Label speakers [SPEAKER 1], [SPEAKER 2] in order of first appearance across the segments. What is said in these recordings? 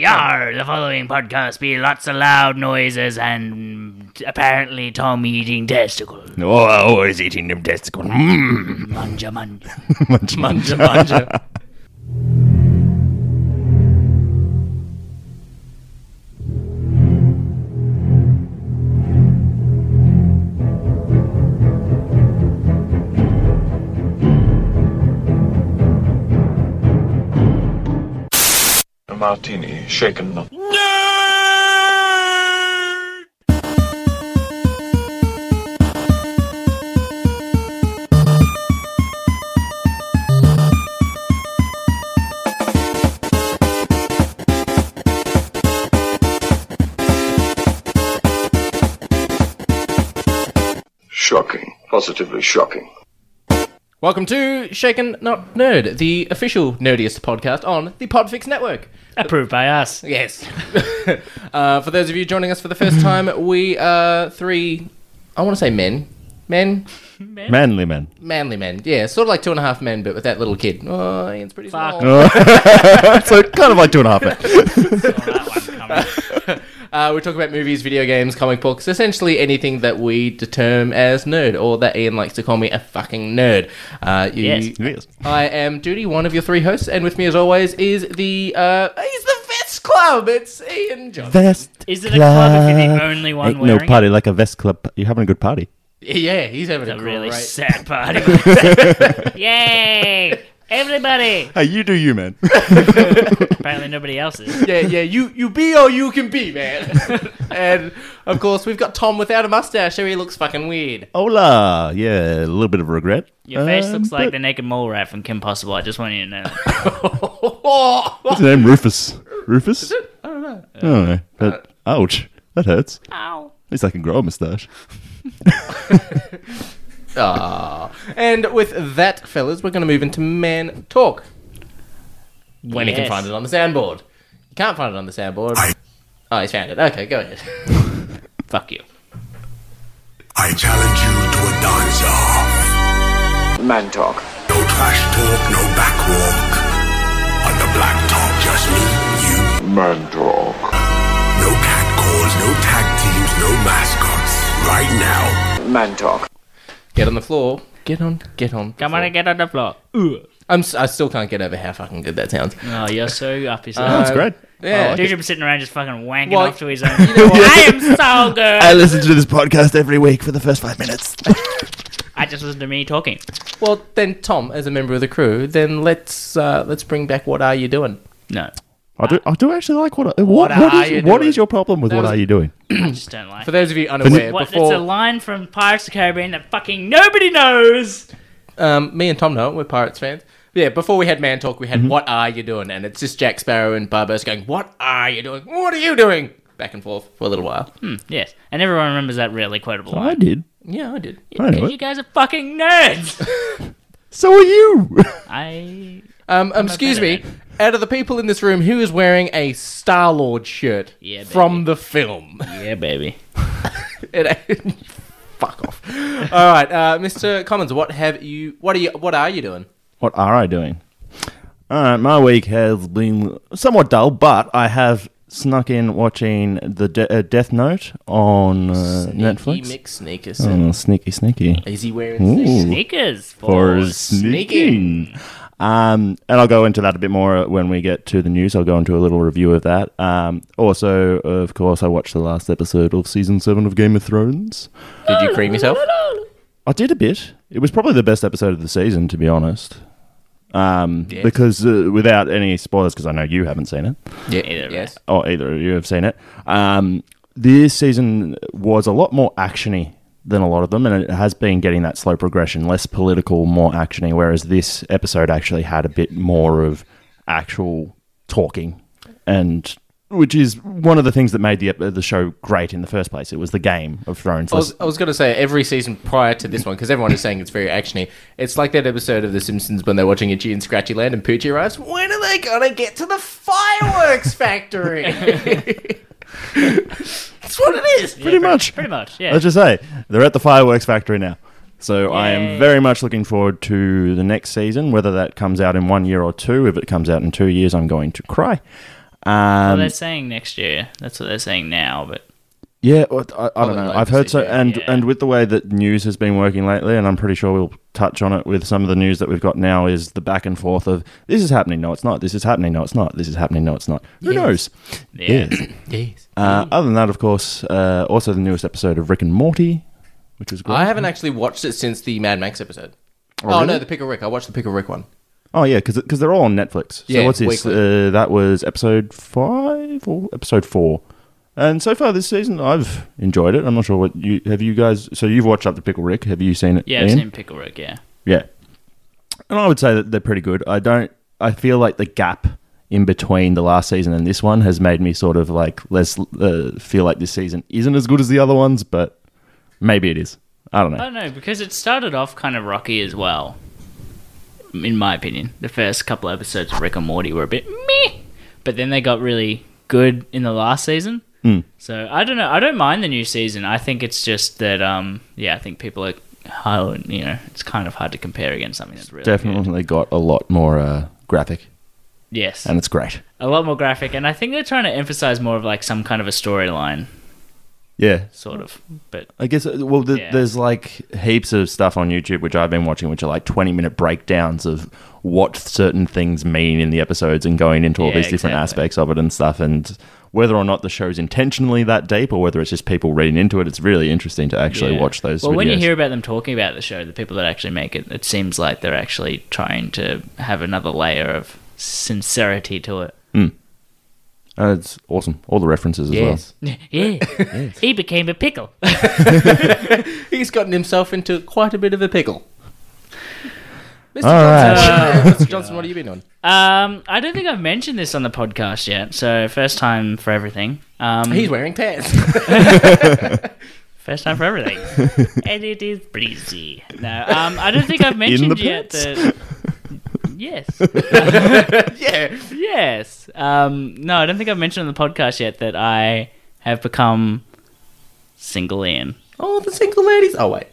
[SPEAKER 1] Yar! The following podcast be lots of loud noises and apparently Tom eating testicles.
[SPEAKER 2] Oh, I always eating them testicles. Mm.
[SPEAKER 1] Munja munja.
[SPEAKER 2] Munch, munch.
[SPEAKER 1] Munja munja.
[SPEAKER 3] A martini, shaken not. Shocking. Positively shocking.
[SPEAKER 4] Welcome to Shaken Not Nerd, the official nerdiest podcast on the Podfix Network.
[SPEAKER 1] Approved by us.
[SPEAKER 4] Yes. uh, for those of you joining us for the first time, we are three, I want to say men. Men?
[SPEAKER 2] Manly man.
[SPEAKER 4] Manly men. Yeah, sort of like two and a half men, but with that little kid. Oh, Ian's pretty
[SPEAKER 1] Fuck.
[SPEAKER 4] small.
[SPEAKER 2] so kind of like two and a half men.
[SPEAKER 4] Uh, we talk about movies, video games, comic books, essentially anything that we term as nerd, or that Ian likes to call me a fucking nerd. Uh, you,
[SPEAKER 1] Yes.
[SPEAKER 2] Yes.
[SPEAKER 4] I am Duty, one of your three hosts, and with me, as always, is the uh, he's the Vets Club. It's Ian John.
[SPEAKER 2] Vest
[SPEAKER 1] Is it a club if you're the only one
[SPEAKER 2] Ain't no
[SPEAKER 1] wearing
[SPEAKER 2] party like a vest club. You're having a good party.
[SPEAKER 4] yeah, he's having
[SPEAKER 1] it?
[SPEAKER 4] a
[SPEAKER 1] A really
[SPEAKER 4] great.
[SPEAKER 1] sad party. Yay! Everybody!
[SPEAKER 2] Hey, you do you, man.
[SPEAKER 1] Apparently nobody else is.
[SPEAKER 4] yeah, yeah. You you be all you can be, man. and of course, we've got Tom without a mustache, so he looks fucking weird.
[SPEAKER 2] Hola. Yeah, a little bit of regret.
[SPEAKER 1] Your face
[SPEAKER 2] Um,
[SPEAKER 1] looks like
[SPEAKER 2] but-
[SPEAKER 1] the naked mole rat from Kim Possible. I just want you to know.
[SPEAKER 4] oh,
[SPEAKER 2] What's his name? Rufus. Rufus? Is it? I don't know. I don't know. But ouch. That hurts. At least I can grow a moustache.
[SPEAKER 4] Ah. and with that, fellas, we're going to move into man talk. When he can
[SPEAKER 1] Yes.
[SPEAKER 4] find it on the soundboard. You can't find it on the soundboard. Oh, he's found it. Okay, go ahead.
[SPEAKER 1] Fuck you.
[SPEAKER 5] I challenge you to a dance off.
[SPEAKER 3] Man talk.
[SPEAKER 5] No trash talk, no backwalk. On the black top, just me, you.
[SPEAKER 3] Man talk.
[SPEAKER 5] No cat calls, no tag teams, no mascots. Right now,
[SPEAKER 3] Man talk.
[SPEAKER 4] Get on the floor. Get on. Get on. the
[SPEAKER 1] Come on
[SPEAKER 4] floor.
[SPEAKER 1] and get on the floor.
[SPEAKER 4] I'm s- I still can't get over how fucking good that sounds. Oh,
[SPEAKER 1] Oh, you're so up yourself.
[SPEAKER 2] That's great.
[SPEAKER 4] Yeah.
[SPEAKER 1] Dude should be sitting around just fucking wanking
[SPEAKER 4] Well,
[SPEAKER 1] off to his own. I am so good.
[SPEAKER 2] I listen to this podcast every week for the first five minutes.
[SPEAKER 1] I just listened to me talking.
[SPEAKER 4] Well, then Tom, as a member of the crew, then let's uh, let's bring back what are you doing?
[SPEAKER 1] No,
[SPEAKER 2] I do, I do actually like what, I, what,
[SPEAKER 4] are
[SPEAKER 2] what,
[SPEAKER 4] you
[SPEAKER 2] is, what
[SPEAKER 4] doing?
[SPEAKER 2] is your problem with what
[SPEAKER 4] was-
[SPEAKER 2] are you doing?
[SPEAKER 1] I just don't like.
[SPEAKER 4] For
[SPEAKER 1] it.
[SPEAKER 4] those of you unaware,
[SPEAKER 1] What, it's a
[SPEAKER 4] before
[SPEAKER 1] line from Pirates of the Caribbean that fucking nobody knows.
[SPEAKER 4] um, me and Tom know it, we're Pirates fans. Yeah, before we had man talk, we had what are you doing, and it's just Jack Sparrow and Barbosa going, "What are you doing? What are you doing?" Back and forth for a little while.
[SPEAKER 1] Yes, and everyone remembers that really quotable
[SPEAKER 2] I
[SPEAKER 1] line.
[SPEAKER 2] did.
[SPEAKER 4] Yeah, I did.
[SPEAKER 2] I know
[SPEAKER 1] Because
[SPEAKER 2] it.
[SPEAKER 1] you guys are fucking nerds.
[SPEAKER 2] So are you.
[SPEAKER 1] I
[SPEAKER 4] Um, um excuse me.
[SPEAKER 1] better
[SPEAKER 4] Out of the people in this room, who is wearing a Star Lord shirt
[SPEAKER 1] Yeah,
[SPEAKER 4] from the film?
[SPEAKER 1] yeah, baby.
[SPEAKER 4] It- Fuck off. All right, uh, Mr. Commons, what have you? What are you? What are you doing?
[SPEAKER 2] What are I doing? All right, my week has been somewhat dull, but I have snuck in watching the De- uh, Death Note on uh, Netflix.
[SPEAKER 4] Mick Sneaker.
[SPEAKER 2] Oh, sneaky, sneaky.
[SPEAKER 4] Is he wearing sneakers?
[SPEAKER 1] Sneakers for,
[SPEAKER 2] For sneaking. Um, and I'll go into that a bit more when we get to the news. I'll go into a little review of that. Um, also, of course, I watched the last episode of season seven of Game of Thrones.
[SPEAKER 4] Did you cream yourself?
[SPEAKER 2] I did a bit. It was probably the best episode of the season, to be honest. Um, Because uh, without any spoilers, because I know you haven't seen it.
[SPEAKER 4] Yeah,
[SPEAKER 1] Either
[SPEAKER 4] yes.
[SPEAKER 2] or either of you have seen it. Um, this season was a lot more actiony than a lot of them, and it has been getting that slow progression, less political, more actiony. Whereas this episode actually had a bit more of actual talking, and which is one of the things that made the ep- the show great in the first place. It was the Game of Thrones.
[SPEAKER 4] I was, I was going to say every season prior to this one, because everyone is saying it's very actiony. It's like that episode of The Simpsons when they're watching Itchy and Scratchy Land and Poochie arrives. When are they going to get to the fireworks factory? That's what it is.
[SPEAKER 2] pretty much.
[SPEAKER 1] Pretty much, yeah.
[SPEAKER 2] Let's just say they're at the fireworks factory now. So I am very much looking forward to the next season, whether that comes out in one year or two. If it comes out in two years, I'm going to cry. Um,
[SPEAKER 1] Well, they're saying next year. That's what they're saying now. But
[SPEAKER 2] Yeah, well, I, I don't
[SPEAKER 4] Probably
[SPEAKER 2] know.
[SPEAKER 4] like
[SPEAKER 2] I've
[SPEAKER 4] to
[SPEAKER 2] heard
[SPEAKER 4] see
[SPEAKER 2] so,
[SPEAKER 4] it,
[SPEAKER 2] and
[SPEAKER 1] yeah.
[SPEAKER 2] and with the way that news has been working lately, and I'm pretty sure we'll touch on it with some of the news that we've got now is the back and forth of this is happening, no, it's not. This is happening, no, it's not. This is happening, no, it's not. Who knows?
[SPEAKER 1] yeah,
[SPEAKER 4] Yes.
[SPEAKER 2] Uh, other than that, of course, uh, also the newest episode of Rick and Morty, which was great.
[SPEAKER 4] I haven't actually watched it since the Mad Max episode. Oh, no, the Pickle Rick. I watched the Pickle Rick one.
[SPEAKER 2] oh yeah, because they're all on Netflix. So
[SPEAKER 4] Yeah,
[SPEAKER 2] what's this?
[SPEAKER 4] weekly.
[SPEAKER 2] Uh, that was episode five or episode four. And so far this season, I've enjoyed it. I'm not sure what you have. You guys, so you've watched up to Pickle Rick. Have you seen it?
[SPEAKER 1] yeah, I've
[SPEAKER 2] Ian?
[SPEAKER 1] seen Pickle Rick. Yeah,
[SPEAKER 2] Yeah. And I would say that they're pretty good. I don't I feel like the gap in between the last season and this one has made me sort of like less uh, feel like this season isn't as good as the other ones, but maybe it is. I don't
[SPEAKER 1] I
[SPEAKER 2] know.
[SPEAKER 1] don't know because it started off kind of rocky as well. In my opinion, the first couple episodes of Rick and Morty were a bit meh, but then they got really good in the last season.
[SPEAKER 2] Hmm.
[SPEAKER 1] So I don't know. I don't mind the new season. I think it's just that, um, yeah, I think people are, how you know, it's kind of hard to compare against something that's really good.
[SPEAKER 2] Definitely got a lot more uh, graphic
[SPEAKER 1] yes,
[SPEAKER 2] and it's great.
[SPEAKER 1] a lot more graphic, and I think they're trying to emphasize more of like some kind of a storyline,
[SPEAKER 2] Yeah.
[SPEAKER 1] sort of. But
[SPEAKER 2] I guess uh, well th-
[SPEAKER 1] Yeah.
[SPEAKER 2] there's like heaps of stuff on YouTube which I've been watching which are like 20 minute breakdowns of what certain things mean in the episodes and going into all
[SPEAKER 1] Yeah,
[SPEAKER 2] these different
[SPEAKER 1] exactly.
[SPEAKER 2] aspects of it and stuff and whether or not the show's intentionally that deep or whether it's just people reading into it it's really interesting to actually
[SPEAKER 1] Yeah.
[SPEAKER 2] watch those
[SPEAKER 1] Well, when you
[SPEAKER 2] videos.
[SPEAKER 1] hear about them talking about the show, the people that actually make it, it seems like they're actually trying to have another layer of sincerity to it.
[SPEAKER 2] Uh, it's awesome all the references as well
[SPEAKER 1] Yeah, he became a pickle.
[SPEAKER 4] He's gotten himself into quite a bit of a pickle. Mr. Johnson, uh, Mr. Johnson, what have you been on?
[SPEAKER 1] Um, I don't think I've mentioned this on the podcast yet, so first time for everything. Um,
[SPEAKER 4] He's wearing pants.
[SPEAKER 1] first time for everything, and it is breezy. No, um, I don't think I've mentioned yet
[SPEAKER 2] pits?
[SPEAKER 1] that. Yes.
[SPEAKER 4] yeah.
[SPEAKER 1] Yes. Um, no, I don't think I've mentioned on the podcast yet that I have become single Ian.
[SPEAKER 4] Oh, the single ladies. Oh, wait.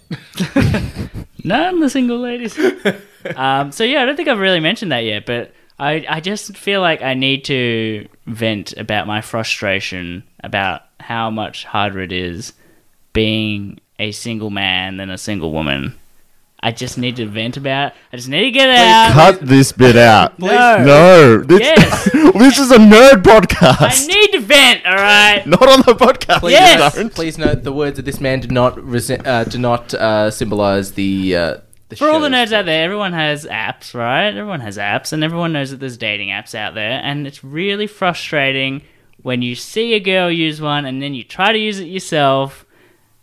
[SPEAKER 1] No, I'm the single ladies. um, so yeah, I don't think I've really mentioned that yet, but I, I just feel like I need to vent about my frustration about how much harder it is being a single man than a single woman. I just need to vent about. it. I just need to get it out.
[SPEAKER 2] cut this bit out
[SPEAKER 1] No.
[SPEAKER 2] no this,
[SPEAKER 1] Yes.
[SPEAKER 2] this is a nerd podcast
[SPEAKER 1] I need to vent. All right.
[SPEAKER 2] not on the podcast
[SPEAKER 4] Please,
[SPEAKER 1] Yes!
[SPEAKER 4] note, please note the words of this man do not rese- uh, do not uh, symbolize the. Uh, the
[SPEAKER 1] For all the
[SPEAKER 4] show's-
[SPEAKER 1] nerds out there, everyone has apps, right? Everyone has apps, and everyone knows that there's dating apps out there, and it's really frustrating when you see a girl use one and then you try to use it yourself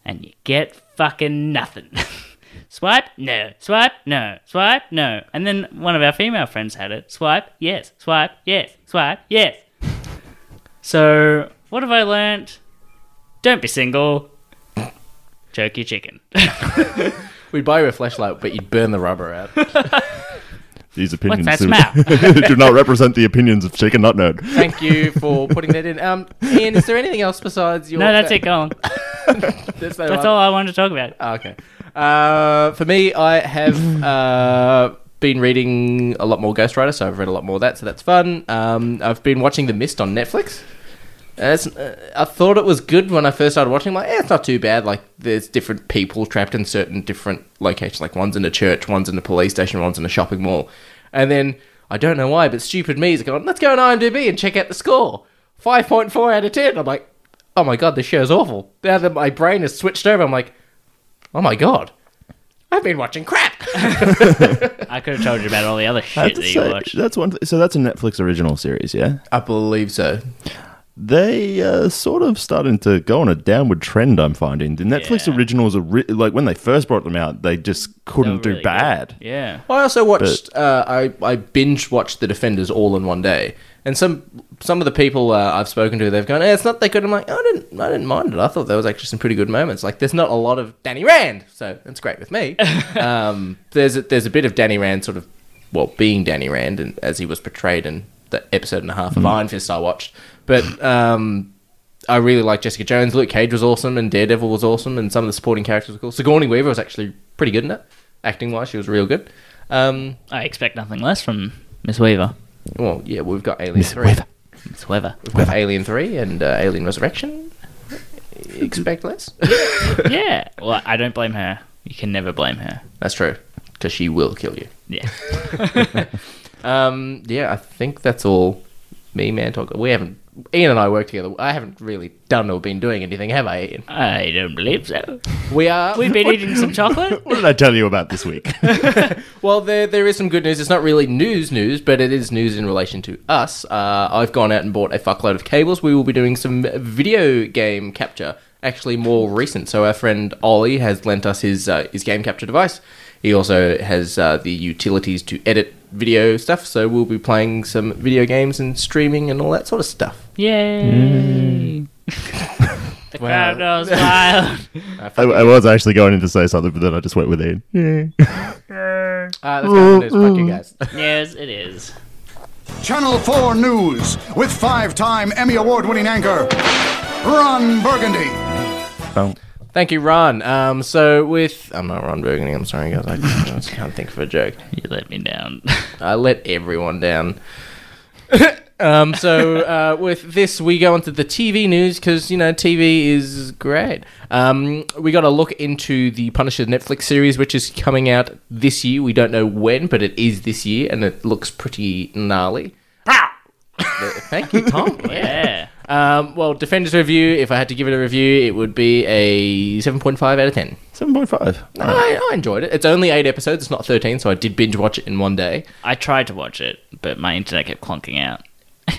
[SPEAKER 1] and you get fucking nothing. swipe, no. Swipe, no. Swipe, no. And then one of our female friends had it. Swipe, yes. Swipe, yes. Swipe, yes. So, what have I learnt? Don't be single. Choke your chicken.
[SPEAKER 4] We'd buy you a flashlight, but you'd burn the rubber out.
[SPEAKER 2] these opinions
[SPEAKER 1] that
[SPEAKER 2] do, do not represent the opinions of chicken nut nerd
[SPEAKER 4] Thank you for putting that in. Um, Ian, is there anything else besides your?
[SPEAKER 1] No, that's it. Go on.
[SPEAKER 4] That's,
[SPEAKER 1] That's all I wanted to talk about.
[SPEAKER 4] Oh, okay. Uh, for me, I have uh, been reading a lot more Ghost Rider, so I've read a lot more of that, so that's fun. Um, I've been watching The Mist on Netflix. Uh, it's- uh, I thought it was good when I first started watching. Like, eh, it's not too bad. Like, there's different people trapped in certain different locations. Like, one's in a church, one's in a police station, one's in a shopping mall. And then I don't know why, but stupid me's going, let's go on IMDb and check out the score. Five point four out of ten. I'm like, oh my god, this show's awful. Now that my brain has switched over, I'm like, oh my god, I've been watching crap.
[SPEAKER 1] I could have told you about all the other
[SPEAKER 2] I
[SPEAKER 1] shit
[SPEAKER 2] have to
[SPEAKER 1] that you
[SPEAKER 2] say,
[SPEAKER 1] watched.
[SPEAKER 2] that's one. So that's a Netflix original series, yeah.
[SPEAKER 4] I believe so.
[SPEAKER 2] They uh, sort of starting to go on a downward trend. I'm finding the Netflix originals are re- like when they first brought them out, they just couldn't do
[SPEAKER 1] really good.
[SPEAKER 2] bad.
[SPEAKER 1] Yeah.
[SPEAKER 4] I also watched. Uh, I I binge watched The Defenders all in one day, and some some of the people uh, I've spoken to, they've gone, eh, "It's not that good." I'm like, "I didn't, I didn't mind it. I thought there was actually some pretty good moments. Like, there's not a lot of Danny Rand, so that's great with me. um, there's a, there's a bit of Danny Rand, sort of, well, being Danny Rand, and as he was portrayed in the episode and a half of Iron Fist I watched, but um, I really like Jessica Jones. Luke Cage was awesome, and Daredevil was awesome, and some of the supporting characters were cool. Sigourney Weaver was actually pretty good in it, acting wise. She was real good. Um,
[SPEAKER 1] I expect nothing less from Miss Weaver.
[SPEAKER 4] well, yeah, we've got Alien Three.
[SPEAKER 1] It's weather.
[SPEAKER 4] We've got Alien 3 and uh, Alien Resurrection. Expect less.
[SPEAKER 1] yeah. Well, I don't blame her. You can never blame her.
[SPEAKER 4] That's true. Because she will kill you.
[SPEAKER 1] Yeah.
[SPEAKER 4] Um, yeah, I think that's all me, Mantok. We haven't. Ian and I work together. I haven't really done or been doing anything, have I, Ian?
[SPEAKER 1] I don't believe so.
[SPEAKER 4] We are.
[SPEAKER 1] We've been eating some chocolate.
[SPEAKER 2] What did I tell you about this week?
[SPEAKER 4] Well, there there is some good news. It's not really news news, but it is news in relation to us. Uh, I've gone out and bought a fuckload of cables. We will be doing some video game capture, actually more recent. So our friend Ollie has lent us his uh, his game capture device. He also has uh, the utilities to edit video stuff. So we'll be playing some video games and streaming and all that sort of stuff.
[SPEAKER 1] Yay. the crowd goes wild.
[SPEAKER 2] I, I was actually going in to say something, but then I just went with Ian.
[SPEAKER 4] Uh, that's kind of news. Fuck you guys.
[SPEAKER 1] yes, it is.
[SPEAKER 5] Channel 4 News with five time Emmy Award winning anchor, Ron Burgundy.
[SPEAKER 2] Bum.
[SPEAKER 4] Thank you, Ron. Um, so with I'm not Ron Burgundy. I'm sorry, guys. I I just can't think of a joke.
[SPEAKER 1] You let me down.
[SPEAKER 4] I let everyone down. um, so uh, with this, we go onto the TV news because you know TV is great. Um, we got a look into the Punisher Netflix series, which is coming out this year. We don't know when, but it is this year, and it looks pretty gnarly. Thank you, Tom.
[SPEAKER 1] yeah.
[SPEAKER 4] Um, well, Defenders review. If I had to give it a review, it would be a seven point five out of ten.
[SPEAKER 2] 7.5.
[SPEAKER 4] I, I enjoyed it. It's only eight episodes. It's not thirteen, so I did binge watch it in one day.
[SPEAKER 1] I tried to watch it, but my internet kept clunking out.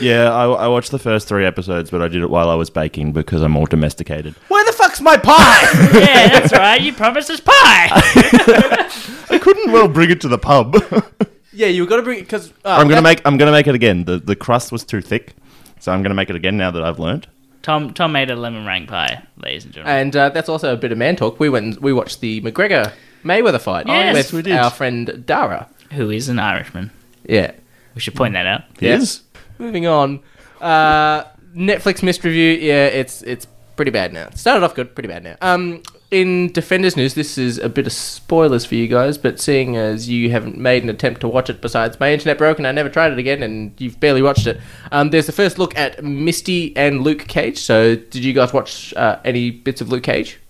[SPEAKER 2] Yeah, I, I watched the first three episodes, but I did it while I was baking because I'm more domesticated.
[SPEAKER 4] Where the fuck's my pie?
[SPEAKER 1] Yeah, that's right. You promised us pie.
[SPEAKER 2] I couldn't well bring it to the pub.
[SPEAKER 4] yeah, you got to bring uh, because
[SPEAKER 2] I'm gonna make I'm gonna make it again. The the crust was too thick, so I'm gonna make it again now that I've learned.
[SPEAKER 1] Tom Tom made a lemon meringue pie, ladies and gentlemen.
[SPEAKER 4] And uh, that's also a bit of man talk. We went and we watched the McGregor Mayweather fight
[SPEAKER 1] Yes,
[SPEAKER 4] with
[SPEAKER 2] we did.
[SPEAKER 4] our friend Dara.
[SPEAKER 1] Who is an Irishman?
[SPEAKER 4] Yeah.
[SPEAKER 1] We should point that out.
[SPEAKER 2] Yes.
[SPEAKER 4] Moving on. Uh, Netflix missed review. Yeah, it's it's pretty bad now. Started off good, pretty bad now. Um, in Defenders news, this is a bit of spoilers for you guys, but seeing as you haven't made an attempt to watch it, besides my internet broke and I never tried it again, and you've barely watched it, um, there's the first look at Misty and Luke Cage. So, did you guys watch uh, any bits of Luke Cage?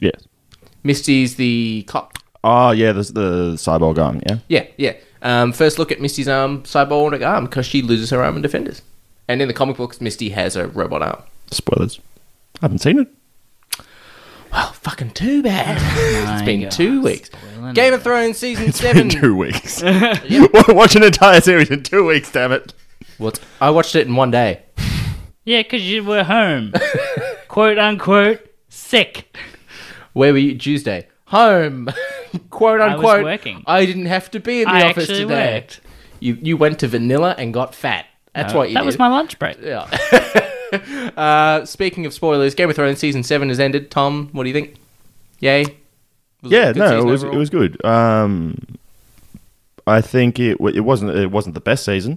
[SPEAKER 2] Yes.
[SPEAKER 4] Misty's the cop.
[SPEAKER 2] Oh yeah, the the cyborg arm. Yeah.
[SPEAKER 4] Yeah, yeah. Um, first look at Misty's arm, cyborg arm, because she loses her arm in Defenders. And in the comic books, Misty has a robot arm.
[SPEAKER 2] Spoilers. I haven't seen it.
[SPEAKER 4] Well, fucking too bad. it's been
[SPEAKER 1] God.
[SPEAKER 4] two weeks.
[SPEAKER 1] Spoiling
[SPEAKER 4] Game of Thrones season seven.
[SPEAKER 2] In two weeks. Watch an entire series in two weeks. Damn it.
[SPEAKER 4] Well, it's- I watched it in one day.
[SPEAKER 1] Yeah, because you were home. Quote unquote, sick.
[SPEAKER 4] Where were you Tuesday? Home, quote
[SPEAKER 1] was
[SPEAKER 4] unquote.
[SPEAKER 1] working.
[SPEAKER 4] I didn't have to be in the
[SPEAKER 1] I
[SPEAKER 4] office
[SPEAKER 1] actually
[SPEAKER 4] today.
[SPEAKER 1] worked. Uh,
[SPEAKER 4] You you went to Vanilla and got fat. That's what you
[SPEAKER 1] That
[SPEAKER 4] did.
[SPEAKER 1] was my lunch break.
[SPEAKER 4] Yeah. uh, speaking of spoilers, Game of Thrones season seven has ended. Tom, what do you think? Yay. Was
[SPEAKER 2] Yeah,
[SPEAKER 4] a good
[SPEAKER 2] no, it
[SPEAKER 4] season
[SPEAKER 2] was
[SPEAKER 4] overall?
[SPEAKER 2] it was good. Um, I think it wa- it wasn't it wasn't the best season,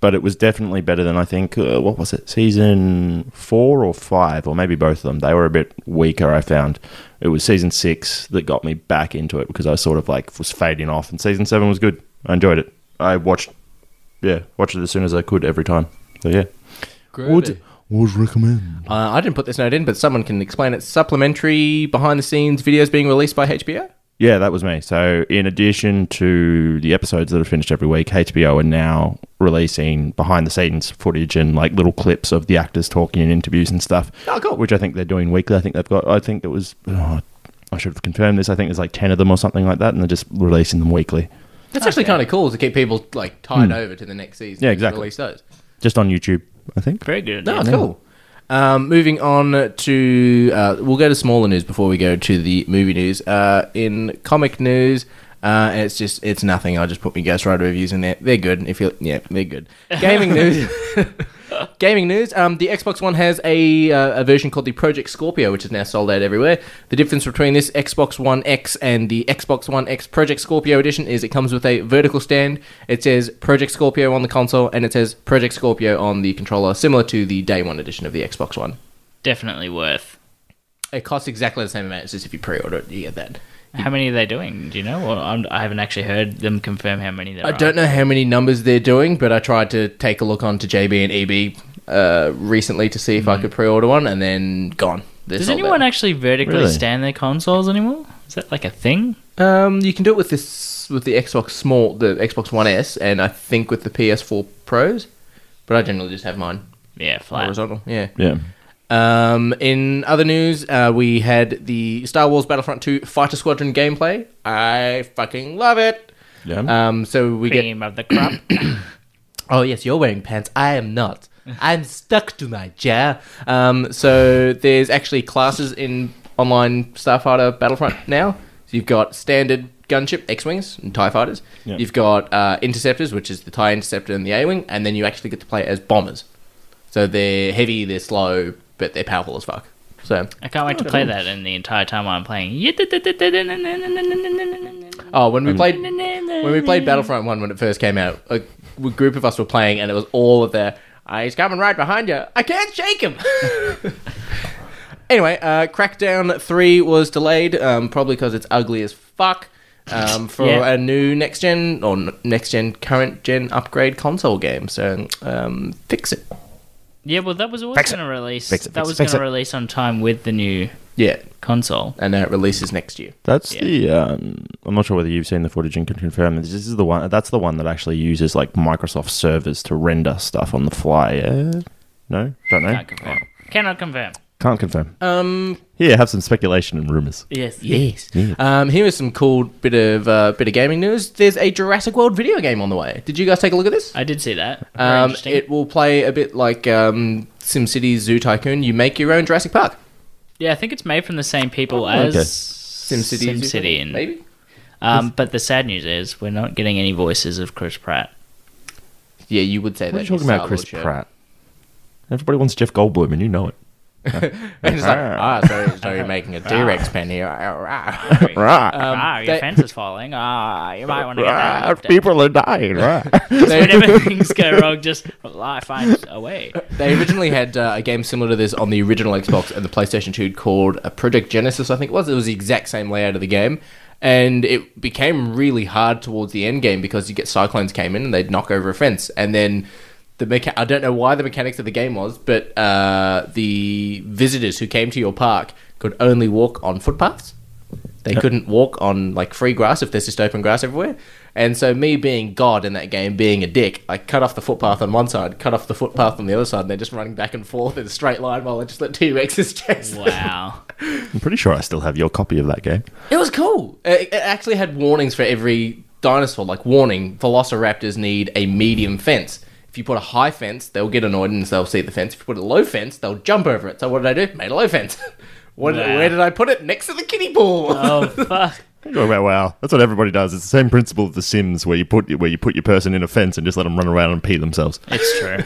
[SPEAKER 2] but it was definitely better than I think. Uh, what was it? Season four or five, or maybe both of them. They were a bit weaker. I found it was season six that got me back into it because I sort of like was fading off, and season seven was good. I enjoyed it. I watched, yeah, watched it as soon as I could every time. So yeah,
[SPEAKER 4] Groovy. Uh, I didn't put this note in, but someone can explain it. Supplementary behind the scenes videos being released by HBO.
[SPEAKER 2] Yeah, that was me. So, in addition to the episodes that are finished every week, HBO are now releasing behind the scenes footage and like little clips of the actors talking in interviews and stuff.
[SPEAKER 4] Oh, cool.
[SPEAKER 2] Which I think they're doing weekly. I think they've got, I think it was, oh, I should have confirmed this. I think there's like 10 of them or something like that, and they're just releasing them weekly.
[SPEAKER 4] That's actually kind of cool to keep people like tied over to the next season.
[SPEAKER 2] Hmm. Yeah,
[SPEAKER 4] and
[SPEAKER 2] exactly.
[SPEAKER 4] Release those.
[SPEAKER 2] Just on YouTube, I think.
[SPEAKER 1] Very good.
[SPEAKER 4] No,
[SPEAKER 1] yeah.
[SPEAKER 4] cool. Um, moving on to, uh, we'll go to smaller news before we go to the movie news. Uh, in comic news, uh, it's just it's nothing. I just put my Ghost Rider reviews in there. They're good. If you, yeah, they're good. Gaming news. Gaming news. Um, the Xbox One has a uh, a version called the Project Scorpio, which is now sold out everywhere. The difference between this Xbox One X and the Xbox One X Project Scorpio edition is it comes with a vertical stand. It says Project Scorpio on the console, and it says Project Scorpio on the controller, similar to the Day One edition of the Xbox One.
[SPEAKER 1] Definitely worth.
[SPEAKER 4] It costs exactly the same amount. It's just if you pre-order it, you get that.
[SPEAKER 1] How many are they doing? Do you know? Or I'm, I haven't actually heard them confirm how many there
[SPEAKER 4] I
[SPEAKER 1] are.
[SPEAKER 4] don't know how many numbers they're doing, but I tried to take a look onto JB and EB uh, recently to see if I could pre-order one, and then gone. They're
[SPEAKER 1] Does
[SPEAKER 4] sold
[SPEAKER 1] anyone
[SPEAKER 4] out.
[SPEAKER 1] actually vertically
[SPEAKER 2] Really?
[SPEAKER 1] stand their consoles anymore? Is that like a thing?
[SPEAKER 4] Um, you can do it with this with the Xbox Small, the Xbox One S, and I think with the PS4 Pros. But I generally just have mine
[SPEAKER 1] Yeah, flat.
[SPEAKER 4] horizontal. Yeah.
[SPEAKER 2] Yeah.
[SPEAKER 4] Um, in other news, uh, we had the Star Wars Battlefront 2 Fighter Squadron gameplay. I fucking love it.
[SPEAKER 2] Yeah.
[SPEAKER 4] Um, so we get.
[SPEAKER 1] Cream of the crop.
[SPEAKER 4] Oh yes, you're wearing pants. I am not. I'm stuck to my chair. Um, so there's actually classes in online Starfighter Battlefront now. So you've got standard gunship X-wings and Tie fighters.
[SPEAKER 2] Yeah.
[SPEAKER 4] You've got uh, interceptors, which is the Tie interceptor and the A-wing, and then you actually get to play as bombers. So they're heavy, they're slow, but they're powerful as fuck. So
[SPEAKER 1] I can't wait to play that in the entire time I'm playing.
[SPEAKER 4] oh, when we played when we
[SPEAKER 1] Mm.
[SPEAKER 4] played Battlefront One when it first came out, a a group of us were playing, and it was all of the "Ah, he's coming right behind you. I can't shake him. anyway, uh, Crackdown Three was delayed, um, probably because it's ugly as fuck. Um, for
[SPEAKER 1] Yeah.
[SPEAKER 4] a new next gen or n- next gen current gen upgrade console game, so um, fix it.
[SPEAKER 1] Yeah, well, that was always
[SPEAKER 2] Fix it.
[SPEAKER 1] going to release.
[SPEAKER 2] Fix it,
[SPEAKER 1] that
[SPEAKER 2] fix it,
[SPEAKER 1] was going
[SPEAKER 2] fix
[SPEAKER 1] to
[SPEAKER 2] it.
[SPEAKER 1] release on time with the new
[SPEAKER 4] Yeah,
[SPEAKER 1] console.
[SPEAKER 4] and uh, it releases next year.
[SPEAKER 2] That's the. Um, I'm not sure whether you've seen the footage and can confirm this. This is the one. That's the one that actually uses like Microsoft servers to render stuff on the fly. Yeah?
[SPEAKER 4] Uh,
[SPEAKER 2] No, don't know.
[SPEAKER 1] Can't confirm. Cannot confirm.
[SPEAKER 2] Can't confirm.
[SPEAKER 4] Um,
[SPEAKER 2] Here, have some speculation and rumors.
[SPEAKER 1] Yes.
[SPEAKER 4] Yes. Um, here is some cool bit of uh, bit of gaming news. There's a Jurassic World video game on the way. Did you guys take a look at this?
[SPEAKER 1] I did see that. Very
[SPEAKER 4] Um,
[SPEAKER 1] interesting.
[SPEAKER 4] it will play a bit like um, SimCity Zoo Tycoon. You make your own Jurassic Park.
[SPEAKER 1] yeah, I think it's made from the same people
[SPEAKER 2] okay.
[SPEAKER 1] as
[SPEAKER 4] SimCity,
[SPEAKER 1] SimCity.
[SPEAKER 4] Zoo
[SPEAKER 1] SimCity
[SPEAKER 4] Tycoon,
[SPEAKER 1] and
[SPEAKER 4] maybe.
[SPEAKER 1] Um, but the sad news is we're not getting any voices of Chris Pratt.
[SPEAKER 4] Yeah, you would say
[SPEAKER 2] What are
[SPEAKER 4] that.
[SPEAKER 2] you talking
[SPEAKER 4] in
[SPEAKER 2] about,
[SPEAKER 4] Star
[SPEAKER 2] Chris
[SPEAKER 4] Lord shirt.
[SPEAKER 2] Pratt? Everybody wants Jeff Goldblum, and you know it.
[SPEAKER 4] And it's like, ah, sorry, sorry, you're making a T-Rex pen here. Ah, ah.
[SPEAKER 2] Right.
[SPEAKER 1] ah, your
[SPEAKER 4] they-
[SPEAKER 1] fence is falling. Ah, you might want to get that. looked at.
[SPEAKER 2] people are dying. Right.
[SPEAKER 1] Whenever things go wrong, just life finds a way.
[SPEAKER 4] They originally had uh, a game similar to this on the original Xbox and the PlayStation 2 called uh, Project Genesis, I think it was. It was the exact same layout of the game. And it became really hard towards the end game because you get cyclones came in and they'd knock over a fence. And then the mecha- I don't know why the mechanics of the game was, but uh, the visitors who came to your park could only walk on footpaths. They couldn't walk on like free grass if there's just open grass everywhere. And so me being God in that game, being a dick, I cut off the footpath on one side, cut off the footpath on the other side, and they're just running back and forth in a straight line while I just let T Rexes chase. them.
[SPEAKER 1] Wow.
[SPEAKER 2] I'm pretty sure I still have your copy of that game.
[SPEAKER 4] It was cool. It, it actually had warnings for every dinosaur, like warning: Velociraptors need a medium fence. If you put a high fence, they'll get annoyed and they'll see the fence. If you put a low fence, they'll jump over it. So what did I do? Made a low fence. what did-
[SPEAKER 1] Wow.
[SPEAKER 4] where did I put it? Next to the kiddie pool.
[SPEAKER 1] Oh fuck.
[SPEAKER 2] You're talking about wow. That's what everybody does. It's the same principle of The Sims, where you put where you put your person in a fence and just let them run around and pee themselves.
[SPEAKER 1] It's Oh. true.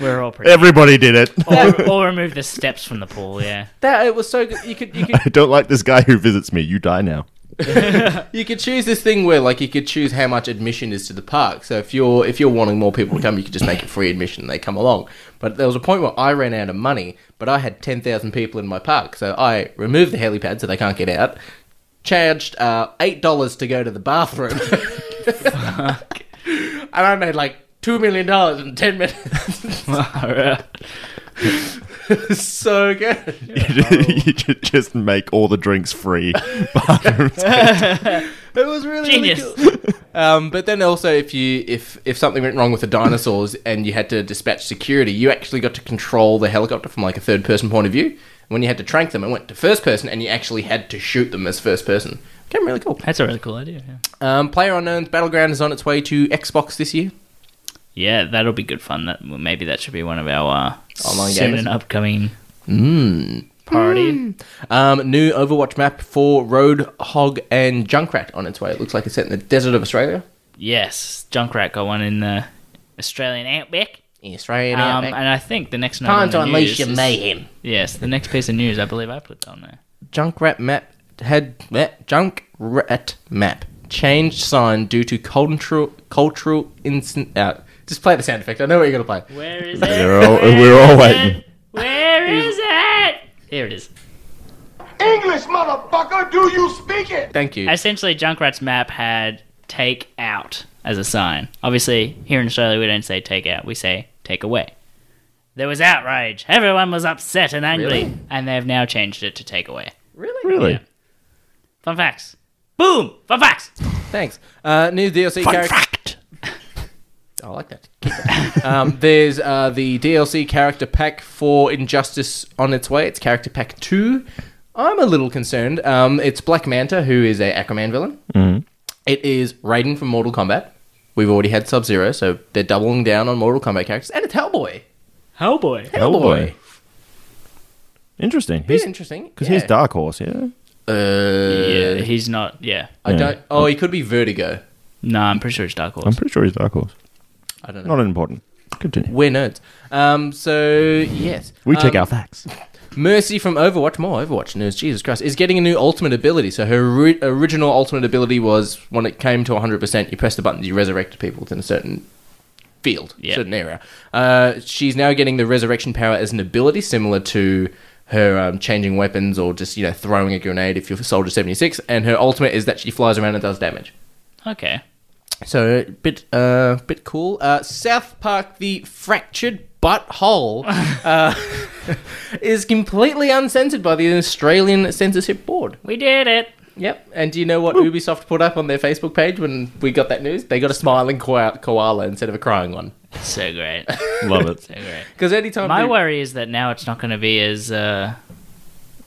[SPEAKER 1] We're all pretty.
[SPEAKER 2] Everybody did it.
[SPEAKER 1] Or, or remove the steps from the pool. Yeah.
[SPEAKER 4] That it was so good. You could you could
[SPEAKER 2] I don't like this guy who visits me. You die now.
[SPEAKER 4] You could choose this thing where, like, you could choose how much admission is to the park. So if you're if you're wanting more people to come, you could just make it free admission and they come along. But there was a point where I ran out of money, but I had ten thousand people in my park, so I removed the helipad so they can't get out. Charged uh, eight dollars to go to the bathroom, and I made like two million dollars in ten minutes. so good.
[SPEAKER 1] Oh.
[SPEAKER 2] you ju- you just make all the drinks free. Bathrooms.
[SPEAKER 4] It was really,
[SPEAKER 1] Genius.
[SPEAKER 4] really cool. Um, but then also, if you if if something went wrong with the dinosaurs and you had to dispatch security, you actually got to control the helicopter from like a third person point of view. When you had to trank them, it went to first person, and you actually had to shoot them as first person. Became really cool.
[SPEAKER 1] That's a really cool idea. Yeah.
[SPEAKER 4] Um, Player Unknown's Battleground is on its way to Xbox this year.
[SPEAKER 1] Yeah, that'll be good fun. That well, maybe that should be one of our uh,
[SPEAKER 4] Online Hmm.
[SPEAKER 1] soon
[SPEAKER 4] gamers.
[SPEAKER 1] and upcoming party.
[SPEAKER 4] Um, new Overwatch map for Road Hog and Junkrat on its way. It looks like it's set in the desert of Australia.
[SPEAKER 1] Yes, Junkrat got one in the Australian outback.
[SPEAKER 4] Australia.
[SPEAKER 1] Um, and I think the next note
[SPEAKER 4] Time
[SPEAKER 1] on
[SPEAKER 4] to
[SPEAKER 1] the
[SPEAKER 4] unleash
[SPEAKER 1] news
[SPEAKER 4] your
[SPEAKER 1] is-
[SPEAKER 4] mayhem.
[SPEAKER 1] Yes, the next piece of news I believe I put on there.
[SPEAKER 4] junk rat map had met junk rat map changed sign due to cultural cultural instant uh, just play the sound effect i know what you're gonna play
[SPEAKER 1] Where is it?
[SPEAKER 2] We're all, we're all waiting.
[SPEAKER 1] Where is it? Here it is.
[SPEAKER 6] English, motherfucker, do you speak it?
[SPEAKER 4] Thank you.
[SPEAKER 1] Essentially, Junkrat's map had take out as a sign. Obviously, here in Australia, we don't say take out, we say take away. There was outrage. Everyone was upset and angry.
[SPEAKER 4] Really?
[SPEAKER 1] And they've now changed it to take away.
[SPEAKER 4] Really?
[SPEAKER 2] Really?
[SPEAKER 1] Fun facts. Boom! Fun facts!
[SPEAKER 4] Thanks. Uh, new DLC
[SPEAKER 2] Fun
[SPEAKER 4] character.
[SPEAKER 2] fact.
[SPEAKER 4] I like that. Keep it. um, there's uh, the DLC character pack for Injustice on its way. It's character pack two. I'm a little concerned. Um, it's Black Manta, who is a Aquaman villain.
[SPEAKER 2] Mm-hmm.
[SPEAKER 4] It is Raiden from Mortal Kombat. We've already had Sub Zero, so they're doubling down on Mortal Kombat characters, and it's Hellboy.
[SPEAKER 1] Hellboy.
[SPEAKER 2] Hellboy. Interesting.
[SPEAKER 4] He's
[SPEAKER 2] He's
[SPEAKER 4] interesting
[SPEAKER 2] because
[SPEAKER 4] yeah.
[SPEAKER 2] he's Dark Horse. Yeah.
[SPEAKER 4] Uh,
[SPEAKER 1] Yeah, he's not. Yeah.
[SPEAKER 4] I don't. Oh, he could be Vertigo.
[SPEAKER 1] No, I'm pretty sure it's Dark
[SPEAKER 2] I'm
[SPEAKER 1] Horse.
[SPEAKER 2] pretty sure he's Dark Horse.
[SPEAKER 4] I don't know.
[SPEAKER 2] Not important. Continue.
[SPEAKER 4] We're nerds. Um, so yes,
[SPEAKER 2] We check
[SPEAKER 4] Um,
[SPEAKER 2] our facts.
[SPEAKER 4] Mercy from Overwatch, more Overwatch news, Jesus Christ, is getting a new ultimate ability. So her ri- original ultimate ability was when it came to 100%, you press the buttons, you resurrected people within a certain field,
[SPEAKER 1] Yeah.
[SPEAKER 4] certain area. Uh, she's now getting the resurrection power as an ability similar to her um, changing weapons or just, you know, throwing a grenade if you're Soldier 76. And her ultimate is that she flies around and does damage.
[SPEAKER 1] Okay.
[SPEAKER 4] So bit uh bit cool. Uh, South Park: The Fractured Butthole uh, is completely uncensored by the Australian Censorship Board.
[SPEAKER 1] We did it.
[SPEAKER 4] Yep. And do you know what Ubisoft put up on their Facebook page when we got that news? They got a smiling koa- koala instead of a crying one.
[SPEAKER 1] So great.
[SPEAKER 2] Love it.
[SPEAKER 1] So great.
[SPEAKER 4] Because anytime
[SPEAKER 1] My
[SPEAKER 4] they-
[SPEAKER 1] worry is that now it's not going to be as uh,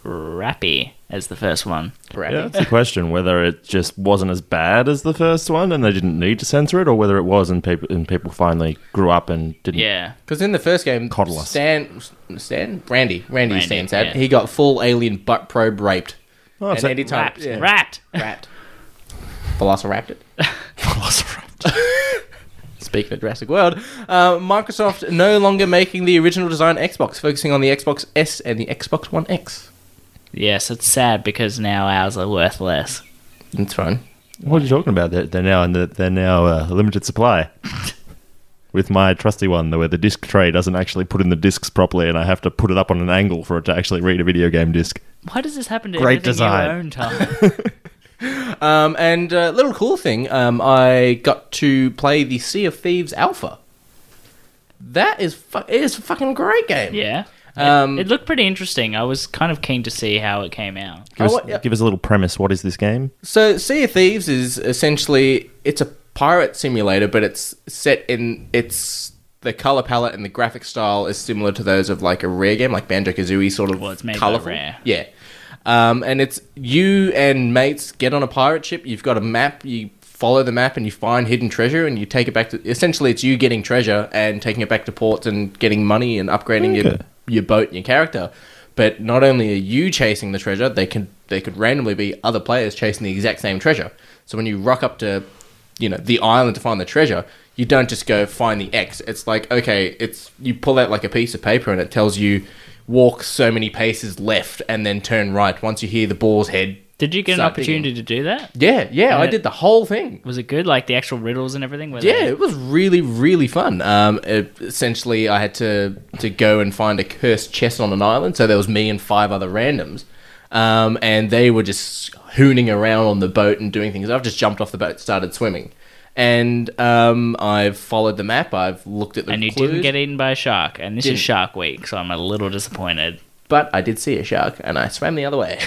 [SPEAKER 1] rappy as the first one.
[SPEAKER 4] Brad,
[SPEAKER 2] Yeah, that's the question whether it just wasn't as bad as the first one and they didn't need to censor it, or whether it was and people and people finally grew up and didn't.
[SPEAKER 1] Yeah.
[SPEAKER 4] Because in the first game,
[SPEAKER 2] Coddle us.
[SPEAKER 4] Stan, Stan, Randy, Randy,
[SPEAKER 1] Randy,
[SPEAKER 4] Stan's had.
[SPEAKER 1] yeah.
[SPEAKER 4] He got full alien butt probe raped.
[SPEAKER 2] Oh,
[SPEAKER 4] and
[SPEAKER 2] so-
[SPEAKER 4] anytime,
[SPEAKER 1] Wrapped.
[SPEAKER 4] yeah.
[SPEAKER 1] Wrapped.
[SPEAKER 4] Wrapped. Velociraptor.
[SPEAKER 2] Velociraptor.
[SPEAKER 4] Speaking of Jurassic World, uh, Microsoft no longer making the original design Xbox, focusing on the Xbox S and the Xbox One X.
[SPEAKER 1] Yes, it's sad because now ours are worth less.
[SPEAKER 4] That's fine.
[SPEAKER 2] What are you talking about? They're, they're now in the, they're now uh, limited supply. With my trusty one, the- where the disc tray doesn't actually put in the discs properly, and I have to put it up on an angle for it to actually read a video game disc.
[SPEAKER 1] Why does this happen to
[SPEAKER 2] Great
[SPEAKER 1] everything
[SPEAKER 2] design.
[SPEAKER 1] you own, Tom?
[SPEAKER 4] Um, and uh, little cool thing, um, I got to play the Sea of Thieves Alpha. That is fu- it is a fucking great game.
[SPEAKER 1] yeah.
[SPEAKER 4] Um,
[SPEAKER 1] it, it looked pretty interesting. I was kind of keen to see how it came out.
[SPEAKER 2] Give,
[SPEAKER 4] Oh,
[SPEAKER 2] us,
[SPEAKER 4] what- yeah.
[SPEAKER 2] give us a little premise. What is this game?
[SPEAKER 4] So Sea of Thieves is essentially it's a pirate simulator, but it's set in it's the color palette and the graphic style is similar to those of like a rare game, like Banjo Kazooie, sort of
[SPEAKER 1] Well, it's made by
[SPEAKER 4] colorful.
[SPEAKER 1] Rare.
[SPEAKER 4] Yeah, um, and it's you and mates get on a pirate ship. You've got a map. You follow the map and you find hidden treasure and you take it back to. Essentially, it's you getting treasure and taking it back to ports and getting money and upgrading your
[SPEAKER 2] Okay.
[SPEAKER 4] your boat and your character. But not only are you chasing the treasure, they can they could randomly be other players chasing the exact same treasure. So when you rock up to, you know, the island to find the treasure, you don't just go find the X. It's like okay, it's you pull out like a piece of paper and it tells you walk so many paces left and then turn right once you hear the boar's head.
[SPEAKER 1] Did you get an
[SPEAKER 4] Start
[SPEAKER 1] opportunity to do that?
[SPEAKER 4] Yeah, yeah, I
[SPEAKER 1] it-
[SPEAKER 4] did the whole thing.
[SPEAKER 1] Was it good? Like the actual riddles and everything? Were
[SPEAKER 4] Yeah, it was really really fun. Um, it- essentially, I had to to go and find a cursed chest on an island. So there was me and five other randoms, um, and they were just hooning around on the boat and doing things. I've just jumped off the boat, started swimming, and um, I've followed the map. I've looked at the
[SPEAKER 1] and you
[SPEAKER 4] clues,
[SPEAKER 1] didn't get eaten by a shark. And this
[SPEAKER 4] Didn't.
[SPEAKER 1] is Shark Week, so I'm a little disappointed.
[SPEAKER 4] but I did see a shark and I swam the other way.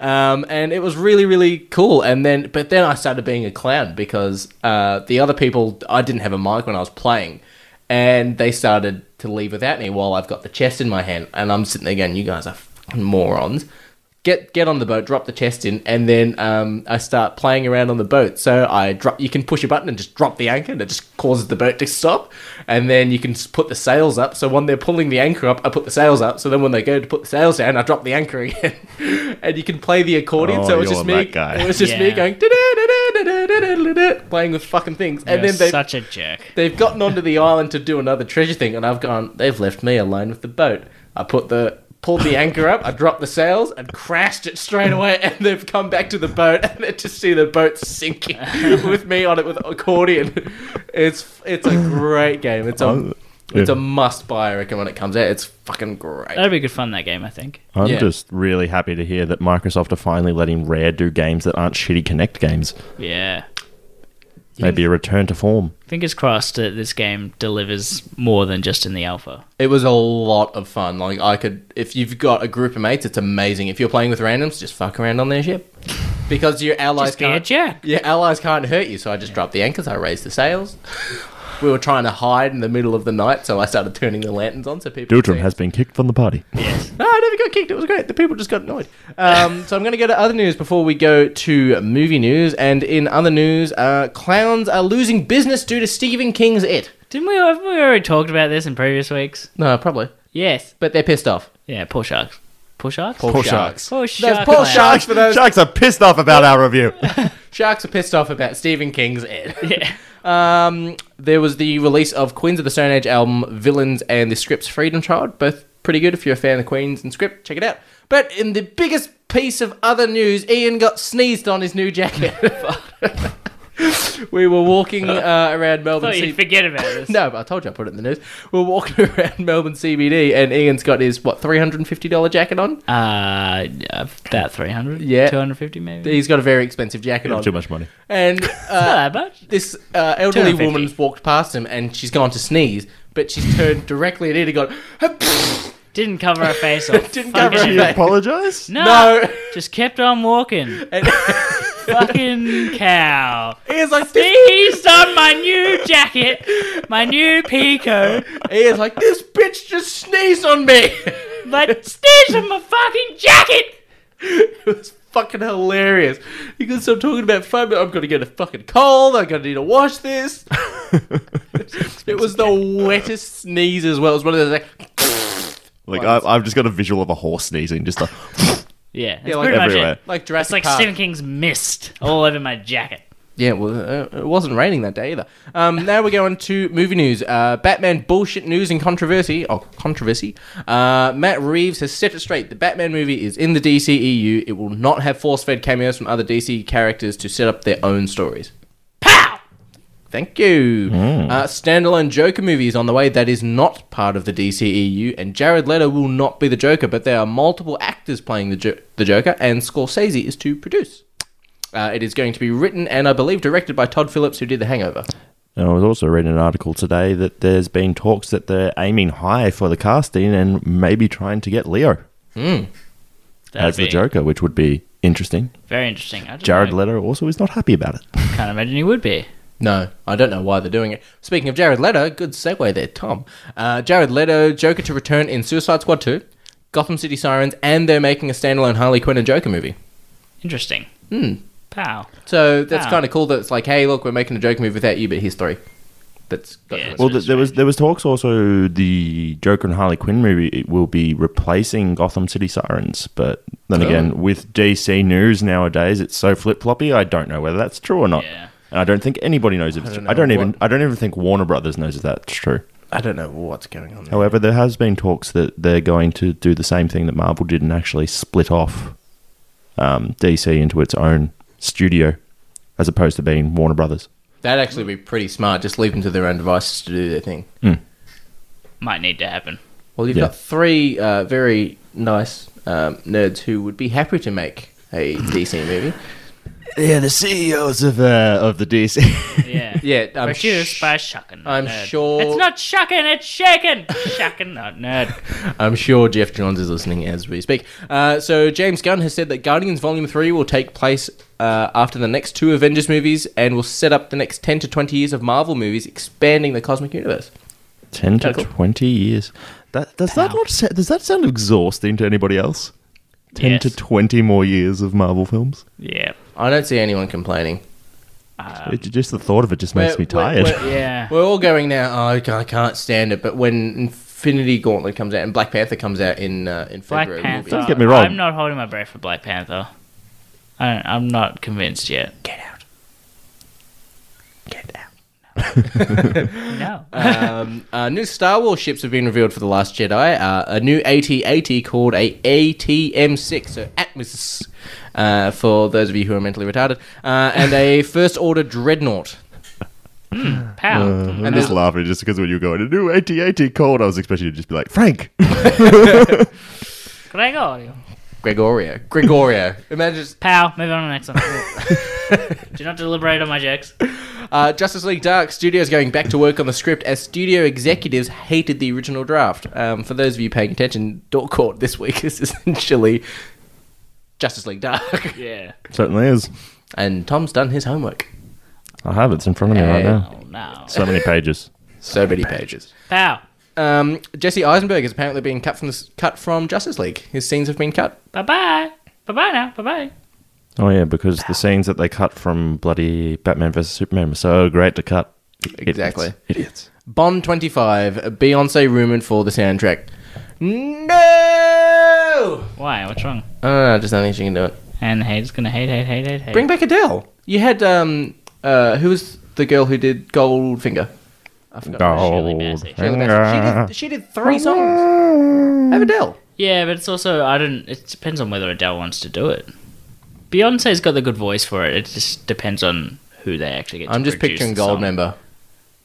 [SPEAKER 4] um, and it was really, really cool. And then, but then I started being a clown because uh, the other people, I didn't have a mic when I was playing, and they started to leave without me while I've got the chest in my hand, and I'm sitting there going, "You guys are fucking morons." Get get on the boat, drop the chest in, and then um, I start playing around on the boat. So I drop. You can push a button and just drop the anchor, and it just causes the boat to stop. And then you can s- put the sails up. So when they're pulling the anchor up, I put the sails up. So then when they go to put the sails down, I drop the anchor again, and you can play the accordion.
[SPEAKER 2] Oh,
[SPEAKER 4] so it was
[SPEAKER 2] you're
[SPEAKER 4] just me.
[SPEAKER 2] that guy.
[SPEAKER 4] It was just me
[SPEAKER 1] Yeah.
[SPEAKER 4] going "Da-da-da-da-da-da-da-da-da-da," playing with fucking things, and
[SPEAKER 1] You're
[SPEAKER 4] then they
[SPEAKER 1] such a jerk.
[SPEAKER 4] They've gotten onto the island to do another treasure thing, and I've gone. They've left me alone with the boat. I put the pulled the anchor up, I dropped the sails, and crashed it straight away. And they've come back to the boat, and they just see the boat sinking with me on it with accordion. It's it's a great game. It's a, It's a must buy, I reckon, when it comes out. It's fucking great.
[SPEAKER 1] That'd be good fun. That game, I think.
[SPEAKER 2] I'm
[SPEAKER 4] Yeah.
[SPEAKER 2] just really happy to hear that Microsoft are finally letting Rare do games that aren't shitty Connect games.
[SPEAKER 1] Yeah.
[SPEAKER 2] Maybe a return to form.
[SPEAKER 1] Fingers crossed that this game delivers more than just in the alpha.
[SPEAKER 4] It was a lot of fun. Like I could, if you've got a group of mates, it's amazing. If you're playing with randoms, just fuck around on their ship, because your allies
[SPEAKER 1] Just be a
[SPEAKER 4] can't.
[SPEAKER 1] jerk.
[SPEAKER 4] Your allies can't hurt you. So I just dropped the anchors. I raised the sails. we were trying to hide in the middle of the night, so I started turning the lanterns on so people. could
[SPEAKER 2] Dildrum
[SPEAKER 4] see
[SPEAKER 2] has
[SPEAKER 4] us.
[SPEAKER 2] been kicked from the party.
[SPEAKER 4] No, I never got kicked. It was great. The people just got annoyed. Um, so I'm going to go to other news before we go to movie news. And in other news, uh, clowns are losing business due to Stephen King's It.
[SPEAKER 1] Didn't we? Have we already talked about this in previous weeks?
[SPEAKER 4] No, probably.
[SPEAKER 1] Yes.
[SPEAKER 4] But they're pissed off.
[SPEAKER 1] Yeah. Poor sharks. Poor sharks.
[SPEAKER 2] Poor sharks.
[SPEAKER 1] Poor
[SPEAKER 4] Those
[SPEAKER 1] shark.
[SPEAKER 4] poor
[SPEAKER 1] clown.
[SPEAKER 4] sharks for those
[SPEAKER 2] Sharks are pissed off about our review.
[SPEAKER 4] Sharks are pissed off about Stephen King's Ed. um, there was the release of Queens of the Stone Age album Villains and the Scripts Freedom Child. Both pretty good. If you're a fan of Queens and Script, check it out. But in the biggest piece of other news, Ian got sneezed on his new jacket. we were walking uh, around Melbourne.
[SPEAKER 1] Thought
[SPEAKER 4] Sea-
[SPEAKER 1] you'd forget about this.
[SPEAKER 4] no, but I told you I put it in the news. We were walking around Melbourne CBD, and Ian's got his what three hundred and fifty dollar jacket on.
[SPEAKER 1] Uh, about 300?
[SPEAKER 4] Yeah.
[SPEAKER 1] 250 maybe?
[SPEAKER 4] He's got a very expensive jacket on.
[SPEAKER 2] Too much money.
[SPEAKER 4] And uh,
[SPEAKER 1] Not that much.
[SPEAKER 4] this uh, elderly
[SPEAKER 1] 250.
[SPEAKER 4] woman's walked past him and she's gone to sneeze, but she's turned directly at Ed and gone,
[SPEAKER 1] Didn't cover her face off.
[SPEAKER 4] Didn't cover
[SPEAKER 1] Fucking-
[SPEAKER 4] her face.
[SPEAKER 2] Apologise?
[SPEAKER 1] No.
[SPEAKER 4] no.
[SPEAKER 1] Just kept on walking.
[SPEAKER 4] And
[SPEAKER 1] Fucking cow.
[SPEAKER 4] Ian's like, this,
[SPEAKER 1] He's on my new jacket, my new Pico.
[SPEAKER 4] Ian's like, this bitch just sneezed on me.
[SPEAKER 1] But stitch on my fucking jacket.
[SPEAKER 4] it was fucking hilarious. He goes, I'm talking about fun, but I'm going to get a fucking cold. I'm going to need to wash this. it was the wettest sneeze as well. It was one of those like,
[SPEAKER 2] Like, I, I've just got a visual of a horse sneezing, just like,
[SPEAKER 1] Yeah, that's
[SPEAKER 4] Yeah, like
[SPEAKER 1] pretty much
[SPEAKER 2] everywhere.
[SPEAKER 1] it.
[SPEAKER 4] like
[SPEAKER 1] It's
[SPEAKER 4] Jurassic
[SPEAKER 1] like
[SPEAKER 4] Park.
[SPEAKER 1] Stephen King's mist all over my jacket.
[SPEAKER 4] Yeah, well, uh, it wasn't raining that day either. Um, now we're going to movie news. Uh, Batman bullshit news and controversy. Oh, controversy. Uh, Matt Reeves has set it straight. The Batman movie is in the DCEU. It will not have force fed cameos from other DC characters to set up their own stories. Thank you. Uh, standalone Joker movie is on the way. That is not part of the DCEU, and Jared Leto will not be the Joker, but there are multiple actors playing the, jo- the Joker, and Scorsese is to produce. Uh, it is going to be written and, I believe, directed by Todd Phillips, who did The Hangover.
[SPEAKER 2] And I was also reading an article today that there's been talks that they're aiming high for the casting and maybe trying to get Leo
[SPEAKER 1] That'd
[SPEAKER 2] as the
[SPEAKER 1] be
[SPEAKER 2] Joker, which would be interesting.
[SPEAKER 1] Very interesting. I don't
[SPEAKER 2] Jared
[SPEAKER 1] know.
[SPEAKER 2] Leto also is not happy about it.
[SPEAKER 1] Can't imagine he would be.
[SPEAKER 4] No, I don't know why they're doing it. Speaking of Jared Leto, good segue there, Tom. Uh, Jared Leto, Joker to return in Suicide Squad 2, Gotham City Sirens, and they're making a standalone Harley Quinn and Joker movie.
[SPEAKER 1] Interesting. Hmm. Pow.
[SPEAKER 4] So that's
[SPEAKER 1] Ah.
[SPEAKER 4] kind of cool that it's like, hey, look, we're making a joke movie without you, but here's three. That's got
[SPEAKER 1] Yeah.
[SPEAKER 4] no-
[SPEAKER 2] Well, th- there was there was talks also the Joker and Harley Quinn movie it will be replacing Gotham City Sirens, but
[SPEAKER 1] Oh.
[SPEAKER 2] then again, with DC news nowadays, it's so flip floppy. I don't know whether that's true or not,
[SPEAKER 1] Yeah.
[SPEAKER 2] and I don't think anybody knows if it's true. I don't even I don't even think Warner Brothers knows if that's true.
[SPEAKER 4] I don't know what's going on. There.
[SPEAKER 2] However, there has been talks that they're going to do the same thing that Marvel did and actually split off um, DC into its own studio, as opposed to being Warner Brothers.
[SPEAKER 4] That'd actually be pretty smart. Just leave them to their own devices to do their thing.
[SPEAKER 1] Might need to happen.
[SPEAKER 4] Well, you've
[SPEAKER 2] Yeah.
[SPEAKER 4] got three uh, very nice um, nerds who would be happy to make a DC movie.
[SPEAKER 2] Yeah, the CEOs of uh, of the DC.
[SPEAKER 1] Yeah.
[SPEAKER 4] Yeah, I'm
[SPEAKER 1] Produced
[SPEAKER 4] sh-
[SPEAKER 1] by Shuckin.
[SPEAKER 4] I'm
[SPEAKER 1] Nerd.
[SPEAKER 4] sure-
[SPEAKER 1] It's not Shuckin, it's Shakin. Shuckin, not Nerd.
[SPEAKER 4] I'm sure Jeff Johns is listening as we speak. Uh, so James Gunn has said that Guardians Volume Three will take place uh, after the next two Avengers movies and will set up the next ten to twenty years of Marvel movies, expanding the cosmic universe.
[SPEAKER 2] Ten to
[SPEAKER 4] Cool.
[SPEAKER 2] twenty years. That does that not sa- does that sound exhausting to anybody else? Ten to
[SPEAKER 1] Yes.
[SPEAKER 2] twenty more years of Marvel films.
[SPEAKER 1] Yeah.
[SPEAKER 4] I don't see anyone complaining.
[SPEAKER 2] It- just the thought of it just makes
[SPEAKER 4] Um, We're-
[SPEAKER 2] me tired.
[SPEAKER 4] we're- we're-
[SPEAKER 1] Yeah.
[SPEAKER 4] We're all going now. Oh, I ca- I can't stand it. But when Infinity Gauntlet comes out and Black Panther comes out in uh, in
[SPEAKER 1] Black
[SPEAKER 4] February, we'll be-
[SPEAKER 1] Panther.
[SPEAKER 2] get me wrong.
[SPEAKER 1] I'm not holding my breath for Black Panther. I don't, I'm not convinced yet. Get out.
[SPEAKER 4] Get out.
[SPEAKER 1] No.
[SPEAKER 4] um, uh, new Star Wars ships have been revealed for the Last Jedi. Uh, a new AT-AT called a ATM-6, so Atmos, uh, for those of you who are mentally retarded, uh, and a First Order Dreadnought.
[SPEAKER 1] Pow. Mm-hmm.
[SPEAKER 7] I'm just laughing just because when you were going, a new AT-AT called, I was expecting you to just be like, Frank.
[SPEAKER 1] Gregorio.
[SPEAKER 4] Gregorio. Gregorio. Imagine just
[SPEAKER 1] Pow. Move on to the next one. Do not deliberate on my jokes.
[SPEAKER 4] Uh, Justice League Dark Studios going back to work on the script as studio executives hated the original draft. Um, for those of you paying attention, Dork Court this week is essentially Justice League Dark.
[SPEAKER 1] Yeah.
[SPEAKER 2] Certainly is.
[SPEAKER 4] And Tom's done his homework.
[SPEAKER 2] I have it. It's in front of me right
[SPEAKER 4] Eh.
[SPEAKER 2] now.
[SPEAKER 1] Oh no.
[SPEAKER 2] So many pages.
[SPEAKER 4] So many pages.
[SPEAKER 1] Pow.
[SPEAKER 4] Um, Jesse Eisenberg is apparently being cut from this, cut from Justice League. His scenes have been cut.
[SPEAKER 1] Bye bye. Bye bye now. Bye bye.
[SPEAKER 2] Oh yeah, because the scenes that they cut from bloody Batman vs Superman were so great to cut. Idiots.
[SPEAKER 4] Exactly.
[SPEAKER 2] Idiots.
[SPEAKER 4] Bond 25, Beyonce rumored for the soundtrack. No!
[SPEAKER 1] Why? What's wrong?
[SPEAKER 4] Uh, just don't think she can do it.
[SPEAKER 1] And hate is gonna hate, hate, hate, hate, hate.
[SPEAKER 4] Bring back Adele. You had um uh who was the girl who did Goldfinger? I forgot.
[SPEAKER 2] Gold.
[SPEAKER 4] Shirley Bassey. She, did, she did three songs. Have Adele.
[SPEAKER 1] yeah, but it's also I don't. It depends on whether Adele wants to do it. Beyonce's got the good voice for it. It just depends on who they actually get. To
[SPEAKER 4] I'm just
[SPEAKER 1] produce
[SPEAKER 4] picturing
[SPEAKER 1] the song.
[SPEAKER 4] Goldmember.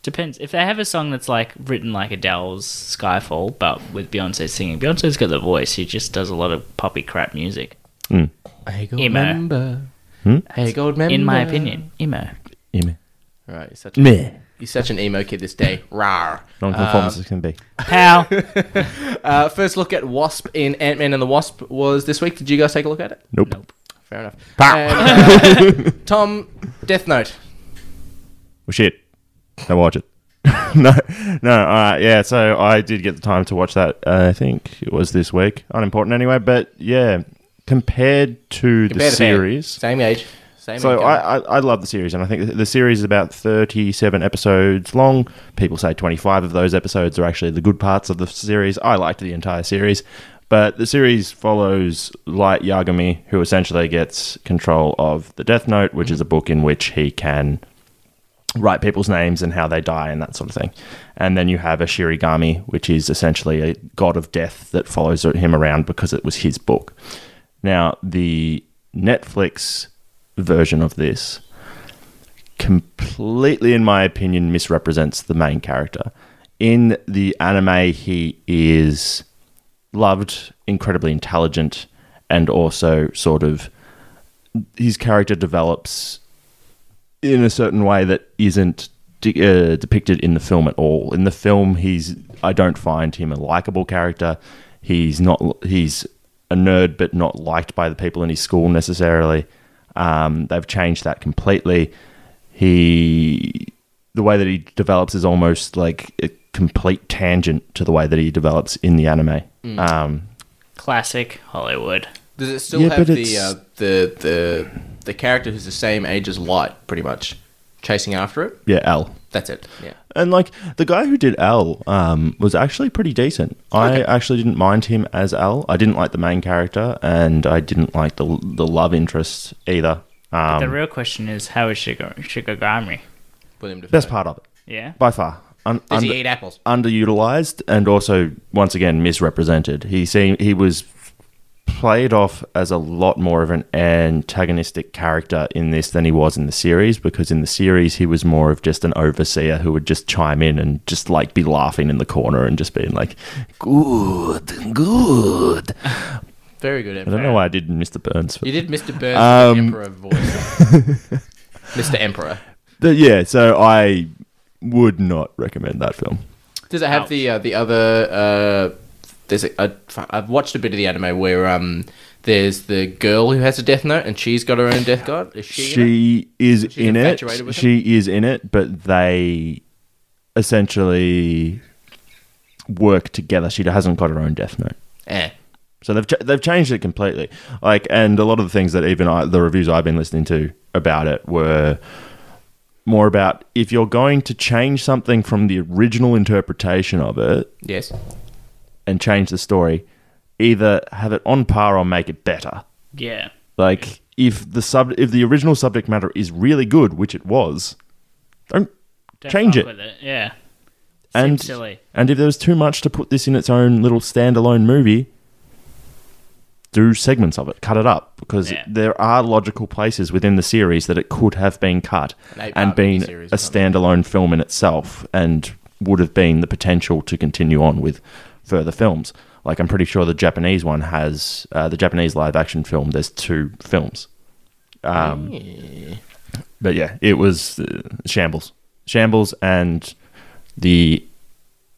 [SPEAKER 1] Depends if they have a song that's like written like Adele's Skyfall, but with Beyonce singing. Beyonce's got the voice. She just does a lot of poppy crap music.
[SPEAKER 4] Hey
[SPEAKER 1] Emo.
[SPEAKER 4] Goldmember. Hey Goldmember.
[SPEAKER 1] In my opinion, emo.
[SPEAKER 2] Ah.
[SPEAKER 4] Right, you're such a, you're such an emo kid this day. Rar.
[SPEAKER 2] Non-conformist as can be.
[SPEAKER 1] Pow.
[SPEAKER 4] Uh, first look at Wasp in Ant Man and the Wasp was this week. Did you guys take a look at it?
[SPEAKER 2] Nope.
[SPEAKER 4] Fair enough. And, uh, Tom, Death Note.
[SPEAKER 2] Well, shit. Don't watch it. no, no. All right, yeah. So I did get the time to watch that. Uh, I think it was this week. Unimportant anyway, but yeah. Compared to
[SPEAKER 4] Bear
[SPEAKER 2] the
[SPEAKER 4] to bear.
[SPEAKER 2] series,
[SPEAKER 4] Same age. Same
[SPEAKER 2] so
[SPEAKER 4] age.
[SPEAKER 2] I, I I love the series, and I think the series is about thirty-seven episodes long. People say twenty-five of those episodes are actually the good parts of the series. I liked the entire series, but the series follows Light Yagami, who essentially gets control of the Death Note, which is a book in which he can write people's names and how they die and that sort of thing. And then you have a Shirigami, which is essentially a god of death that follows him around because it was his book. Now, the Netflix version of this completely, in my opinion, misrepresents the main character. In the anime, he is loved, incredibly intelligent, and also sort of his character develops in a certain way that isn't de- uh, depicted in the film at all. In the film, he's I don't find him a likable character. He's not he's a nerd, but not liked by the people in his school necessarily. Um, they've changed that completely. He the way that he develops is almost like a complete tangent to the way that he develops in the anime. Um,
[SPEAKER 1] Classic Hollywood.
[SPEAKER 4] Does it still
[SPEAKER 2] Yeah,
[SPEAKER 4] have
[SPEAKER 2] but
[SPEAKER 4] the,
[SPEAKER 2] it's-
[SPEAKER 4] uh, the the the character who's the same age as Light, pretty much, chasing after it?
[SPEAKER 2] yeah, L.
[SPEAKER 4] That's it. Yeah.
[SPEAKER 2] And like the guy who did Al um, was actually pretty decent. I actually didn't mind him as Al. I didn't like the main character, and I didn't like the the love interest either. Um,
[SPEAKER 1] the real question is how is Shiga- Shigagami?
[SPEAKER 4] William Defoe.
[SPEAKER 2] best part of it
[SPEAKER 1] Yeah.
[SPEAKER 2] by far. Un-
[SPEAKER 4] Does
[SPEAKER 2] under-
[SPEAKER 4] he eat apples?
[SPEAKER 2] underutilized and also once again misrepresented. He seemed he was played off as a lot more of an antagonistic character in this than he was in the series because in the series he was more of just an overseer who would just chime in and just like be laughing in the corner and just being like good good
[SPEAKER 4] Very good. Emperor.
[SPEAKER 2] I don't know why I did Mr. Burns for
[SPEAKER 4] You did Mr. Burns
[SPEAKER 2] Um,
[SPEAKER 4] Emperor voice. Mr. Emperor.
[SPEAKER 2] but yeah so I would not recommend that film
[SPEAKER 4] Does it have the uh, the other? Uh, there's a, a, I've watched a bit of the anime where um there's the girl who has a death note and she's got her own death god. Is she?
[SPEAKER 2] she
[SPEAKER 4] in it?
[SPEAKER 2] is
[SPEAKER 4] She's
[SPEAKER 2] in
[SPEAKER 4] infatuated
[SPEAKER 2] it.
[SPEAKER 4] with
[SPEAKER 2] She is in it, but they essentially work together. She hasn't got her own death note.
[SPEAKER 4] Eh.
[SPEAKER 2] So they've ch- they've changed it completely. Like, and a lot of the things that even I, the reviews I've been listening to about it were more about if you're going to change something from the original interpretation of it
[SPEAKER 4] Yes.
[SPEAKER 2] and change the story, either have it on par or make it better.
[SPEAKER 1] Yeah.
[SPEAKER 2] Like if the sub if the original subject matter is really good, which it was, don't,
[SPEAKER 1] Don't
[SPEAKER 2] change
[SPEAKER 1] fuck
[SPEAKER 2] it.
[SPEAKER 1] With it. Yeah.
[SPEAKER 2] And
[SPEAKER 1] silly.
[SPEAKER 2] and if there was too much to put this in its own little standalone movie, do segments of it, cut it up, because
[SPEAKER 1] Yeah.
[SPEAKER 2] there are logical places within the series that it could have been cut
[SPEAKER 4] eight-part
[SPEAKER 2] and been
[SPEAKER 4] miniseries or
[SPEAKER 2] a
[SPEAKER 4] something.
[SPEAKER 2] standalone film in itself and would have been the potential to continue on with further films. Like, I'm pretty sure the Japanese one has uh, the Japanese live action film, there's two films. Um, But yeah, it was uh, shambles, shambles, and the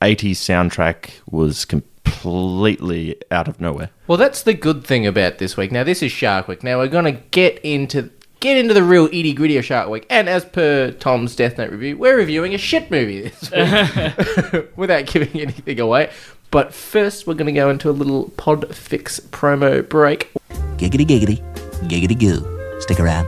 [SPEAKER 2] '80s soundtrack was completely out of nowhere.
[SPEAKER 4] Well, that's the good thing about this week. Now, this is Shark Week. Now, we're gonna get into get into the real itty gritty of Shark Week. And as per Tom's Death Note review, we're reviewing a shit movie this week without giving anything away. But first, we're gonna go into a little pod fix promo break.
[SPEAKER 8] Giggity giggity, giggity goo. Stick around.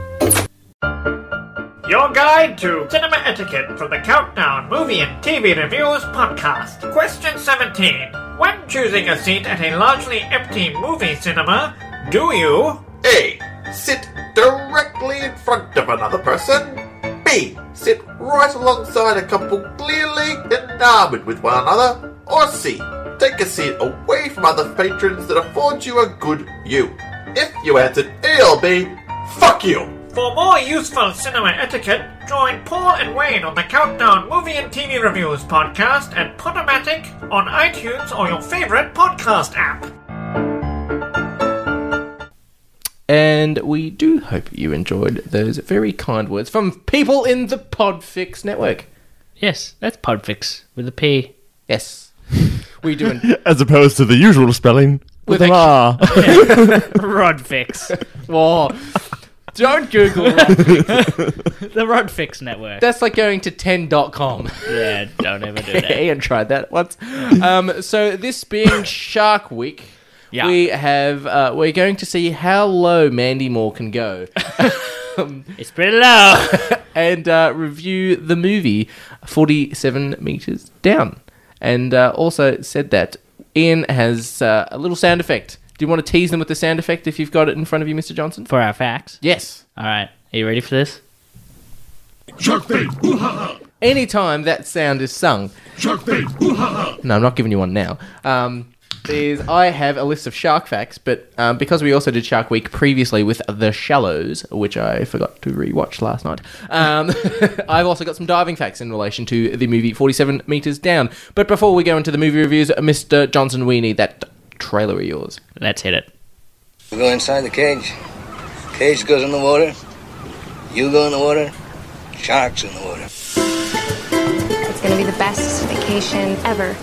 [SPEAKER 9] Your guide to cinema etiquette for the Countdown Movie and TV Reviews podcast. Question 17. When choosing a seat at a largely empty movie cinema, do you
[SPEAKER 10] A. Sit directly in front of another person. B. Sit right alongside a couple clearly enamored with one another. Or C. Take a seat away from other patrons that afford you a good you. If you answered A or B, fuck you!
[SPEAKER 9] For more useful cinema etiquette, join Paul and Wayne on the Countdown Movie and TV Reviews podcast at Podomatic on iTunes or your favorite podcast app.
[SPEAKER 4] And we do hope you enjoyed those very kind words from people in the Podfix network.
[SPEAKER 1] Yes, that's Podfix with a P.
[SPEAKER 4] Yes. We do.
[SPEAKER 7] As opposed to the usual spelling with,
[SPEAKER 4] With
[SPEAKER 7] an
[SPEAKER 4] a-
[SPEAKER 7] R.
[SPEAKER 1] Rodfix.
[SPEAKER 4] Whoa. Don't Google that.
[SPEAKER 1] the Rodfix network.
[SPEAKER 4] That's like going to 10.com.
[SPEAKER 1] yeah, don't ever do that.
[SPEAKER 4] Ian tried that once. Um, so this being Shark Week,
[SPEAKER 1] Yeah.
[SPEAKER 4] we have uh, we're going to see how low Mandy Moore can go,
[SPEAKER 1] It's pretty low.
[SPEAKER 4] and uh, review the movie Forty Seven Meters Down. And uh, also said that Ian has uh, a little sound effect. Do you want to tease them with the sound effect if you've got it in front of you, Mr. Johnson?
[SPEAKER 1] For our facts.
[SPEAKER 4] Yes.
[SPEAKER 1] All right. Are you ready for this?
[SPEAKER 4] Anytime that sound is sung, No, I'm not giving you one now. Um, is I have a list of shark facts, but um, because we also did Shark Week previously with The Shallows, which I forgot to rewatch last night, um, I've also got some diving facts in relation to the movie 47 Meters Down. But before we go into the movie reviews, Mr. Johnson, we need that trailer of yours.
[SPEAKER 1] Let's hit it.
[SPEAKER 8] We go inside the cage. Cage goes in the water. You go in the water. Sharks in the water.
[SPEAKER 9] It's gonna be the best vacation ever.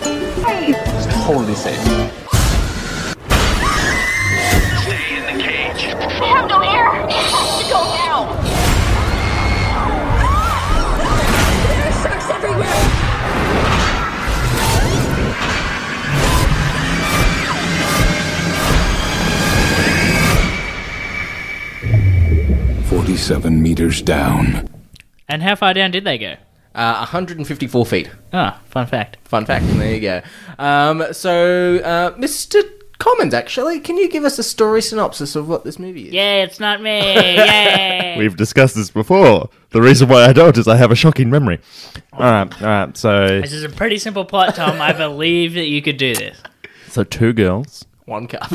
[SPEAKER 6] They have no air. It has to go now. There are sharks everywhere.
[SPEAKER 10] Forty-seven meters down.
[SPEAKER 1] And how far down did they go?
[SPEAKER 4] Uh, 154 feet.
[SPEAKER 1] Ah, fun fact.
[SPEAKER 4] Fun fact, and there you go. Um, so, uh, Mr. Commons, actually, can you give us a story synopsis of what this movie is?
[SPEAKER 1] Yay, it's not me. Yay.
[SPEAKER 7] We've discussed this before. The reason why I don't is I have a shocking memory. All right, all right. So,
[SPEAKER 1] this is a pretty simple plot, Tom. I believe that you could do this.
[SPEAKER 2] So two girls,
[SPEAKER 4] One cup.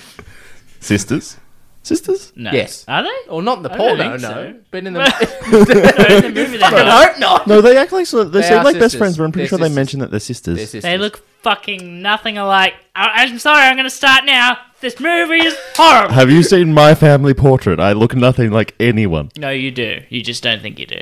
[SPEAKER 7] sisters, sisters.
[SPEAKER 1] No.
[SPEAKER 4] Yes.
[SPEAKER 1] Are they?
[SPEAKER 4] Or not in the
[SPEAKER 1] I
[SPEAKER 4] porno,
[SPEAKER 1] don't
[SPEAKER 4] no,
[SPEAKER 1] think so.
[SPEAKER 4] But in the
[SPEAKER 1] In the movie they're not.
[SPEAKER 4] no, no.
[SPEAKER 2] No, they act like so they,
[SPEAKER 4] They
[SPEAKER 2] seem
[SPEAKER 4] are
[SPEAKER 2] like best
[SPEAKER 4] sisters.
[SPEAKER 2] friends, but I'm pretty
[SPEAKER 4] They're
[SPEAKER 2] sure they
[SPEAKER 4] sisters.
[SPEAKER 2] mentioned that they're sisters.
[SPEAKER 1] They look fucking nothing alike. I- I'm sorry, I'm going to start now. This movie is horrible.
[SPEAKER 7] Have you seen my family portrait? I look nothing like anyone.
[SPEAKER 1] No, you do. You just don't think you do.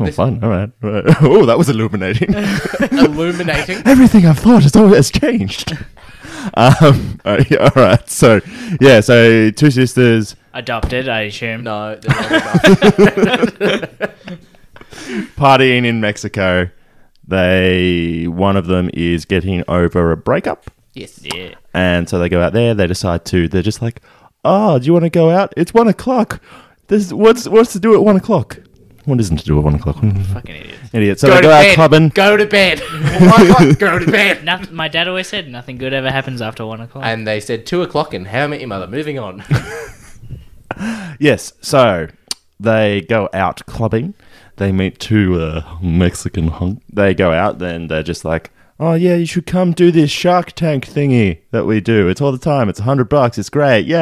[SPEAKER 7] Oh, fun. All right. All right. Oh, that was illuminating.
[SPEAKER 4] illuminating.
[SPEAKER 7] Everything I've thought has always changed. um, all right, yeah, all right. So, yeah. So two sisters.
[SPEAKER 1] Adopted, I assume.
[SPEAKER 4] No, they're not about-
[SPEAKER 7] partying in Mexico. They one of them is getting over a breakup,
[SPEAKER 4] yes.
[SPEAKER 1] Yeah.
[SPEAKER 7] and so they go out there. They decide to. They're just like, "Oh, do you want to go out? It's one o'clock. There's what's what's to do at one o'clock? What isn't to do at one o'clock?
[SPEAKER 1] Fucking idiot.
[SPEAKER 7] Idiot. So they go out clubbing.
[SPEAKER 4] Go to bed. One o'clock, go to bed.
[SPEAKER 1] Noth- my dad always said nothing good ever happens after one o'clock.
[SPEAKER 4] And they said two o'clock and how I met your mother. Moving on.
[SPEAKER 7] Yes. So they go out clubbing. They meet two uh, Mexican hunk. They go out. Then they're just like,
[SPEAKER 2] oh yeah, you should come do this Shark Tank thingy that we do. It's all the time. It's a hundred bucks. It's great. Yay!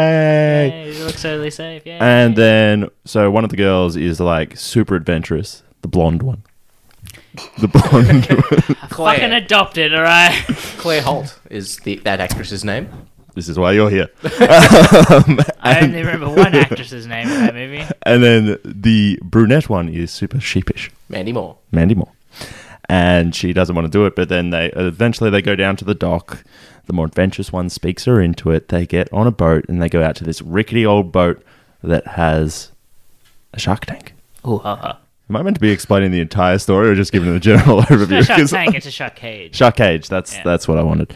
[SPEAKER 1] Hey, you look totally safe. Yeah.
[SPEAKER 2] And then, so one of the girls is like super adventurous, the blonde one. The blonde one.
[SPEAKER 1] Fucking adopted, all right.
[SPEAKER 4] Claire Holt is the, that actress's name.
[SPEAKER 2] This is why you're here.
[SPEAKER 1] I only remember one actress's name in that movie.
[SPEAKER 2] And then the brunette one is super sheepish,
[SPEAKER 4] Mandy Moore.
[SPEAKER 2] Mandy Moore. And she doesn't want to do it, but then they eventually they go down to the dock. The more adventurous one speaks her into it. They get on a boat and they go out to this rickety old boat that has a shark tank.
[SPEAKER 1] Ooh, ha, ha.
[SPEAKER 2] Am I meant to be explaining the entire story or just giving it a general
[SPEAKER 1] No
[SPEAKER 2] overview?
[SPEAKER 1] shark
[SPEAKER 2] 'Cause-
[SPEAKER 1] tank, it's a shark cage.
[SPEAKER 2] Shark cage. That's
[SPEAKER 1] Yeah.
[SPEAKER 2] that's what I wanted.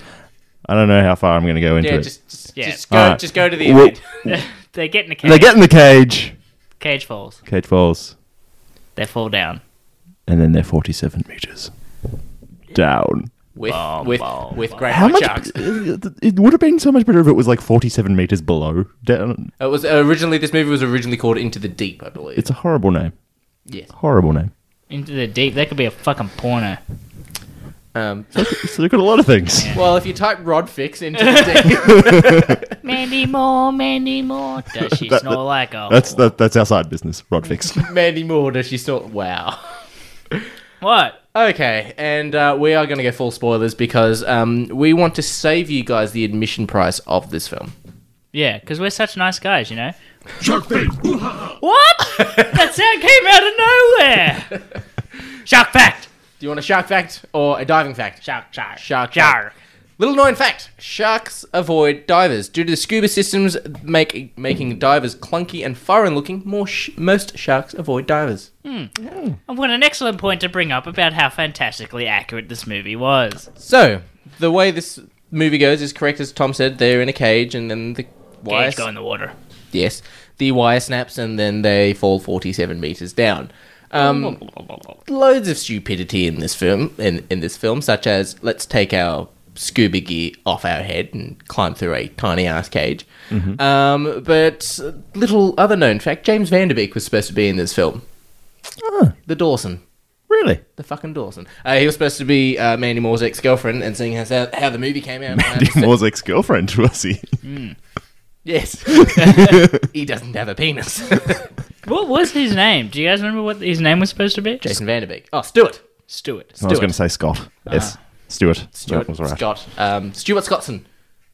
[SPEAKER 2] I don't know how far I'm going to go into
[SPEAKER 4] Yeah,
[SPEAKER 2] it.
[SPEAKER 4] just just,
[SPEAKER 1] Yeah.
[SPEAKER 4] just go
[SPEAKER 2] Alright.
[SPEAKER 4] just go to the
[SPEAKER 2] Wha-
[SPEAKER 4] end.
[SPEAKER 1] they get in the cage.
[SPEAKER 2] They get in the cage.
[SPEAKER 1] cage falls.
[SPEAKER 2] Cage falls,
[SPEAKER 1] They fall down.
[SPEAKER 2] and then they're 47 meters down.
[SPEAKER 4] with with with great
[SPEAKER 2] How
[SPEAKER 4] white
[SPEAKER 2] much? uh,
[SPEAKER 4] sharks.
[SPEAKER 2] It would have been so much better if it was like 47 meters below down.
[SPEAKER 4] It was originally this movie was originally called Into the Deep, I believe.
[SPEAKER 2] It's a horrible name.
[SPEAKER 4] Yes.
[SPEAKER 2] Horrible name.
[SPEAKER 1] Into the deep. That could be a fucking porno.
[SPEAKER 4] Um,
[SPEAKER 2] So they've got a lot of things.
[SPEAKER 4] well, if you type Rod Fix into the Deep,
[SPEAKER 1] Mandy Moore, Mandy Moore. Does she snore like a
[SPEAKER 2] That's that, that's our side business. Rod fix.
[SPEAKER 4] Mandy Moore does she snort? Wow.
[SPEAKER 1] What?
[SPEAKER 4] Okay, and uh, we are going to go full spoilers because um, we want to save you guys the admission price of this film.
[SPEAKER 1] Yeah, because we're such nice guys, you know. Shark bait. what? that sound came out of nowhere. Shark fact.
[SPEAKER 4] Do you want a shark fact or a diving fact?
[SPEAKER 1] Shark, shark,
[SPEAKER 4] Shark,
[SPEAKER 1] shark.
[SPEAKER 4] Little known fact: sharks avoid divers due to the scuba systems make making divers clunky and foreign-looking. More sh- most sharks avoid divers.
[SPEAKER 1] And what an excellent point to bring up about how fantastically accurate this movie was.
[SPEAKER 4] So the way this movie goes is correct, as Tom said. They're in a cage, and then the wire.
[SPEAKER 1] Cage go in the water.
[SPEAKER 4] yes, the wire snaps, and then they fall forty-seven meters down. Um, loads of stupidity in this film. In in this film, such as let's take our scuba gear off our head and climb through a tiny ass cage.
[SPEAKER 2] Mm-hmm.
[SPEAKER 4] Um, but little other known fact: James Vanderbeek was supposed to be in this film.
[SPEAKER 2] Ah.
[SPEAKER 4] The Dawson.
[SPEAKER 2] really?
[SPEAKER 4] The fucking Dawson. Uh, he was supposed to be uh, Mandy Moore's ex girlfriend, and seeing as how, how the movie came out.
[SPEAKER 2] Mandy
[SPEAKER 4] uh,
[SPEAKER 2] Moore's ex girlfriend was he?
[SPEAKER 4] Yes. he doesn't have a penis.
[SPEAKER 1] What was his name? Do you guys remember what his name was supposed to be?
[SPEAKER 4] Jason Vanderbeek. Oh, Stuart.
[SPEAKER 1] Stewart.
[SPEAKER 2] I was
[SPEAKER 4] Stuart.
[SPEAKER 2] going to say Scott. Yes, Stuart.
[SPEAKER 4] Stuart
[SPEAKER 2] That was right.
[SPEAKER 4] Scott. Um, Stuart Scottson.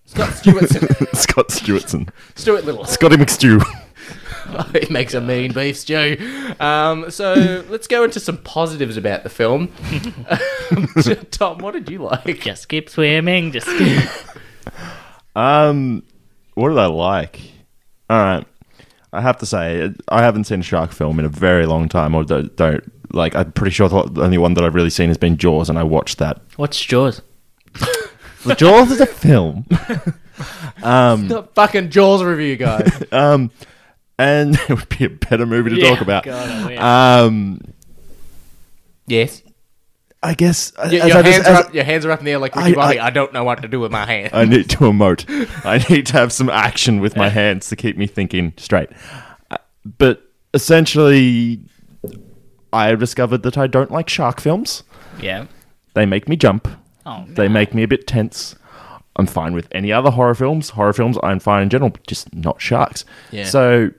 [SPEAKER 4] Scott Stewartson.
[SPEAKER 2] Scott Stewartson.
[SPEAKER 4] Stuart Little.
[SPEAKER 2] Scotty McStew.
[SPEAKER 4] it makes a mean beef stew. Um, so let's go into some positives about the film. Tom, what did you like?
[SPEAKER 1] Just keep swimming. Just keep...
[SPEAKER 2] Um, what did I like? All right, I have to say I haven't seen a shark film in a very long time. Or don't, don't like. I'm pretty sure the only one that I've really seen has been Jaws, and I watched that.
[SPEAKER 1] What's Jaws?
[SPEAKER 2] The Jaws is a film,
[SPEAKER 4] The fucking Jaws review, guys.
[SPEAKER 2] and it would be a better movie to talk about.
[SPEAKER 1] God, I wish.
[SPEAKER 2] Um,
[SPEAKER 4] yes.
[SPEAKER 2] I guess uh,
[SPEAKER 4] Y- Your,
[SPEAKER 2] as I, just-
[SPEAKER 4] hands
[SPEAKER 2] as
[SPEAKER 4] are up, your hands are up in the air like Ricky
[SPEAKER 2] I-
[SPEAKER 4] I, Bobby.
[SPEAKER 2] I-
[SPEAKER 4] I, don't know what to do with my hand.
[SPEAKER 2] I need to emote. I need to have some action with my hands to keep me thinking straight. Uh, But essentially, I have discovered that I don't like shark films.
[SPEAKER 1] Yeah.
[SPEAKER 2] They make me jump.
[SPEAKER 1] Oh,
[SPEAKER 2] They make me a bit tense. I'm fine with any other horror films. Horror films, I'm fine in general, but just not sharks.
[SPEAKER 4] Yeah.
[SPEAKER 2] So,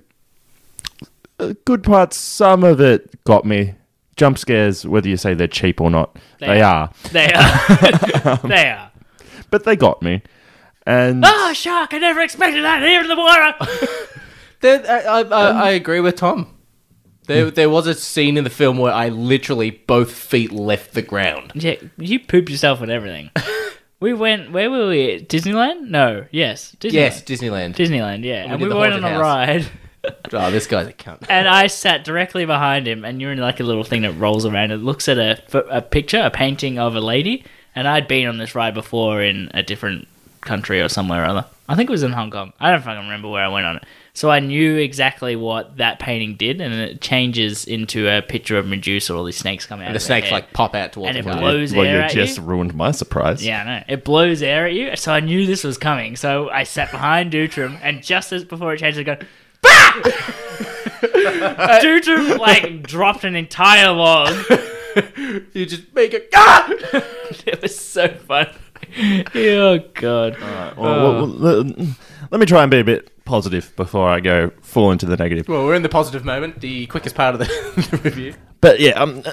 [SPEAKER 2] uh, good parts, some of it got me. Jump scares, whether you say they're cheap or not, they, are.
[SPEAKER 1] They are. they are.
[SPEAKER 2] But they got me. And
[SPEAKER 1] Oh, shark! I never expected that here in the water.
[SPEAKER 4] There, I, I, I, I
[SPEAKER 2] Um,
[SPEAKER 4] agree with Tom. There,
[SPEAKER 2] Hmm.
[SPEAKER 4] there was a scene in the film where I literally both feet left the ground.
[SPEAKER 1] yeah, you pooped yourself and everything. We went. Where were we? Disneyland? No. Yes. Disneyland.
[SPEAKER 4] Yes, Disneyland.
[SPEAKER 1] Disneyland. Yeah. and
[SPEAKER 4] did
[SPEAKER 1] we
[SPEAKER 4] the
[SPEAKER 1] went on
[SPEAKER 4] haunted
[SPEAKER 1] a
[SPEAKER 4] house.
[SPEAKER 1] ride,
[SPEAKER 4] oh, this guy's a cunt.
[SPEAKER 1] and I sat directly behind him, and you're in like a little thing that rolls around. It looks at a a picture, a painting of a lady, and I'd been on this ride before in a different country or somewhere or other. I think it was in Hong Kong. I don't fucking remember where I went on it. So I knew exactly what that painting did, and it changes into a picture of Medusa. All these snakes come out.
[SPEAKER 4] And
[SPEAKER 1] of
[SPEAKER 4] the
[SPEAKER 1] their
[SPEAKER 4] snakes
[SPEAKER 1] head.
[SPEAKER 4] like pop out towards
[SPEAKER 1] And
[SPEAKER 4] the
[SPEAKER 1] it
[SPEAKER 4] car.
[SPEAKER 1] blows
[SPEAKER 2] well,
[SPEAKER 1] air
[SPEAKER 2] you
[SPEAKER 1] at
[SPEAKER 2] just
[SPEAKER 1] you.
[SPEAKER 2] ruined my surprise.
[SPEAKER 1] Yeah, I know. It blows air at you, so I knew this was coming. So I sat behind Dutrum, and just as before it changed, I go, Uh, bah! Dutrum, like, dropped an entire log
[SPEAKER 4] you just make it. Ah!
[SPEAKER 1] it was so fun. oh God.
[SPEAKER 2] Well, well, well, let, let me try and be a bit positive before I go full into the negative.
[SPEAKER 4] Well, we're in the positive moment, the quickest part of the, the review.
[SPEAKER 2] But yeah, um,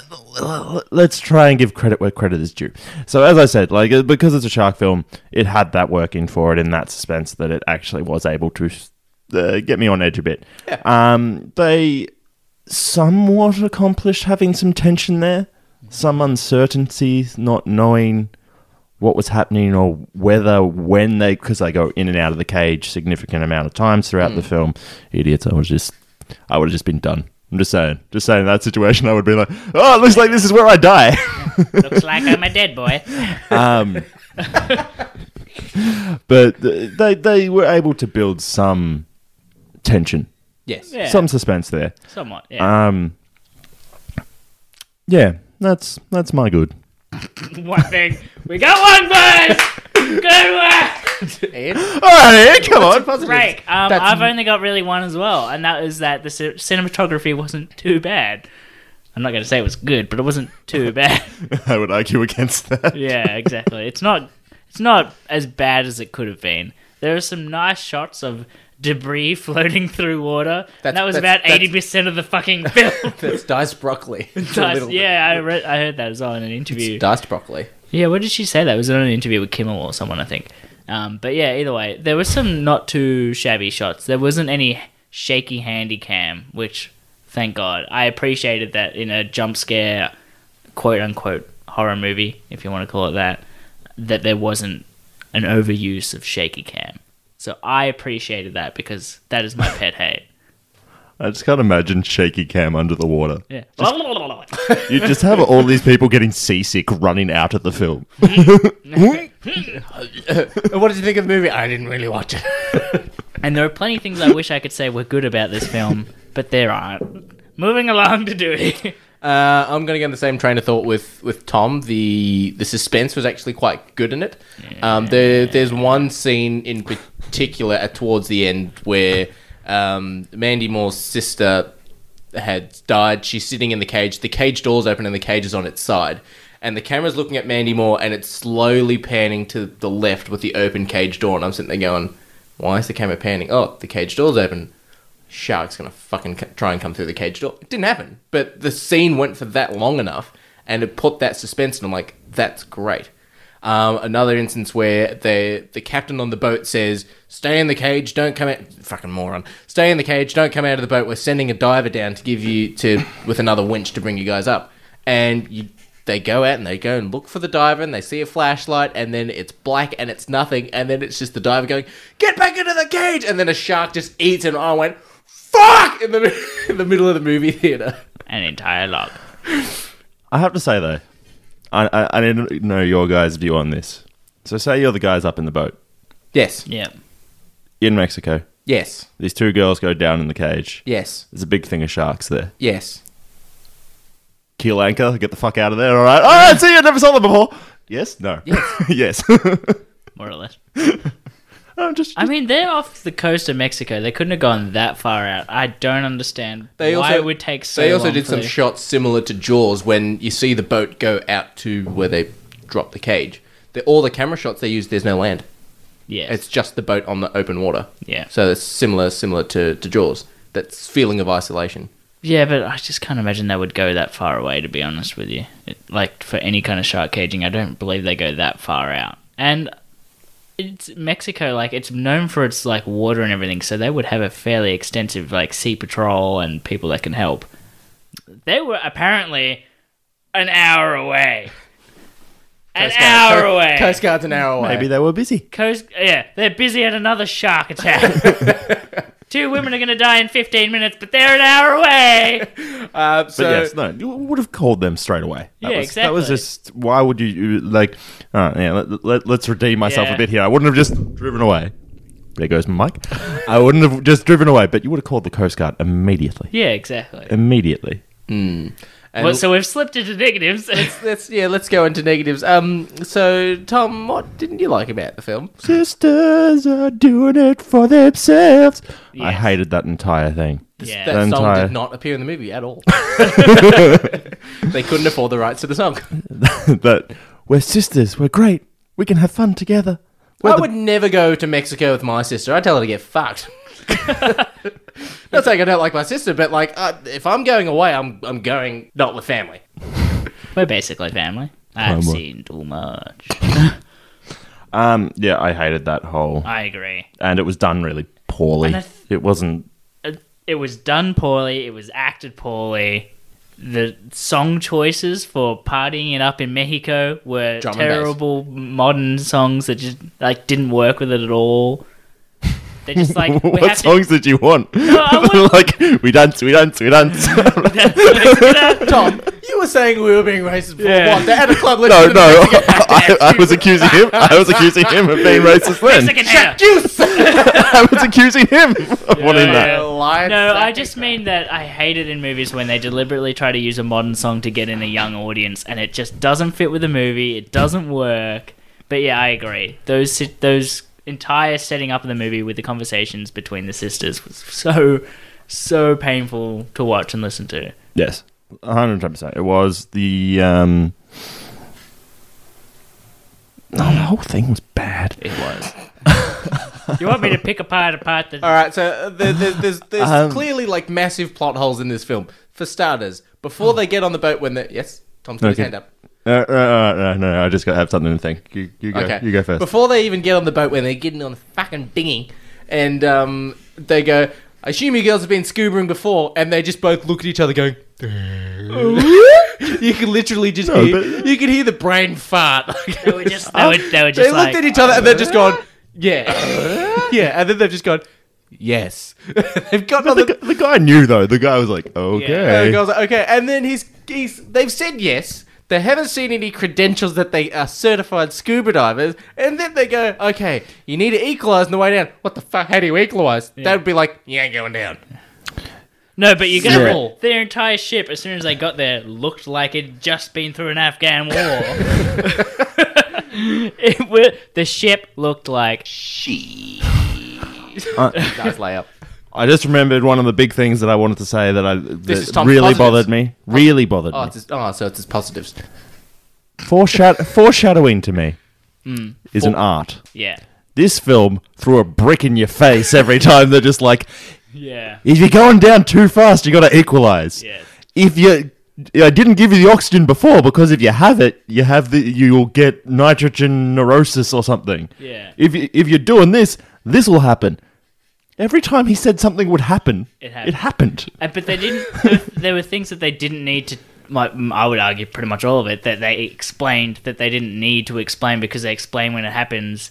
[SPEAKER 2] let's try and give credit where credit is due. So as I said, like uh, because it's a shark film, it had that working for it in that suspense that it actually was able to uh, get me on edge a bit. Um, they somewhat accomplished having some tension there, some uncertainty, not knowing what was happening or whether when they because they go in and out of the cage significant amount of times throughout the film. Idiots, I was just I would have just been done. I'm just saying, just saying in that situation I would be like, oh, it looks like this is where I die.
[SPEAKER 1] Looks like I'm a dead boy.
[SPEAKER 2] but th- they they were able to build some tension,
[SPEAKER 4] Yes.
[SPEAKER 1] Yeah,
[SPEAKER 2] some suspense there.
[SPEAKER 1] somewhat. Yeah.
[SPEAKER 2] Um, yeah, that's that's my good.
[SPEAKER 1] one thing. We got one, boys. Good work.
[SPEAKER 4] And
[SPEAKER 2] All right, Ian, come on.
[SPEAKER 1] Break. Um,
[SPEAKER 4] That's-
[SPEAKER 1] I've only got really one as well, and that was that the ci- cinematography wasn't too bad. I'm not going to say it was good, but it wasn't too bad.
[SPEAKER 2] I would argue against that.
[SPEAKER 1] yeah, exactly. It's not. It's not as bad as it could have been. There are some nice shots of debris floating through water. and
[SPEAKER 4] That's-
[SPEAKER 1] that was
[SPEAKER 4] that's-
[SPEAKER 1] about eighty percent of the fucking film.
[SPEAKER 4] that's diced broccoli. It's a
[SPEAKER 1] Nice.
[SPEAKER 4] little-
[SPEAKER 1] yeah, I, read, I heard that as well in an interview.
[SPEAKER 4] It's diced broccoli.
[SPEAKER 1] Yeah, where did she say that? It was on an interview with Kimmel or someone, I think. Um, but yeah, either way, there were some not too shabby shots. There wasn't any shaky handy cam, which, thank God, I appreciated that in a jump scare, quote unquote, horror movie, if you want to call it that, that there wasn't an overuse of shaky cam. So I appreciated that because that is my pet hate.
[SPEAKER 2] I just can't imagine shaky cam under the water.
[SPEAKER 1] Yeah.
[SPEAKER 2] You just have all these people getting seasick running out of the film.
[SPEAKER 4] And what did you think of the movie? I didn't really watch it.
[SPEAKER 1] And there are plenty of things I wish I could say were good about this film, but there aren't. Moving along to duty.
[SPEAKER 4] Uh, I'm going to go on the same train of thought with, with Tom. The the suspense was actually quite good in it. Um, there, there's one scene in particular at, towards the end where um, Mandy Moore's sister had died. She's sitting in the cage. The cage door's open and the cage is on its side. And the camera's looking at Mandy Moore and it's slowly panning to the left with the open cage door. And I'm sitting there going, why is the camera panning? Oh, the cage door's open shark's gonna fucking c- try and come through the cage door. It didn't happen, but the scene went for that long enough, and it put that suspense. And I'm like, that's great. Um, another instance where the the captain on the boat says, "Stay in the cage, don't come out." Fucking moron. Stay in the cage, don't come out of the boat. We're sending a diver down to give you to with another winch to bring you guys up. And you, they go out and they go and look for the diver and they see a flashlight and then it's black and it's nothing and then it's just the diver going, "Get back into the cage!" And then a shark just eats him. I went, fuck in the in the middle of the movie theater.
[SPEAKER 1] An entire log.
[SPEAKER 2] I have to say though, I, I, I didn't know your guys' view on this. So say you're the guys up in the boat
[SPEAKER 4] Yes.
[SPEAKER 1] Yeah.
[SPEAKER 2] in Mexico.
[SPEAKER 4] Yes.
[SPEAKER 2] These two girls go down in the cage.
[SPEAKER 4] Yes.
[SPEAKER 2] There's a big thing of sharks there.
[SPEAKER 4] Yes.
[SPEAKER 2] Keel anchor, get the fuck out of there. All right, all right. See you. Never saw them before. Yes. No. Yes.
[SPEAKER 1] More or less.
[SPEAKER 2] I'm just.
[SPEAKER 1] I mean, they're off the coast of Mexico. They couldn't have gone that far out. I don't understand
[SPEAKER 4] They
[SPEAKER 1] why
[SPEAKER 4] also-
[SPEAKER 1] it would take so
[SPEAKER 4] They also
[SPEAKER 1] long
[SPEAKER 4] did
[SPEAKER 1] for
[SPEAKER 4] some
[SPEAKER 1] the-
[SPEAKER 4] shots similar to Jaws when you see the boat go out to where they drop the cage. The, all the camera shots they use, there's no land.
[SPEAKER 1] yeah.
[SPEAKER 4] It's just the boat on the open water.
[SPEAKER 1] Yeah.
[SPEAKER 4] So it's similar, similar to, to Jaws. That feeling of isolation.
[SPEAKER 1] Yeah, but I just can't imagine they would go that far away, to be honest with you. It, like, for any kind of shark caging, I don't believe they go that far out. And it's Mexico, like, it's known for its, like, water and everything, so they would have a fairly extensive, like, sea patrol and people that can help. They were apparently an hour away. An
[SPEAKER 4] Guard-
[SPEAKER 1] hour
[SPEAKER 4] Co-
[SPEAKER 1] away.
[SPEAKER 4] Coast Guard's an hour away.
[SPEAKER 2] maybe they were busy.
[SPEAKER 1] Coast, yeah, they're busy at another shark attack. Two women are going to die in 15 minutes, but they're an hour away.
[SPEAKER 4] Uh, so
[SPEAKER 2] But yes, no, you would have called them straight away. That
[SPEAKER 1] Yeah,
[SPEAKER 2] was, That was
[SPEAKER 1] exactly.
[SPEAKER 2] just why would you, you like? Uh, yeah, let, let, let's redeem myself
[SPEAKER 1] Yeah.
[SPEAKER 2] a bit here. I wouldn't have just driven away. There goes my mic. I wouldn't have just driven away, but you would have called the Coast Guard immediately.
[SPEAKER 1] Yeah, exactly.
[SPEAKER 2] Immediately.
[SPEAKER 4] and-
[SPEAKER 1] Well, so we've slipped into negatives.
[SPEAKER 4] let's yeah, let's go into negatives. Um, so Tom, what didn't you like about the film?
[SPEAKER 2] Sisters are doing it for themselves. I
[SPEAKER 1] Yes.
[SPEAKER 2] hated that entire thing.
[SPEAKER 4] This,
[SPEAKER 1] Yeah.
[SPEAKER 4] That
[SPEAKER 2] The
[SPEAKER 4] song
[SPEAKER 2] entire-
[SPEAKER 4] did not appear in the movie at all. they couldn't afford the rights to the song.
[SPEAKER 2] that we're sisters, we're great, we can have fun together. We're
[SPEAKER 4] I
[SPEAKER 2] the-
[SPEAKER 4] would never go to Mexico with my sister. I'd tell her to get fucked. not saying I don't like my sister, but like, uh, if I'm going away, I'm I'm going not with family.
[SPEAKER 1] We're basically family. I've
[SPEAKER 2] Family.
[SPEAKER 1] seen too much.
[SPEAKER 2] Um, yeah, I hated that whole,
[SPEAKER 1] I agree.
[SPEAKER 2] and it was done really poorly.
[SPEAKER 1] And I th-
[SPEAKER 2] it wasn't.
[SPEAKER 1] It- Uh, It was done poorly. It was acted poorly. The song choices for partying it up in Mexico were
[SPEAKER 4] Drum and bass.
[SPEAKER 1] terrible modern songs that just like didn't work with it at all. They're just like we
[SPEAKER 2] what
[SPEAKER 1] have to
[SPEAKER 2] songs did you want?
[SPEAKER 1] I want-
[SPEAKER 2] like we dance, we dance, we dance.
[SPEAKER 4] Tom, you were saying we were being racist before.
[SPEAKER 1] Yeah.
[SPEAKER 4] What? They're at a club.
[SPEAKER 2] no,
[SPEAKER 4] listening to
[SPEAKER 2] no,
[SPEAKER 4] Mexican-
[SPEAKER 2] I, I was accusing him. I was accusing him of being racist then.
[SPEAKER 1] Mexican hater.
[SPEAKER 2] I was accusing him of wanting that.
[SPEAKER 1] Yeah.
[SPEAKER 4] Alliance
[SPEAKER 1] No, I
[SPEAKER 4] Sacrifice.
[SPEAKER 1] just mean that I hate it in movies when they deliberately try to use a modern song to get in a young audience, and it just doesn't fit with the movie. It doesn't work. But yeah, I agree. Those si- those entire setting up of the movie with the conversations between the sisters was so so painful to watch and listen to.
[SPEAKER 2] Yes, one hundred percent. It was the um. No, the whole thing was bad.
[SPEAKER 1] It was. you want me to pick apart apart the
[SPEAKER 4] All right, so uh, there, there, there's there's
[SPEAKER 2] Um,
[SPEAKER 4] clearly like massive plot holes in this film. For starters, before they get on the boat, when they yes, Tom's got his
[SPEAKER 2] Okay.
[SPEAKER 4] hand up.
[SPEAKER 2] Uh, uh, uh, no, no, I just got to have something to think. You, you go. You go first.
[SPEAKER 4] Before they even get on the boat, when they're getting on the fucking dinghy, and um, they go, I assume you girls have been scubaing before, and they just both look at each other going, you can literally just
[SPEAKER 2] No,
[SPEAKER 4] hear,
[SPEAKER 2] but-
[SPEAKER 4] you can hear the brain fart.
[SPEAKER 1] They were just they were, they were just
[SPEAKER 4] they
[SPEAKER 1] like "Uh?"
[SPEAKER 4] looked at each other and they're just gone, yeah, yeah, and then they've just gone, yes. they've gotten on
[SPEAKER 2] the,
[SPEAKER 4] the,
[SPEAKER 2] gu- the guy knew though. The guy was like,
[SPEAKER 4] and the
[SPEAKER 2] okay.
[SPEAKER 4] girl's like, okay. And then he's, he's they've said yes. They haven't seen any credentials that they are certified scuba divers. And then they go, okay, you need to equalize on the way down. What the fuck? How do you equalize? That would be like, you ain't going down.
[SPEAKER 1] No, but you got
[SPEAKER 4] Simple.
[SPEAKER 1] their entire ship as soon as they got there looked like it'd just been through an Afghan war. it wa- the ship looked like she.
[SPEAKER 4] nice layup.
[SPEAKER 2] I just remembered one of the big things that I wanted to say that I that
[SPEAKER 4] is Tom's
[SPEAKER 2] really
[SPEAKER 4] positives.
[SPEAKER 2] bothered me. Really bothered
[SPEAKER 4] Oh,
[SPEAKER 2] me.
[SPEAKER 4] it's his, oh, so it's his positives.
[SPEAKER 2] Foreshad- foreshadowing to me
[SPEAKER 1] Hmm.
[SPEAKER 2] is an art.
[SPEAKER 1] Yeah.
[SPEAKER 2] This film threw a brick in your face every time. They're just like,
[SPEAKER 1] Yeah.
[SPEAKER 2] if you're going down too fast, you got to equalize.
[SPEAKER 1] Yes.
[SPEAKER 2] If you, I didn't give you the oxygen before because if you have it, you have the you'll get nitrogen neurosis or something.
[SPEAKER 1] Yeah.
[SPEAKER 2] If you, if you're doing this, this will happen. Every time he said something would happen,
[SPEAKER 1] It happened.
[SPEAKER 2] It happened.
[SPEAKER 1] And, Uh, but they didn't. There were, there were things that they didn't need to. Like, mm, I would argue pretty much all of it that they explained that they didn't need to explain because they explain when it happens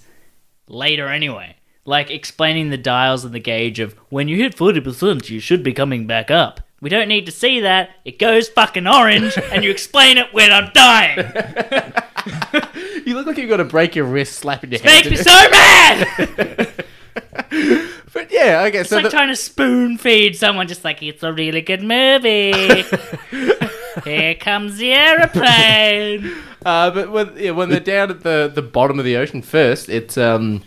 [SPEAKER 1] later anyway. Like explaining the dials and the gauge of when you hit forty percent, you should be coming back up. We don't need to see that. It goes fucking orange, and you explain it when I'm dying.
[SPEAKER 4] You look like you're going to break your wrist slapping your
[SPEAKER 1] Makes
[SPEAKER 4] hand.
[SPEAKER 1] me so mad.
[SPEAKER 4] But yeah, okay.
[SPEAKER 1] It's
[SPEAKER 4] so
[SPEAKER 1] like
[SPEAKER 4] the-
[SPEAKER 1] trying to spoon feed someone. Just like it's a really good movie. Here comes the aeroplane.
[SPEAKER 4] Uh, but when yeah, when they're down at the, the bottom of the ocean first, it's um,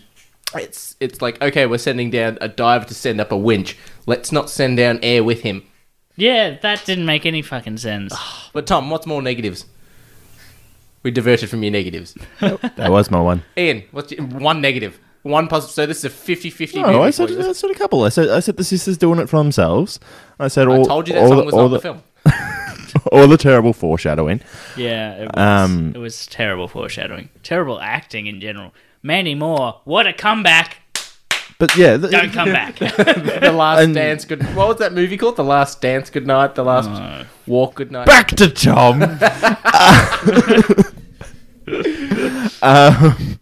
[SPEAKER 4] it's it's like okay, we're sending down a diver to send up a winch. Let's not send down air with him.
[SPEAKER 1] Yeah, that didn't make any fucking sense.
[SPEAKER 4] But Tom, what's more negatives? We diverted from your negatives.
[SPEAKER 2] That was my one.
[SPEAKER 4] Ian, what's your, one negative? One positive. So this is a 50-50 movie
[SPEAKER 2] No, I said,
[SPEAKER 4] for you.
[SPEAKER 2] I said a couple. I said I said the sisters doing it for themselves. I said all.
[SPEAKER 4] I told you that
[SPEAKER 2] all
[SPEAKER 4] song
[SPEAKER 2] the,
[SPEAKER 4] was
[SPEAKER 2] all
[SPEAKER 4] not the
[SPEAKER 2] the-
[SPEAKER 4] film.
[SPEAKER 2] all the terrible foreshadowing.
[SPEAKER 1] Yeah, it was,
[SPEAKER 2] Um,
[SPEAKER 1] it was terrible foreshadowing. Terrible acting in general. Mandy Moore, what a comeback!
[SPEAKER 2] But yeah, th-
[SPEAKER 1] Don't come back.
[SPEAKER 4] The Last
[SPEAKER 2] And-
[SPEAKER 4] Dance Good... What was that movie called? The Last Dance Good Night. The Last Walk Good Night.
[SPEAKER 2] back to Tom. Um,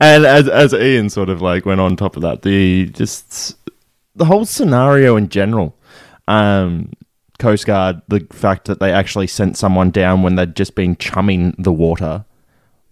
[SPEAKER 2] and as as Ian sort of like went on top of that, the just the whole scenario in general, um, Coast Guard, the fact that they actually sent someone down when they'd just been chumming the water.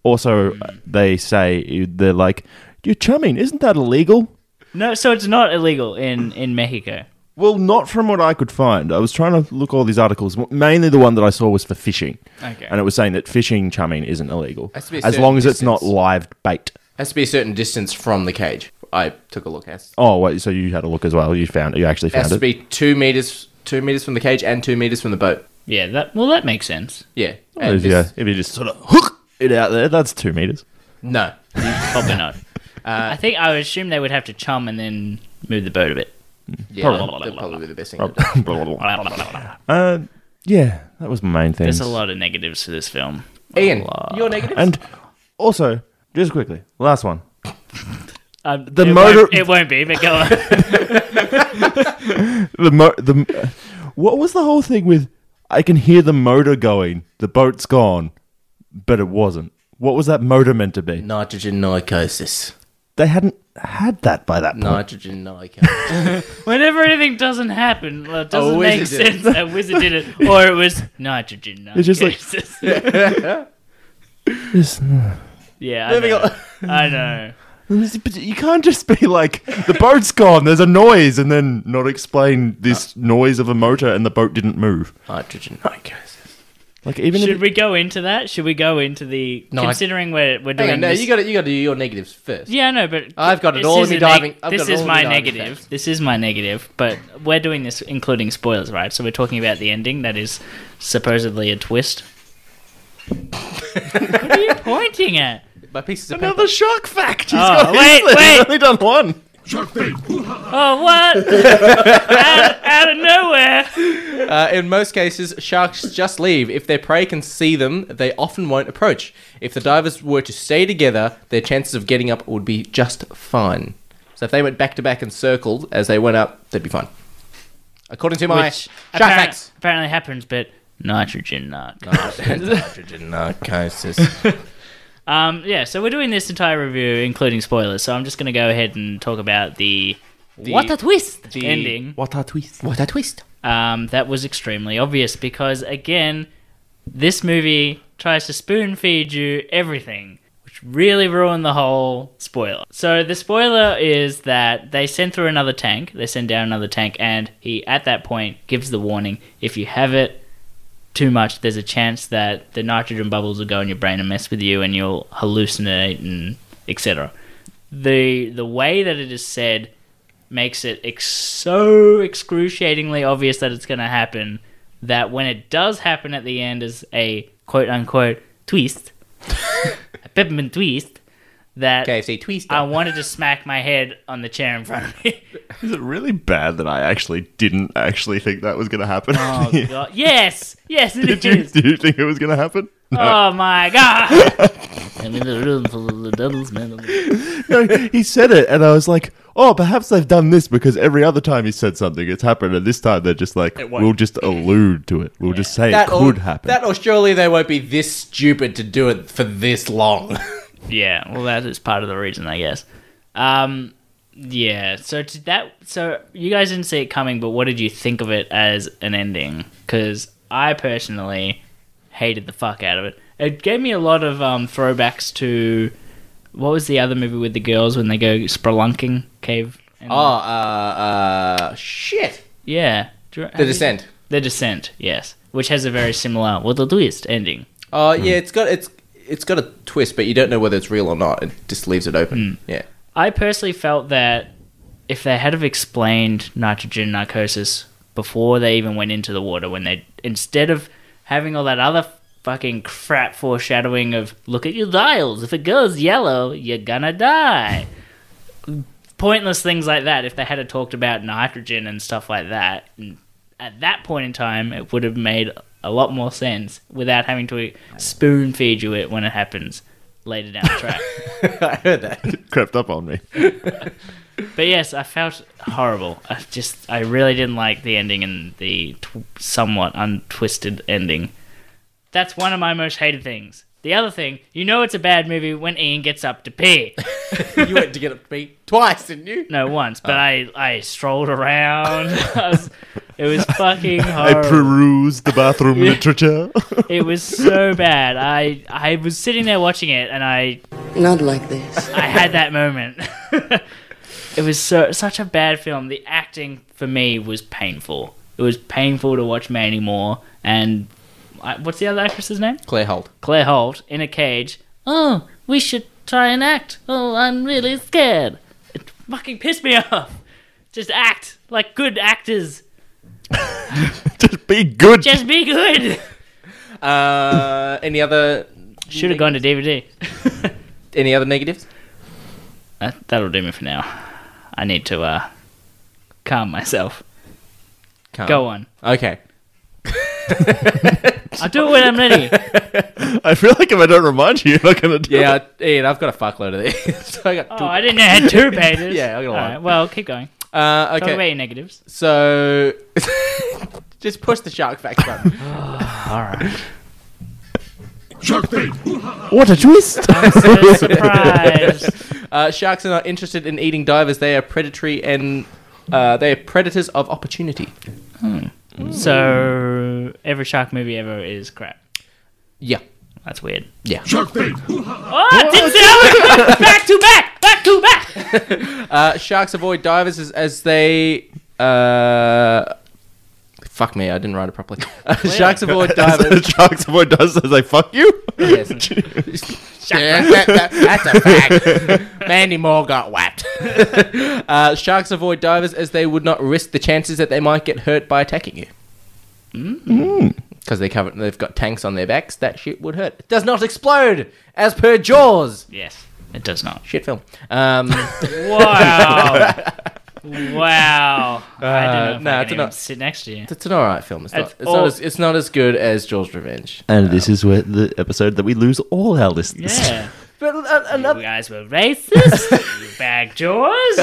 [SPEAKER 2] Also, they say they're like, "You're chumming, isn't that illegal?"
[SPEAKER 1] no, so it's not illegal in in Mexico.
[SPEAKER 2] Well, not from what I could find. I was trying to look all these articles. Mainly the one that I saw was for fishing.
[SPEAKER 1] Okay.
[SPEAKER 2] And it was saying that fishing chumming isn't illegal.
[SPEAKER 4] Has to be
[SPEAKER 2] As
[SPEAKER 4] a certain
[SPEAKER 2] long as it's not
[SPEAKER 4] distance.
[SPEAKER 2] live bait.
[SPEAKER 4] Has to be a certain distance from the cage. I took a look. Has
[SPEAKER 2] Oh, wait. So you had a look as well. You found it. You actually
[SPEAKER 4] has
[SPEAKER 2] found
[SPEAKER 4] to
[SPEAKER 2] it.
[SPEAKER 4] be two meters, two meters from the cage and two meters from the boat.
[SPEAKER 1] Yeah, that well, that makes sense.
[SPEAKER 4] Yeah.
[SPEAKER 2] Oh,
[SPEAKER 4] And
[SPEAKER 2] yeah.
[SPEAKER 4] this-
[SPEAKER 2] If you just sort of hook it out there, that's two meters.
[SPEAKER 4] No.
[SPEAKER 1] Probably not. I think I would assume they would have to chum and then move the boat a bit.
[SPEAKER 4] Yeah,
[SPEAKER 1] Probably.
[SPEAKER 4] that'd probably be the best thing. to do.
[SPEAKER 2] Uh, yeah, that was my main thing.
[SPEAKER 1] There's a lot of negatives to this film.
[SPEAKER 4] Ian, your negative.
[SPEAKER 2] And also, just quickly, last one.
[SPEAKER 1] Um,
[SPEAKER 2] The
[SPEAKER 1] it
[SPEAKER 2] motor-
[SPEAKER 1] Won't, it won't be, but go on.
[SPEAKER 2] The mo- the what was the whole thing with? I can hear the motor going. The boat's gone, but it wasn't. What was that motor meant to be?
[SPEAKER 4] Nitrogen narcosis.
[SPEAKER 2] They hadn't had that by that point.
[SPEAKER 4] Nitrogen narcosis.
[SPEAKER 1] Whenever anything doesn't happen, well, it
[SPEAKER 4] A
[SPEAKER 1] doesn't make
[SPEAKER 4] wizard did it.
[SPEAKER 1] sense. A wizard did it, or it was nitrogen.
[SPEAKER 2] It's just like-
[SPEAKER 1] narcosis.
[SPEAKER 2] Just-
[SPEAKER 1] yeah, I know. I know.
[SPEAKER 2] but you can't just be like the boat's gone. There's a noise, and then not explain this noise of a motor, and the boat didn't move.
[SPEAKER 4] Nitrogen narcosis.
[SPEAKER 2] Like even if
[SPEAKER 1] Should
[SPEAKER 2] it-
[SPEAKER 1] we go into that? Should we go into the
[SPEAKER 4] No, I-
[SPEAKER 1] considering we're we're doing
[SPEAKER 4] Hang on, no,
[SPEAKER 1] this?
[SPEAKER 4] you got to You got to do your negatives first.
[SPEAKER 1] yeah, no, but
[SPEAKER 4] I've got it
[SPEAKER 1] this
[SPEAKER 4] all in
[SPEAKER 1] is
[SPEAKER 4] me
[SPEAKER 1] a neg-
[SPEAKER 4] diving- I've
[SPEAKER 1] this
[SPEAKER 4] got it all
[SPEAKER 1] is
[SPEAKER 4] in me
[SPEAKER 1] my
[SPEAKER 4] diving
[SPEAKER 1] negative.
[SPEAKER 4] facts.
[SPEAKER 1] This is my negative. But we're doing this including spoilers, right? So we're talking about the ending that is supposedly a twist. what are you pointing at?
[SPEAKER 4] My pieces of
[SPEAKER 2] another shock fact. He's
[SPEAKER 1] Oh, wait,
[SPEAKER 2] he's
[SPEAKER 1] wait.
[SPEAKER 2] only done one.
[SPEAKER 1] Oh, what? out, out of nowhere.
[SPEAKER 4] Uh, in most cases, sharks just leave. If their prey can see them, they often won't approach. If the divers were to stay together, their chances of getting up would be just fine. So if they went back to back and circled as they went up, they'd be fine. According to my
[SPEAKER 1] Which
[SPEAKER 4] shark
[SPEAKER 1] apparent-
[SPEAKER 4] facts.
[SPEAKER 1] apparently happens, but nitrogen not.
[SPEAKER 4] Nitrogen narcosis.
[SPEAKER 1] Um, yeah, so we're doing this entire review, including spoilers. So I'm just going to go ahead and talk about the, what a twist ending.
[SPEAKER 4] What a twist. What a twist.
[SPEAKER 1] Um, that was extremely obvious because again, this movie tries to spoon feed you everything, which really ruined the whole spoiler. So the spoiler is that they send through another tank. They send down another tank, and he at that point gives the warning: if you have it too much, there's a chance that the nitrogen bubbles will go in your brain and mess with you, and you'll hallucinate and etc. The the way that it is said makes it ex- so excruciatingly obvious that it's going to happen that when it does happen at the end as a quote unquote twist, a peppermint twist, that
[SPEAKER 4] KFC twist.
[SPEAKER 1] I wanted to smack my head on the chair in front of me.
[SPEAKER 2] Is it really bad that I actually didn't actually think that was going to happen?
[SPEAKER 1] Oh, God. Yes! Yes, it is.
[SPEAKER 2] Did you, did you think it was going to happen?
[SPEAKER 1] Oh, my God! I'm in a room full of the devil's men.
[SPEAKER 2] No, he said it, and I was like, oh, perhaps they've done this because every other time he said something, it's happened, and this time they're just like, we'll just allude to it. We'll just say it could
[SPEAKER 4] or,
[SPEAKER 2] happen.
[SPEAKER 4] That or surely they won't be this stupid to do it for this long.
[SPEAKER 1] Yeah, well, that is part of the reason, I guess. Um, yeah. So to that, so you guys didn't see it coming, but what did you think of it as an ending? Because I personally hated the fuck out of it. It gave me a lot of um, throwbacks to what was the other movie with the girls when they go spelunking cave. And,
[SPEAKER 4] oh, uh, uh, shit.
[SPEAKER 1] yeah. Do you-
[SPEAKER 4] The Descent.
[SPEAKER 1] The descent. Yes, which has a very similar what the twist ending.
[SPEAKER 4] Oh yeah, it's got it's it's got a twist, but you don't know whether it's real or not. It just leaves it open. Yeah,
[SPEAKER 1] I personally felt that if they had have explained nitrogen narcosis before they even went into the water, when they instead of having all that other fucking crap foreshadowing of look at your dials, if it goes yellow, you're gonna die. Pointless things like that. If they had have talked about nitrogen and stuff like that, and at that point in time, it would have made a lot more sense without having to spoon feed you it when it happens later down the track.
[SPEAKER 4] I heard that.
[SPEAKER 2] crept up on me.
[SPEAKER 1] But yes, I felt horrible. I just, I really didn't like the ending and the tw- somewhat untwisted ending. That's one of my most hated things. The other thing, you know, it's a bad movie when Ian gets up to pee.
[SPEAKER 4] you went to get up to me twice, didn't you?
[SPEAKER 1] No, once, but I, I strolled around. I was, it was fucking
[SPEAKER 2] I
[SPEAKER 1] horrible.
[SPEAKER 2] perused the bathroom literature.
[SPEAKER 1] it was so bad. I, I was sitting there watching it, and I
[SPEAKER 11] Not like this.
[SPEAKER 1] I had that moment. it was so such a bad film. The acting for me was painful. It was painful to watch Manny Moore and I, what's the other actress's name?
[SPEAKER 4] Claire Holt.
[SPEAKER 1] Claire Holt in a cage. Oh, we should try and act. Oh, I'm really scared. It fucking piss me off. Just act like good actors.
[SPEAKER 2] Just be good.
[SPEAKER 1] Just be good.
[SPEAKER 4] Uh, any other?
[SPEAKER 1] Should have gone to DVD.
[SPEAKER 4] Any other negatives?
[SPEAKER 1] That, that'll do me for now. I need to uh, calm myself.
[SPEAKER 4] Can't.
[SPEAKER 1] Go on.
[SPEAKER 4] Okay.
[SPEAKER 1] I'll do it when I'm ready.
[SPEAKER 2] I feel like if I don't remind you, you're not going to do it.
[SPEAKER 4] Yeah, I- Ian, I've got a fuckload of these. so I got two-
[SPEAKER 1] Oh, I didn't know I had two pages.
[SPEAKER 4] Yeah, I got a
[SPEAKER 1] All
[SPEAKER 4] lot.
[SPEAKER 1] right, well, keep going.
[SPEAKER 4] Uh,
[SPEAKER 1] Talk about
[SPEAKER 4] okay,
[SPEAKER 1] your negatives.
[SPEAKER 4] so just push the shark facts button.
[SPEAKER 2] What a twist!
[SPEAKER 1] So surprised.
[SPEAKER 4] Uh, sharks are not interested in eating divers. They are predatory and uh, they are predators of opportunity.
[SPEAKER 1] so every shark movie ever is crap.
[SPEAKER 4] Yeah,
[SPEAKER 1] That's weird.
[SPEAKER 4] yeah.
[SPEAKER 1] Oh, I didn't say I was- back to back, back to back.
[SPEAKER 4] Uh, sharks avoid divers as, as they. Uh, fuck me, I didn't write it properly. Uh, sharks avoid divers.
[SPEAKER 2] Sharks avoid does as they fuck you.
[SPEAKER 4] Oh, Yes. Yeah, that- that- that's a fact. Mandy Moore got whacked. uh, sharks avoid divers as they would not risk the chances that they might get hurt by attacking you. Mm. Because they cover, they've got tanks on their backs, that shit would hurt. It does not explode, as per Jaws.
[SPEAKER 1] Yes, it does not.
[SPEAKER 4] Shit film. Um,
[SPEAKER 1] Wow. wow. I
[SPEAKER 4] Uh,
[SPEAKER 1] didn't know
[SPEAKER 4] no,
[SPEAKER 1] if I
[SPEAKER 4] it's
[SPEAKER 1] could
[SPEAKER 4] not-
[SPEAKER 1] even sit next to you.
[SPEAKER 4] it's an alright film. It's not,
[SPEAKER 1] It's
[SPEAKER 4] it's, not
[SPEAKER 1] all-
[SPEAKER 4] as, it's not as good as Jaws' Revenge.
[SPEAKER 2] And this is where the episode that we lose all our listeners.
[SPEAKER 1] Yeah.
[SPEAKER 4] But uh, another,
[SPEAKER 1] You guys were racist. you bag jaws.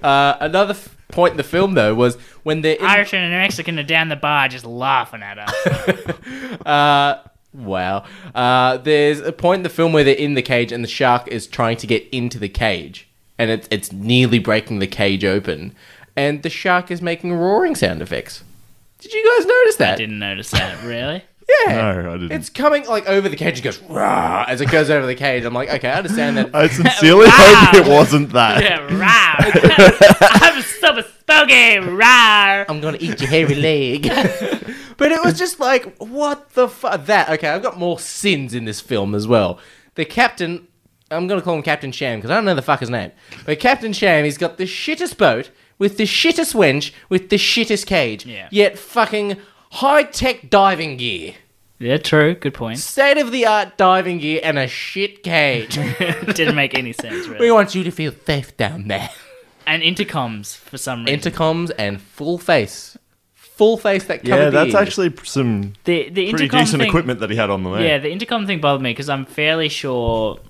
[SPEAKER 4] uh, another f- point in the film, though, was when they're in
[SPEAKER 1] Irishman and Mexican are down the bar just laughing at us.
[SPEAKER 4] Uh, wow. Uh, there's a point in the film where they're in the cage and the shark is trying to get into the cage, and it's it's nearly breaking the cage open, and the shark is making roaring sound effects. Did you guys notice that?
[SPEAKER 1] I didn't notice that, really.
[SPEAKER 4] Yeah.
[SPEAKER 2] No, I didn't.
[SPEAKER 4] It's coming like over the cage and goes rah as it goes over the cage. I'm like, okay, I understand that.
[SPEAKER 2] I sincerely hope it wasn't that.
[SPEAKER 1] Yeah, rawr. I'm super spooky, rawr.
[SPEAKER 4] I'm gonna eat your hairy leg. but it was just like, what the fuck? That okay? I've got more sins in this film as well. The captain, I'm gonna call him Captain Sham because I don't know the fucker's name. But Captain Sham, he's got the shittest boat with the shittest wench with the shittest cage.
[SPEAKER 1] Yeah.
[SPEAKER 4] Yet fucking high tech diving gear,
[SPEAKER 1] Yeah, true. Good point.
[SPEAKER 4] state of the art diving gear, and a shit cage.
[SPEAKER 1] Didn't make any sense,
[SPEAKER 4] we
[SPEAKER 1] really.
[SPEAKER 4] want you to feel safe down there.
[SPEAKER 1] And intercoms for some reason.
[SPEAKER 4] Intercoms and full face. Full face that covered
[SPEAKER 2] Yeah,
[SPEAKER 4] the
[SPEAKER 2] that's
[SPEAKER 4] ears.
[SPEAKER 2] actually p- some
[SPEAKER 1] the the
[SPEAKER 2] pretty
[SPEAKER 1] intercom
[SPEAKER 2] decent
[SPEAKER 1] thing,
[SPEAKER 2] equipment that he had on the way.
[SPEAKER 1] Yeah, the intercom thing bothered me because I'm fairly sure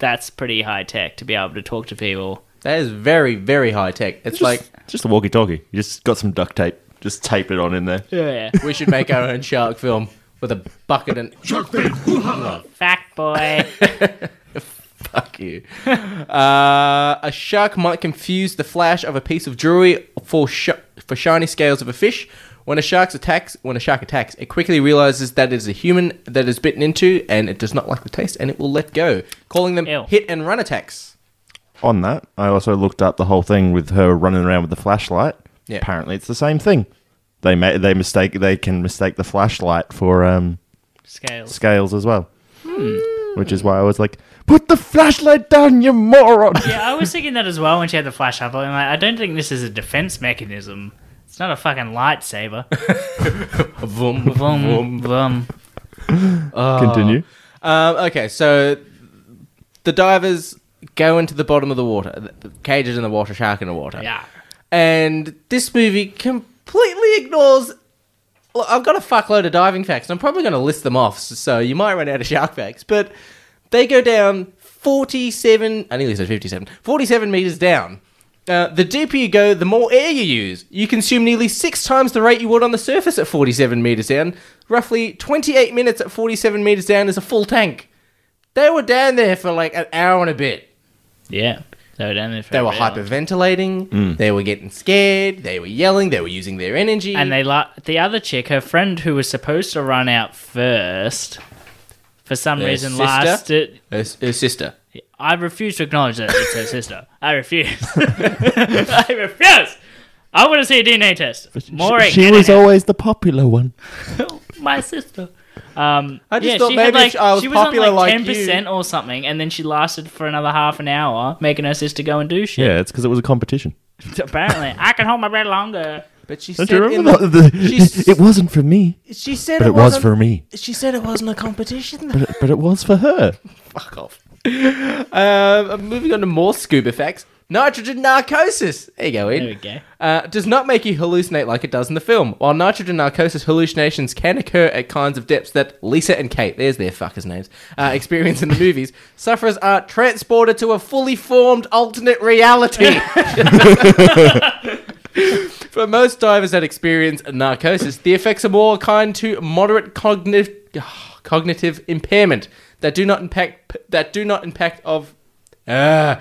[SPEAKER 1] that's pretty high tech to be able to talk to people.
[SPEAKER 4] That is very, very high tech. It's like
[SPEAKER 2] just a walkie-talkie. You just got some duct tape. Just tape it on in there.
[SPEAKER 1] Yeah.
[SPEAKER 4] we should make our own shark film with a bucket and
[SPEAKER 1] Fact boy.
[SPEAKER 4] fuck you. Uh, a shark might confuse the flash of a piece of jewelry for sh- for shiny scales of a fish. When a shark attacks, when a shark attacks, it quickly realizes that it is a human that is bitten into, and it does not like the taste, and it will let go, calling them
[SPEAKER 1] Ew.
[SPEAKER 4] hit and run attacks.
[SPEAKER 2] On that, I also looked up the whole thing with her running around with the flashlight.
[SPEAKER 4] Yeah.
[SPEAKER 2] Apparently, it's the same thing. They ma- they mistake they can mistake the flashlight for um,
[SPEAKER 1] Scales.
[SPEAKER 2] scales as well,
[SPEAKER 7] Hmm.
[SPEAKER 2] which is why I was like, "Put the flashlight down, you moron!"
[SPEAKER 1] Yeah, I was thinking that as well when she had the flash up. I'm like, I don't think this is a defense mechanism. It's not a fucking lightsaber.
[SPEAKER 4] Vroom,
[SPEAKER 1] Boom, boom.
[SPEAKER 7] Ah.
[SPEAKER 2] Continue.
[SPEAKER 4] Um, okay, so the divers go into the bottom of the water. The the cage is in the water, shark in the water.
[SPEAKER 1] Yeah.
[SPEAKER 4] And this movie completely ignores. Look, I've got a fuckload of diving facts. and I'm probably going to list them off, s- so you might run out of shark facts. But they go down 47. I nearly said 57. 47 meters down. Uh, the deeper you go, the more air you use. You consume nearly six times the rate you would on the surface at 47 meters down. Roughly 28 minutes at 47 meters down is a full tank. They were down there for like an hour and a bit.
[SPEAKER 1] Yeah. They were down there for
[SPEAKER 4] They
[SPEAKER 1] a
[SPEAKER 4] were
[SPEAKER 1] bit.
[SPEAKER 4] hyperventilating. They were getting scared. They were yelling. They were using their energy.
[SPEAKER 1] And they la- the other chick, her friend who was supposed to run out first, for some
[SPEAKER 4] Her
[SPEAKER 1] reason
[SPEAKER 4] sister?
[SPEAKER 1] last it.
[SPEAKER 4] her, s- her sister.
[SPEAKER 1] I refuse to acknowledge that it's her sister. I refuse. I refuse. I want to see a DNA test. More
[SPEAKER 2] she was always the popular one.
[SPEAKER 1] my sister. Um,
[SPEAKER 4] I just
[SPEAKER 1] yeah,
[SPEAKER 4] thought
[SPEAKER 1] she had,
[SPEAKER 4] maybe
[SPEAKER 1] like,
[SPEAKER 4] if I was
[SPEAKER 1] she was on
[SPEAKER 4] popular
[SPEAKER 1] like
[SPEAKER 4] like
[SPEAKER 1] ten percent or something, and then she lasted for another half an hour, making her sister go and do shit.
[SPEAKER 7] Yeah, it's because it was a competition.
[SPEAKER 1] Apparently, I can hold my breath longer.
[SPEAKER 4] But she
[SPEAKER 7] Don't you remember the, the, it wasn't for me,
[SPEAKER 4] She said
[SPEAKER 7] but it was
[SPEAKER 4] wasn't-
[SPEAKER 7] for me,
[SPEAKER 4] She said it wasn't a competition.
[SPEAKER 7] but it, but it was for her.
[SPEAKER 4] Fuck off. Um, moving on to more scuba facts. Nitrogen narcosis. There you go, Ian.
[SPEAKER 1] There we go.
[SPEAKER 4] Uh, does not make you hallucinate like it does in the film. While nitrogen narcosis hallucinations can occur at kinds of depths that Lisa and Kate, there's their fuckers' names, uh, experience in the movies, sufferers are transported to a fully formed alternate reality. For most divers that experience narcosis, the effects are more kind to moderate cognitive cognitive impairment that do not impact that do not impact of uh,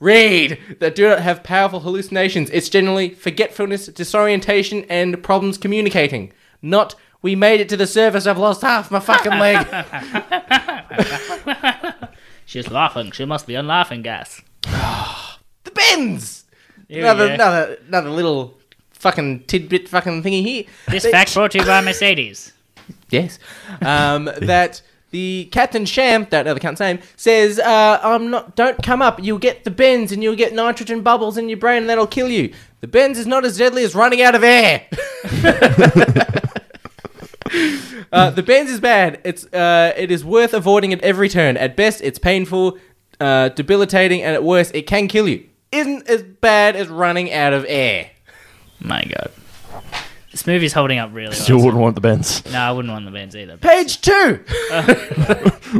[SPEAKER 4] read that do not have powerful hallucinations. It's generally forgetfulness, disorientation, and problems communicating. Not we made it to the surface. I've lost half my fucking leg.
[SPEAKER 1] She's laughing. She must be on laughing gas.
[SPEAKER 4] the bends.
[SPEAKER 1] Here we
[SPEAKER 4] Another
[SPEAKER 1] go.
[SPEAKER 4] another another little fucking tidbit fucking thingy here.
[SPEAKER 1] This
[SPEAKER 4] They-
[SPEAKER 1] fact brought to you by Mercedes.
[SPEAKER 4] Yes. Um, that the Captain Sham, don't know the cunt's name, says, uh, I'm not, don't come up. You'll get the bends and you'll get nitrogen bubbles in your brain and that'll kill you. The bends is not as deadly as running out of air. uh, the bends is bad. It's, uh, it is worth avoiding at every turn. At best, it's painful, uh, debilitating, and at worst, it can kill you. Isn't as bad as running out of air.
[SPEAKER 1] My God, this movie's holding up really
[SPEAKER 7] Still
[SPEAKER 1] well.
[SPEAKER 7] wouldn't want the bends.
[SPEAKER 1] No, I wouldn't want the Benz either.
[SPEAKER 4] Page two.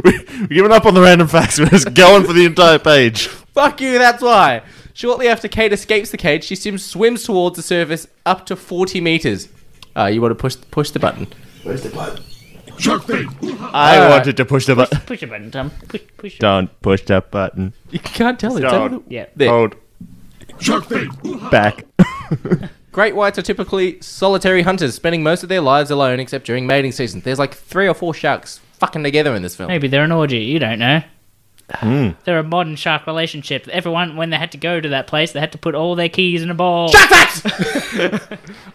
[SPEAKER 7] We're giving up on the random facts. We're just going for the entire page.
[SPEAKER 4] Fuck you, that's why. Shortly after Kate escapes the cage, she sim- swims towards the surface up to 40 meters. Uh, you want to push push the button.
[SPEAKER 7] I
[SPEAKER 2] Uh,
[SPEAKER 7] wanted to push the button.
[SPEAKER 1] Push your button, Tom. Push, push. Your...
[SPEAKER 7] Don't push that button.
[SPEAKER 4] You can't tell it.
[SPEAKER 7] Don't.
[SPEAKER 1] Yeah.
[SPEAKER 4] There.
[SPEAKER 2] Oh.
[SPEAKER 7] Hold. Back.
[SPEAKER 4] Great whites are typically solitary hunters, spending most of their lives alone except during mating season. There's like three or four sharks fucking together in this film.
[SPEAKER 1] Maybe they're an orgy. You don't know.
[SPEAKER 7] Hmm.
[SPEAKER 1] They're a modern shark relationship. Everyone, when they had to go to that place, they had to put all their keys in a bowl.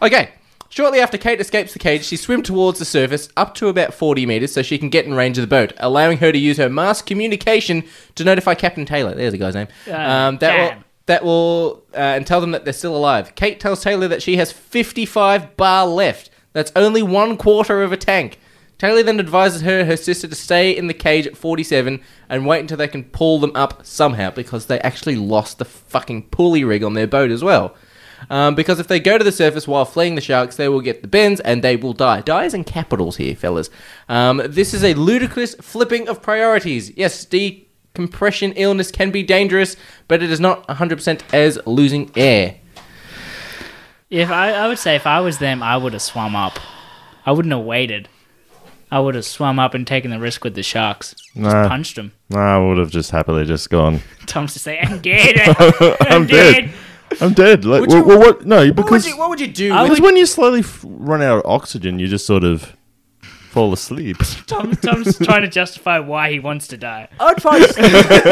[SPEAKER 4] Okay. Shortly after Kate escapes the cage, she swims towards the surface up to about 40 meters so she can get in range of the boat, allowing her to use her mass communication to notify Captain Taylor. There's the guy's name. um, that
[SPEAKER 1] damn.
[SPEAKER 4] will that will uh, and tell them that they're still alive. Kate tells Taylor that she has 55 bar left. That's only one quarter of a tank. Taylor then advises her and her sister to stay in the cage at 47 and wait until they can pull them up somehow because they actually lost the fucking pulley rig on their boat as well. Um, because if they go to the surface while fleeing the sharks, they will get the bends and they will die. Die is in capitals here, fellas. Um, this is a ludicrous flipping of priorities. Yes, decompression illness can be dangerous, but it is not 100% as losing air.
[SPEAKER 1] If I, I would say if I was them, I would have swum up. I wouldn't have waited. I would have swum up and taken the risk with the sharks. Just
[SPEAKER 7] Nah.
[SPEAKER 1] punched them.
[SPEAKER 7] I would have just happily just gone.
[SPEAKER 1] Tom's just saying, I'm dead. I'm,
[SPEAKER 7] I'm dead. I'm dead. Like, well,
[SPEAKER 4] you-
[SPEAKER 7] well, what? No, because
[SPEAKER 4] What would you, what would you do?
[SPEAKER 1] I
[SPEAKER 4] with-
[SPEAKER 7] Because when you slowly f- run out of oxygen, you just sort of fall asleep.
[SPEAKER 1] Tom, Tom's trying to justify why he wants to die.
[SPEAKER 4] I'd probably.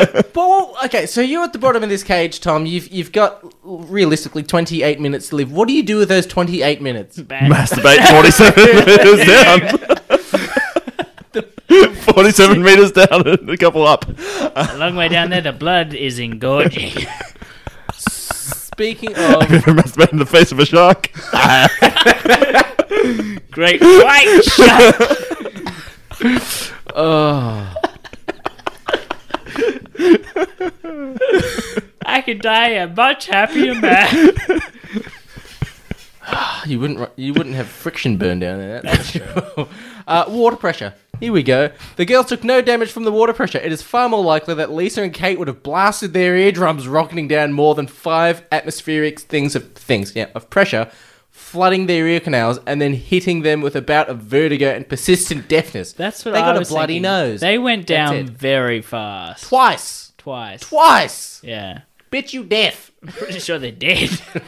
[SPEAKER 4] but well, okay, so you're at the bottom of this cage, Tom. You've you've got realistically 28 minutes to live. What do you do with those 28 minutes?
[SPEAKER 1] Bad.
[SPEAKER 7] Masturbate 47 meters down. 47 meters down and a couple up.
[SPEAKER 1] A long way down there, the blood is engorging.
[SPEAKER 4] Speaking of.
[SPEAKER 7] Masturbate in the face of a shark.
[SPEAKER 1] Great white shark. I could die a much happier man.
[SPEAKER 4] You wouldn't. ru- You wouldn't have friction burn down there. That's sure. Uh, water pressure. Here we go. The girls took no damage from the water pressure. It is far more likely that Lisa and Kate would have blasted their eardrums, rocketing down more than five atmospheric things of things. Yeah, of pressure, flooding their ear canals, and then hitting them with a bout of vertigo and persistent deafness.
[SPEAKER 1] That's what
[SPEAKER 4] they
[SPEAKER 1] I
[SPEAKER 4] got
[SPEAKER 1] was
[SPEAKER 4] a bloody
[SPEAKER 1] thinking.
[SPEAKER 4] nose.
[SPEAKER 1] They went down
[SPEAKER 4] it.
[SPEAKER 1] very fast.
[SPEAKER 4] twice,
[SPEAKER 1] Twice.
[SPEAKER 4] twice.
[SPEAKER 1] Yeah.
[SPEAKER 4] Bitch, you deaf.
[SPEAKER 1] Pretty sure they're dead.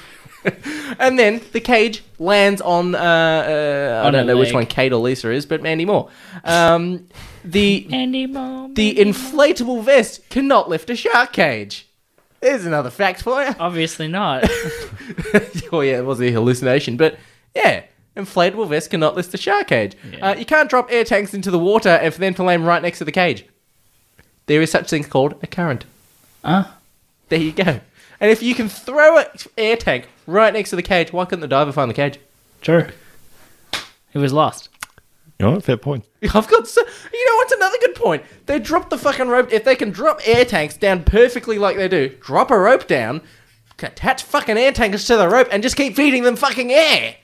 [SPEAKER 4] And then the cage lands on. Uh, uh, I
[SPEAKER 1] On
[SPEAKER 4] don't
[SPEAKER 1] a
[SPEAKER 4] know which
[SPEAKER 1] leg.
[SPEAKER 4] one Kate or Lisa is, but Mandy Moore. Um, the
[SPEAKER 1] Anymore.
[SPEAKER 4] the inflatable vest cannot lift a shark cage. There's another fact for you.
[SPEAKER 1] Obviously not.
[SPEAKER 4] oh yeah, it was a hallucination, but yeah, Inflatable vests cannot list the shark cage. Uh, you can't drop air tanks into the water and for them to land right next to the cage. There is such thing called a current.
[SPEAKER 1] Huh?
[SPEAKER 4] There you go. And if you can throw an air tank right next to the cage, why couldn't the diver find the cage?
[SPEAKER 1] True. He was lost.
[SPEAKER 2] Oh, fair point.
[SPEAKER 4] I've got so. You know what's another good point? They drop the fucking rope. If they can drop air tanks down perfectly like they do, drop a rope down, attach fucking air tanks to the rope, and just keep feeding them fucking air.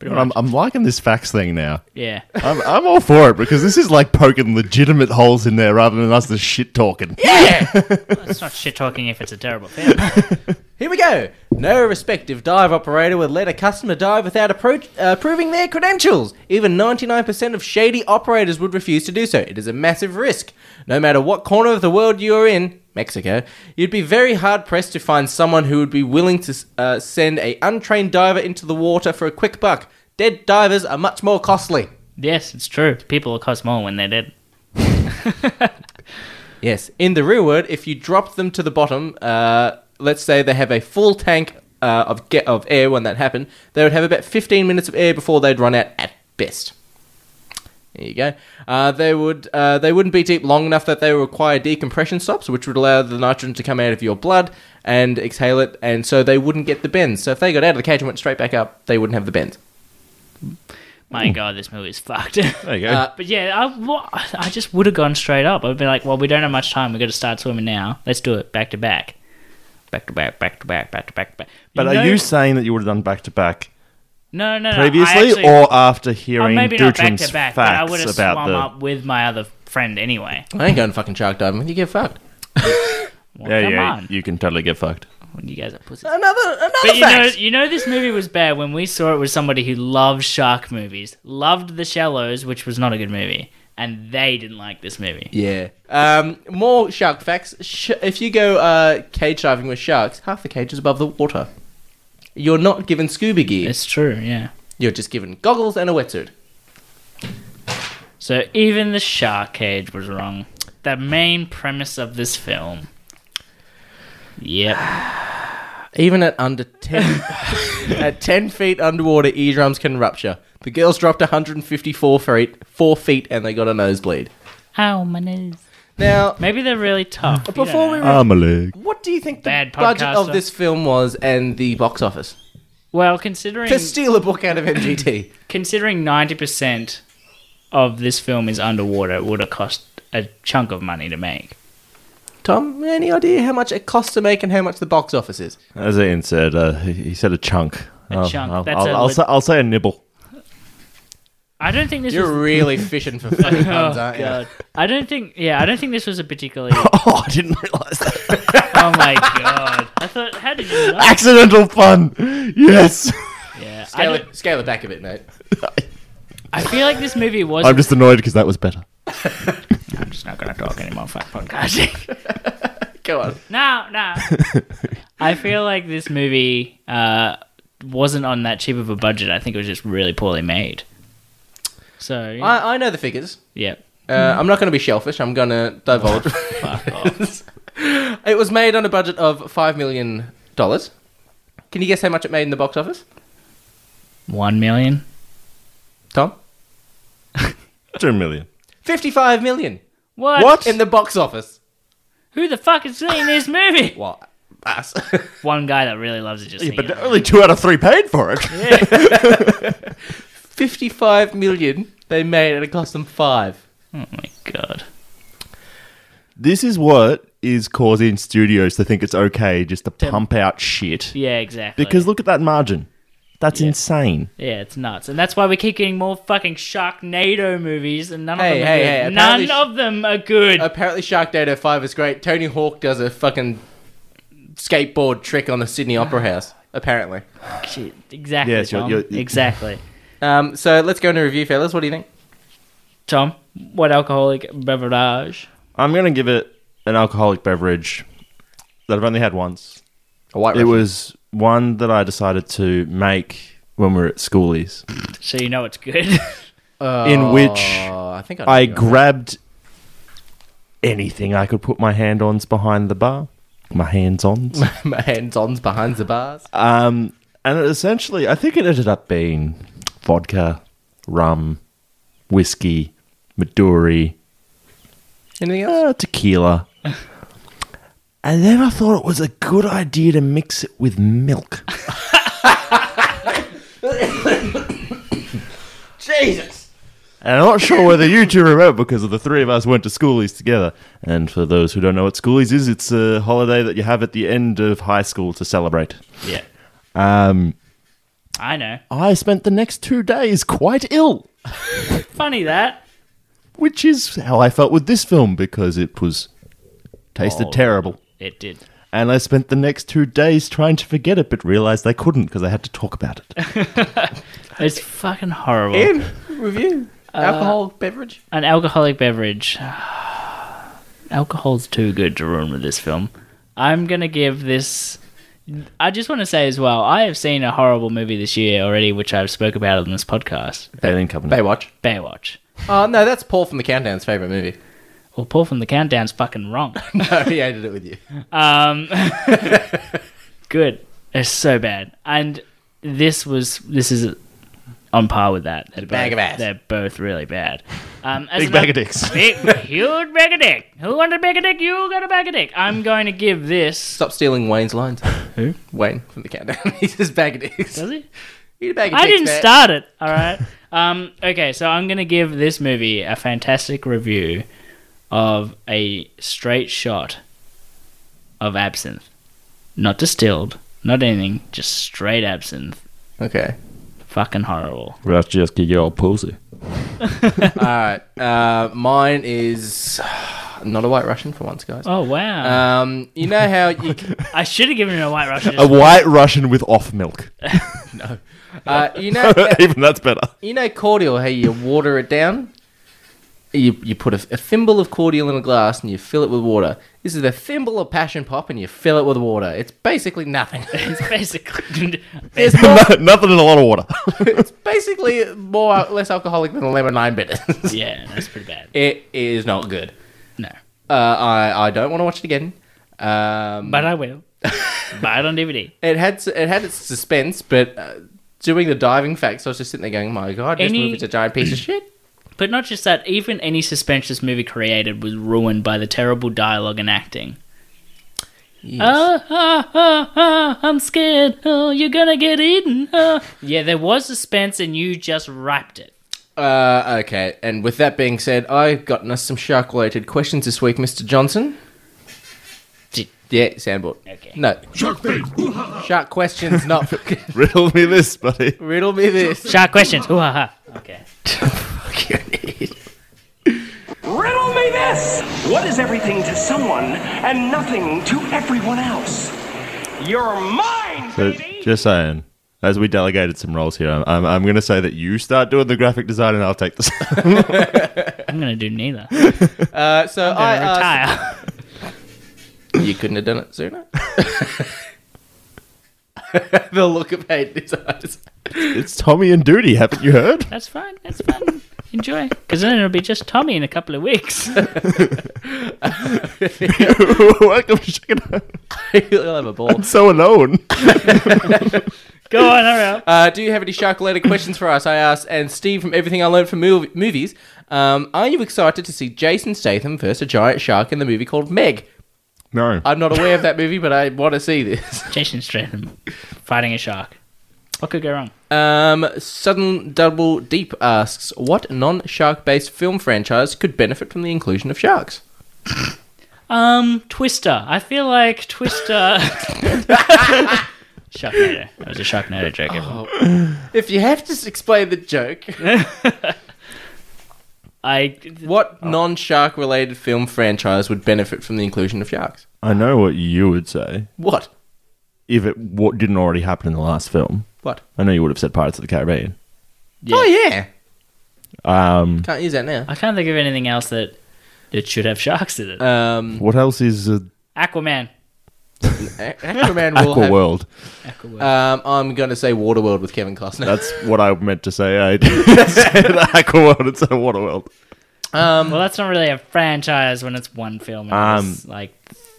[SPEAKER 2] I'm, I'm liking this fax thing now.
[SPEAKER 1] Yeah.
[SPEAKER 2] I'm, I'm all for it because this is like poking legitimate holes in there rather than us just shit talking.
[SPEAKER 1] it's not shit talking if it's a terrible thing.
[SPEAKER 4] Here we go. No respective dive operator would let a customer dive without appro- uh, proving their credentials. Even 99% of shady operators would refuse to do so. It is a massive risk. No matter what corner of the world you are in, Mexico, you'd be very hard pressed to find someone who would be willing to s- uh, send a untrained diver into the water for a quick buck. Dead divers are much more costly.
[SPEAKER 1] Yes, it's true. People will cost more when they're dead.
[SPEAKER 4] Yes. In the real world, if you drop them to the bottom, uh, let's say they have a full tank uh, of ge- of air when that happened, they would have about 15 minutes of air before they'd run out at best. There you go. Uh, they would uh, they wouldn't be deep long enough that they would require decompression stops, which would allow the nitrogen to come out of your blood and exhale it, and so they wouldn't get the bends. So if they got out of the cage and went straight back up, they wouldn't have the bends.
[SPEAKER 1] My god, this movie's fucked.
[SPEAKER 2] Hmm.
[SPEAKER 1] Uh,
[SPEAKER 2] There you go.
[SPEAKER 1] but yeah, I, wa- I just would have gone straight up. I'd be like, well, we don't have much time. We've got to start swimming now. Let's do it back to back. Back to back, back to back, back to back, back.
[SPEAKER 2] but
[SPEAKER 1] No-
[SPEAKER 2] are you saying that you would have done back to back
[SPEAKER 1] no, no, no, I
[SPEAKER 2] previously
[SPEAKER 1] actually-
[SPEAKER 2] or after
[SPEAKER 1] Oh,
[SPEAKER 2] hearing
[SPEAKER 1] maybe not back
[SPEAKER 2] Dutram's
[SPEAKER 1] to back, but I would have
[SPEAKER 2] facts about
[SPEAKER 1] swum
[SPEAKER 2] the.
[SPEAKER 1] up with my other friend anyway.
[SPEAKER 4] I ain't going fucking shark diving with you. Get fucked.
[SPEAKER 1] Well,
[SPEAKER 2] Yeah,
[SPEAKER 1] come
[SPEAKER 2] yeah,
[SPEAKER 1] on,
[SPEAKER 2] you can totally get fucked.
[SPEAKER 1] you guys are pussies.
[SPEAKER 4] Another another
[SPEAKER 1] But you know,
[SPEAKER 4] fact.
[SPEAKER 1] you know, this movie was bad when we saw it with somebody who loved shark movies, loved The Shallows, which was not a good movie, and they didn't like this movie.
[SPEAKER 4] Yeah. Um, more shark facts. Sh- if you go uh, cage diving with sharks, half the cage is above the water. You're not given scuba gear.
[SPEAKER 1] It's true, yeah.
[SPEAKER 4] You're just given goggles and a wetsuit.
[SPEAKER 1] So even the shark cage was wrong. The main premise of this film. Yep.
[SPEAKER 4] Even at under 10, at 10 feet underwater, eardrums can rupture. The girls dropped 154 feet, 4 feet and they got a nosebleed.
[SPEAKER 1] Ow, my nose.
[SPEAKER 4] Now,
[SPEAKER 1] Maybe they're really tough. You don't
[SPEAKER 4] before we...
[SPEAKER 1] know.
[SPEAKER 2] I'm a leg.
[SPEAKER 4] What do you think the
[SPEAKER 1] Bad
[SPEAKER 4] budget of
[SPEAKER 1] podcaster.
[SPEAKER 4] this film was and the box office?
[SPEAKER 1] Well, considering
[SPEAKER 4] To steal a book out of MGT.
[SPEAKER 1] considering ninety percent of this film is underwater, it would have cost a chunk of money to make.
[SPEAKER 4] Tom, any idea how much it costs to make and how much the box office is?
[SPEAKER 2] As Ian said, uh, he he said a chunk.
[SPEAKER 1] A chunk.
[SPEAKER 2] I'll,
[SPEAKER 1] That's
[SPEAKER 2] I'll,
[SPEAKER 1] a
[SPEAKER 2] I'll,
[SPEAKER 1] leg-
[SPEAKER 2] say, I'll say a nibble.
[SPEAKER 1] I don't think this was Oh,
[SPEAKER 4] You're really fishing for fucking puns, aren't you?
[SPEAKER 1] God. I don't think. Yeah, I don't think this was a particularly.
[SPEAKER 2] Oh, I didn't realize that.
[SPEAKER 1] oh my god! I thought, how did you know?
[SPEAKER 2] Accidental fun. Yes.
[SPEAKER 1] Yeah, I,
[SPEAKER 4] Scale
[SPEAKER 1] don't-
[SPEAKER 4] it, scale it back a bit, mate.
[SPEAKER 1] I feel like this movie was.
[SPEAKER 2] I'm just annoyed because that was better.
[SPEAKER 1] I'm just not gonna talk anymore. Fuck podcasting.
[SPEAKER 4] Go on.
[SPEAKER 1] no, no. I feel like this movie uh, wasn't on that cheap of a budget. I think it was just really poorly made. So yeah,
[SPEAKER 4] I, I know the figures.
[SPEAKER 1] yeah.
[SPEAKER 4] Uh, I'm not going to be shellfish. I'm going to divulge. it was made on a budget of five million dollars. Can you guess how much it made in the box office,
[SPEAKER 1] one million.
[SPEAKER 4] Tom?
[SPEAKER 2] Two million.
[SPEAKER 4] Fifty-five million
[SPEAKER 1] What?
[SPEAKER 4] in the box office.
[SPEAKER 1] Who the fuck has seen this movie?
[SPEAKER 4] Well, us.
[SPEAKER 1] One guy that really loves it just. seen
[SPEAKER 2] But
[SPEAKER 1] it. Oh
[SPEAKER 2] only two out of three paid for it.
[SPEAKER 4] Fifty-five million they made, and it cost them five.
[SPEAKER 1] Oh my god.
[SPEAKER 2] This is what is causing studios to think it's okay just to pump out shit.
[SPEAKER 1] Yeah, exactly.
[SPEAKER 2] Because look at that margin. That's insane.
[SPEAKER 1] Yeah, it's nuts, and that's why we keep getting more fucking Sharknado movies, and none
[SPEAKER 4] Hey,
[SPEAKER 1] of them. are
[SPEAKER 4] hey, hey,
[SPEAKER 1] good.
[SPEAKER 4] apparently Oh,
[SPEAKER 1] none
[SPEAKER 4] sh-
[SPEAKER 1] of them are good.
[SPEAKER 4] Apparently, Sharknado Five is great. Tony Hawk does a fucking skateboard trick on the Sydney Opera House. Apparently.
[SPEAKER 1] Shit, Exactly,
[SPEAKER 2] Yes, you're-
[SPEAKER 1] Tom.
[SPEAKER 2] you're- you-
[SPEAKER 1] exactly,
[SPEAKER 4] Um, so let's go into review, fellas. What do you think?
[SPEAKER 1] Tom. What alcoholic beverage?
[SPEAKER 2] I'm going to give it an alcoholic beverage that I've only had once.
[SPEAKER 4] A white
[SPEAKER 2] It was one that I decided to make when we were at schoolies,
[SPEAKER 1] So you know it's good.
[SPEAKER 2] in which
[SPEAKER 4] Oh, I think I,
[SPEAKER 2] I grabbed anything I could put my hand ons behind the bar. My hands ons.
[SPEAKER 4] my hands on behind the bars.
[SPEAKER 2] um, and it essentially, I think it ended up being vodka, rum, whiskey, Maduri,
[SPEAKER 4] anything
[SPEAKER 2] else? Ah, tequila. and then I thought it was a good idea to mix it with milk.
[SPEAKER 4] Jesus!
[SPEAKER 2] And I'm not sure whether you two remember because the three of us went to schoolies together. And for those who don't know what schoolies is, it's a holiday that you have at the end of high school to celebrate.
[SPEAKER 1] Yeah.
[SPEAKER 2] Um,
[SPEAKER 1] I know.
[SPEAKER 2] I spent the next two days quite ill,
[SPEAKER 1] Funny that.
[SPEAKER 2] which is how I felt with this film because it was tasted
[SPEAKER 1] Oh.
[SPEAKER 2] terrible.
[SPEAKER 1] It did.
[SPEAKER 2] And I spent the next two days trying to forget it, but realized I couldn't because I had to talk about it.
[SPEAKER 1] It's fucking horrible.
[SPEAKER 4] Ian, review. Alcohol beverage.
[SPEAKER 1] An alcoholic beverage. Alcohol's too good to ruin with this film. I'm gonna give this. I just want to say as well, I have seen a horrible movie this year already, which I've spoke about on this podcast.
[SPEAKER 2] Alien Covenant.
[SPEAKER 4] Baywatch.
[SPEAKER 1] Baywatch.
[SPEAKER 4] Oh no, that's Paul from the Countdown's favorite movie.
[SPEAKER 1] Well, Paul from the Countdown's fucking wrong.
[SPEAKER 4] no, he hated it with you.
[SPEAKER 1] Um, good. It's so bad. And this was this is on par with that. They're
[SPEAKER 4] bag
[SPEAKER 1] both,
[SPEAKER 4] of ass.
[SPEAKER 1] They're both really bad. Um, as
[SPEAKER 2] Big
[SPEAKER 1] an-
[SPEAKER 2] bag of dicks.
[SPEAKER 1] Big huge bag of dick. Who wanted a bag of dick? You got a bag of dick. I'm going to give this.
[SPEAKER 4] Stop stealing Wayne's lines.
[SPEAKER 1] Who?
[SPEAKER 4] Wayne from the Countdown. He's just bag of dicks.
[SPEAKER 1] Does he?
[SPEAKER 4] Eat a bag of
[SPEAKER 1] I
[SPEAKER 4] dicks,
[SPEAKER 1] didn't
[SPEAKER 4] man.
[SPEAKER 1] start it. All right. um, okay, so I'm going to give this movie a fantastic review of a straight shot of absinthe, not distilled, not anything, just straight absinthe.
[SPEAKER 4] Okay.
[SPEAKER 1] Fucking horrible.
[SPEAKER 7] That's just your old pussy.
[SPEAKER 4] All right. Uh, mine is not a White Russian for once, guys.
[SPEAKER 1] Oh wow!
[SPEAKER 4] Um, you know how you
[SPEAKER 1] I should have given it a white Russian.
[SPEAKER 2] A white Russian with off milk.
[SPEAKER 4] uh, you know
[SPEAKER 2] Even that's better.
[SPEAKER 4] you know cordial how you water it down. You, you put a, a thimble of cordial in a glass and you fill it with water. This is a thimble of passion pop and you fill it with water. It's basically nothing.
[SPEAKER 1] It's basically
[SPEAKER 4] There's more,
[SPEAKER 2] Nothing in a lot of water.
[SPEAKER 4] it's basically more less alcoholic than a lemon lime bitters.
[SPEAKER 1] yeah, that's pretty bad.
[SPEAKER 4] It is not good.
[SPEAKER 1] No,
[SPEAKER 4] Uh, I I don't want to watch it again. Um,
[SPEAKER 1] but I will buy it on DVD.
[SPEAKER 4] it had s- it had its suspense, but uh, doing the diving facts, I was just sitting there going, "My God, this
[SPEAKER 1] Any-
[SPEAKER 4] movie's a giant piece of shit."
[SPEAKER 1] But not just that. Even any suspense movie created was ruined by the terrible dialogue and acting. Ah, ah, ah, ah, I'm scared. Oh, you're gonna get eaten. Ah. Yeah, there was suspense, and you just wrapped it.
[SPEAKER 4] Uh, okay, and with that being said, I've gotten us some shark related questions this week, Mr. Johnson.
[SPEAKER 1] Gee.
[SPEAKER 4] Yeah, soundboard.
[SPEAKER 1] Okay.
[SPEAKER 4] No. Shark Shark questions, not.
[SPEAKER 2] Riddle me this, buddy.
[SPEAKER 4] Riddle me this.
[SPEAKER 1] Shark questions. Ooh, ha, ha. Okay.
[SPEAKER 4] Fuck you, idiot.
[SPEAKER 11] Riddle me this! What is everything to someone and nothing to everyone else? You're mine,
[SPEAKER 2] So,
[SPEAKER 11] baby!
[SPEAKER 2] just saying, as we delegated some roles here, I'm, I'm, I'm going to say that you start doing the graphic design and I'll take this.
[SPEAKER 1] I'm gonna do neither.
[SPEAKER 4] Uh, so I. uh, asked-
[SPEAKER 1] Retire.
[SPEAKER 4] You couldn't have done it sooner. the look of hate in his eyes.
[SPEAKER 2] it's Tommy and Duty, haven't you heard?
[SPEAKER 1] That's fine. That's fun. Enjoy, because then it'll be just Tommy in a couple of weeks.
[SPEAKER 2] Welcome to Chicken Hut.
[SPEAKER 4] He'll have a ball.
[SPEAKER 2] So alone.
[SPEAKER 1] Go on, hurry up.
[SPEAKER 4] Uh, do you have any shark related questions for us? I asked. And Steve, from everything I learned from mov- movies, um, are you excited to see Jason Statham versus a giant shark in the movie called Meg?
[SPEAKER 2] No.
[SPEAKER 4] I'm not aware of that movie, but I want to see this.
[SPEAKER 1] Jason Statham fighting a shark. What could go wrong?
[SPEAKER 4] Um, Sudden Double Deep asks, what non shark based film franchise could benefit from the inclusion of sharks?
[SPEAKER 1] Um, Twister. I feel like Twister. Sharknado. That was a Sharknado joke. everyone.
[SPEAKER 4] If you have to s- explain the joke,
[SPEAKER 1] I
[SPEAKER 4] what non shark related film franchise would benefit from the inclusion of sharks?
[SPEAKER 2] I know what you would say
[SPEAKER 4] What?
[SPEAKER 2] if it what didn't already happen in the last film.
[SPEAKER 4] What?
[SPEAKER 2] I know you would have said Pirates of the Caribbean.
[SPEAKER 4] Oh, yeah.
[SPEAKER 2] Um,
[SPEAKER 4] Can't use that now.
[SPEAKER 1] I can't think of anything else that it should have sharks in it.
[SPEAKER 4] Um,
[SPEAKER 2] what else is uh,
[SPEAKER 1] Uh, Aquaman.
[SPEAKER 4] Aqu- Aquaman will have
[SPEAKER 2] Aquaworld?
[SPEAKER 4] Um, I'm going to say Waterworld with Kevin Costner.
[SPEAKER 2] That's what I meant to say. I said Aquaworld instead of Waterworld.
[SPEAKER 1] Well, that's not really a franchise when it's one film. And
[SPEAKER 2] Um,
[SPEAKER 1] it's like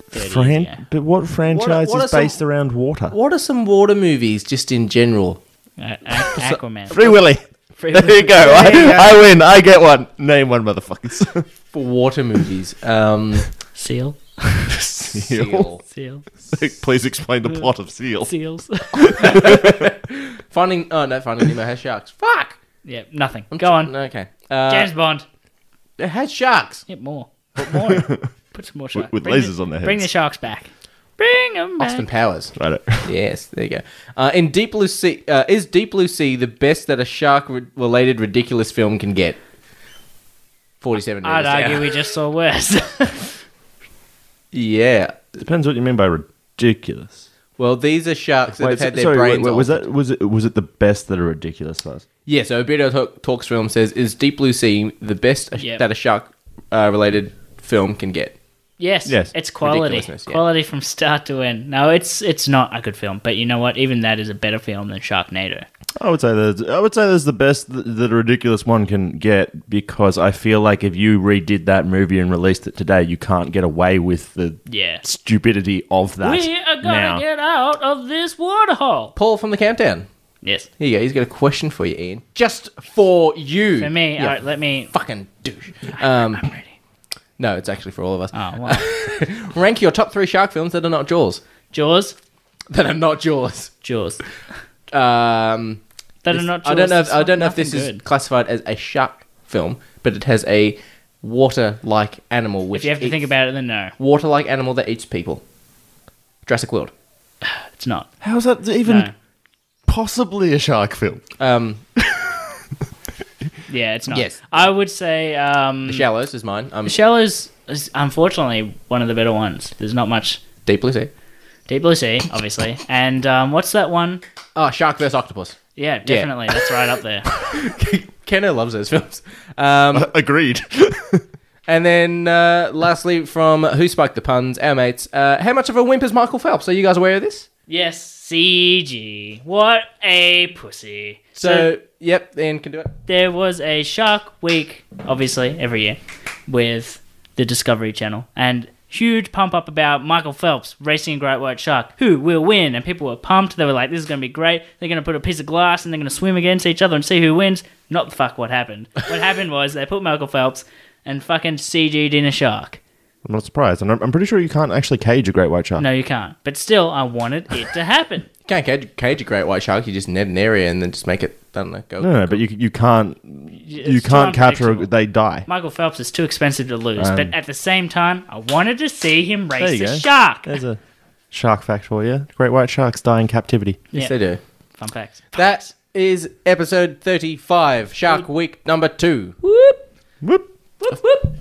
[SPEAKER 1] 30,
[SPEAKER 2] Fran-
[SPEAKER 1] yeah.
[SPEAKER 2] But what franchise
[SPEAKER 4] what are
[SPEAKER 2] is
[SPEAKER 4] some-
[SPEAKER 2] based around water?
[SPEAKER 4] what are some water movies just in general?
[SPEAKER 1] A- a- Aquaman.
[SPEAKER 2] Free Willy. There you go. I, I win. I get one. Name one, motherfuckers.
[SPEAKER 4] For water movies. Um,
[SPEAKER 1] Seal.
[SPEAKER 2] Seal.
[SPEAKER 1] Seal.
[SPEAKER 2] Please explain the plot of Seal.
[SPEAKER 1] Seals.
[SPEAKER 4] finding. Oh, no, Finding Nemo has sharks. Fuck!
[SPEAKER 1] Yeah, nothing. Go on.
[SPEAKER 4] Okay. Uh,
[SPEAKER 1] James Bond.
[SPEAKER 4] It has sharks.
[SPEAKER 1] Get more. Put more. in. Put some more sharks.
[SPEAKER 2] with
[SPEAKER 1] Bring the-
[SPEAKER 2] lasers on their
[SPEAKER 1] Bring the
[SPEAKER 2] heads.
[SPEAKER 1] sharks back. Bring them back.
[SPEAKER 4] Austin Powers.
[SPEAKER 2] Right.
[SPEAKER 4] Yes, there you go. Uh, in Deep Blue Sea, uh, is Deep Blue Sea the best that a shark-related ridiculous film can get? Forty-seven.
[SPEAKER 1] I'd
[SPEAKER 4] minutes out.
[SPEAKER 1] argue we just saw worse.
[SPEAKER 4] Yeah.
[SPEAKER 2] Depends what you mean by ridiculous.
[SPEAKER 4] Well, these are sharks that
[SPEAKER 2] Wait,
[SPEAKER 4] have had
[SPEAKER 2] so-
[SPEAKER 4] their
[SPEAKER 2] sorry,
[SPEAKER 4] brains.
[SPEAKER 2] wait, was
[SPEAKER 4] altered.
[SPEAKER 2] that was it was it the best that a ridiculous was?
[SPEAKER 4] Yeah. So Albedo Talk- Talks Film says, "Is Deep Blue Sea the best a-
[SPEAKER 1] Yep.
[SPEAKER 4] that a shark-related film can get?"
[SPEAKER 1] yes,
[SPEAKER 2] Yes.
[SPEAKER 1] it's quality.
[SPEAKER 4] Ridiculousness, yeah.
[SPEAKER 1] Quality from start to end. No, it's it's not a good film, but you know what? Even that is a better film than Sharknado.
[SPEAKER 2] I would say that I would say that's the best th- that a ridiculous one can get because I feel like if you redid that movie and released it today, you can't get away with the
[SPEAKER 1] Yeah.
[SPEAKER 2] stupidity of that.
[SPEAKER 1] We are gonna
[SPEAKER 2] now.
[SPEAKER 1] get out of this waterhole.
[SPEAKER 4] Paul from the Countdown.
[SPEAKER 1] Yes.
[SPEAKER 4] Here you go. He's got a question for you, Ian. Just for you.
[SPEAKER 1] For me,
[SPEAKER 4] You
[SPEAKER 1] all right, let me.
[SPEAKER 4] Fucking douche. Um, no, it's actually for all of us.
[SPEAKER 1] Oh, wow.
[SPEAKER 4] Rank your top three shark films that are not Jaws.
[SPEAKER 1] Jaws.
[SPEAKER 4] That are not Jaws.
[SPEAKER 1] Jaws.
[SPEAKER 4] Um,
[SPEAKER 1] That are
[SPEAKER 4] this-
[SPEAKER 1] not. Jaws.
[SPEAKER 4] I don't know. If,
[SPEAKER 1] It's
[SPEAKER 4] I don't know
[SPEAKER 1] not-
[SPEAKER 4] if this
[SPEAKER 1] nothing
[SPEAKER 4] is classified as a shark film, but it has a water-like animal which
[SPEAKER 1] If you have to
[SPEAKER 4] eats-
[SPEAKER 1] think about it, then no,
[SPEAKER 4] water-like animal that eats people. Jurassic World.
[SPEAKER 1] it's not.
[SPEAKER 2] How's that even
[SPEAKER 1] No.
[SPEAKER 2] possibly a shark film?
[SPEAKER 1] Mm.
[SPEAKER 4] Um,
[SPEAKER 1] Yeah, it's not.
[SPEAKER 4] Yes.
[SPEAKER 1] I would say um,
[SPEAKER 4] The Shallows is mine. Um,
[SPEAKER 1] The Shallows is unfortunately one of the better ones. There's not much
[SPEAKER 4] Deep Blue Sea.
[SPEAKER 1] Deep Blue Sea, obviously, and um, what's that one?
[SPEAKER 4] Oh, Shark vs Octopus.
[SPEAKER 1] Yeah, definitely, that's right up there.
[SPEAKER 4] Kenner loves those films. Um,
[SPEAKER 2] Agreed.
[SPEAKER 4] and then uh, lastly, from Who Spiked the Puns, our mates, uh, how much of a wimp is Michael Phelps? Are you guys aware of this?
[SPEAKER 1] Yes, CG. What a pussy.
[SPEAKER 4] So, yep, Ian can do it.
[SPEAKER 1] there was a Shark Week, obviously, every year, with the Discovery Channel. And huge pump up about Michael Phelps racing a great white shark. Who will win? And people were pumped. They were like, this is going to be great. They're going to put a piece of glass and they're going to swim against each other and see who wins. Not the fuck what happened. What happened was they put Michael Phelps and fucking CG'd in a shark.
[SPEAKER 2] I'm not surprised, and I'm, I'm pretty sure you can't actually cage a great white shark.
[SPEAKER 1] No, you can't. But still, I wanted it to happen.
[SPEAKER 4] You can't cage, cage a great white shark. You just net an area and then just make it, I don't know, go.
[SPEAKER 2] No, no, but you you can't you
[SPEAKER 1] too
[SPEAKER 2] can't capture. A,
[SPEAKER 1] unpredictable.
[SPEAKER 2] they die.
[SPEAKER 1] Michael Phelps is too expensive to lose, but at the same time, I wanted to see him
[SPEAKER 2] Um, There
[SPEAKER 1] race
[SPEAKER 2] you
[SPEAKER 1] a
[SPEAKER 2] go.
[SPEAKER 1] shark.
[SPEAKER 2] There's a shark fact for you. Great white sharks die in captivity.
[SPEAKER 4] Yes,
[SPEAKER 1] Yeah.
[SPEAKER 4] they do.
[SPEAKER 1] Fun fact.
[SPEAKER 4] That is episode 35, Shark Week number two.
[SPEAKER 2] Whoop.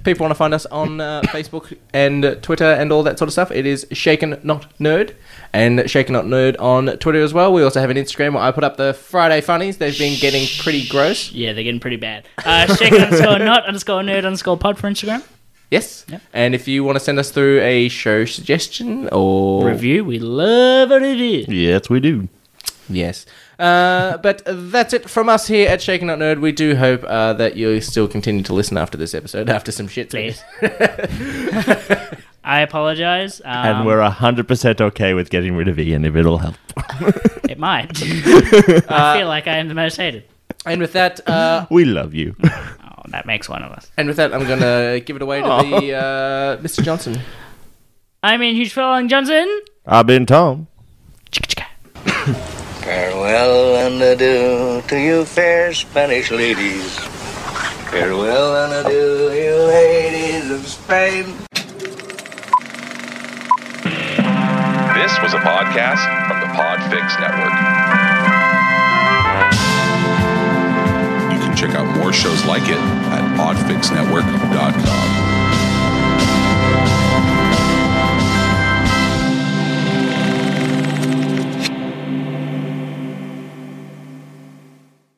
[SPEAKER 4] People want to find us on uh, Facebook and uh, Twitter and all that sort of stuff. It is Shaken Not Nerd and Shaken Not Nerd on Twitter as well. We also have an Instagram where I put up the Friday funnies. They've been getting pretty gross.
[SPEAKER 1] Yeah, they're getting pretty bad. Uh, shake underscore not underscore nerd underscore pod for Instagram.
[SPEAKER 4] Yes. And if you want to send us through a show suggestion or
[SPEAKER 1] Review, we love a review.
[SPEAKER 2] Yes, we do.
[SPEAKER 4] Yes. Uh, but that's it from us here at Shaken Not Nerd. We do hope uh, that you still continue to listen after this episode, after some shit.
[SPEAKER 1] Please. I apologize. Um,
[SPEAKER 2] and we're hundred percent okay with getting rid of Ian if it'll help.
[SPEAKER 1] it might. I feel like I am the most hated.
[SPEAKER 4] And with that, uh,
[SPEAKER 2] We love you.
[SPEAKER 1] Oh, that makes one of us.
[SPEAKER 4] and with that, I'm gonna give it away to the uh, Mr. Johnson.
[SPEAKER 1] I mean, huge following Johnson.
[SPEAKER 2] I've been Tom.
[SPEAKER 1] Chicka-chicka.
[SPEAKER 8] Farewell and adieu to you, fair Spanish ladies. Farewell and adieu, you ladies of Spain.
[SPEAKER 3] This was a podcast from the Podfix Network. You can check out more shows like it at podfixnetwork.com.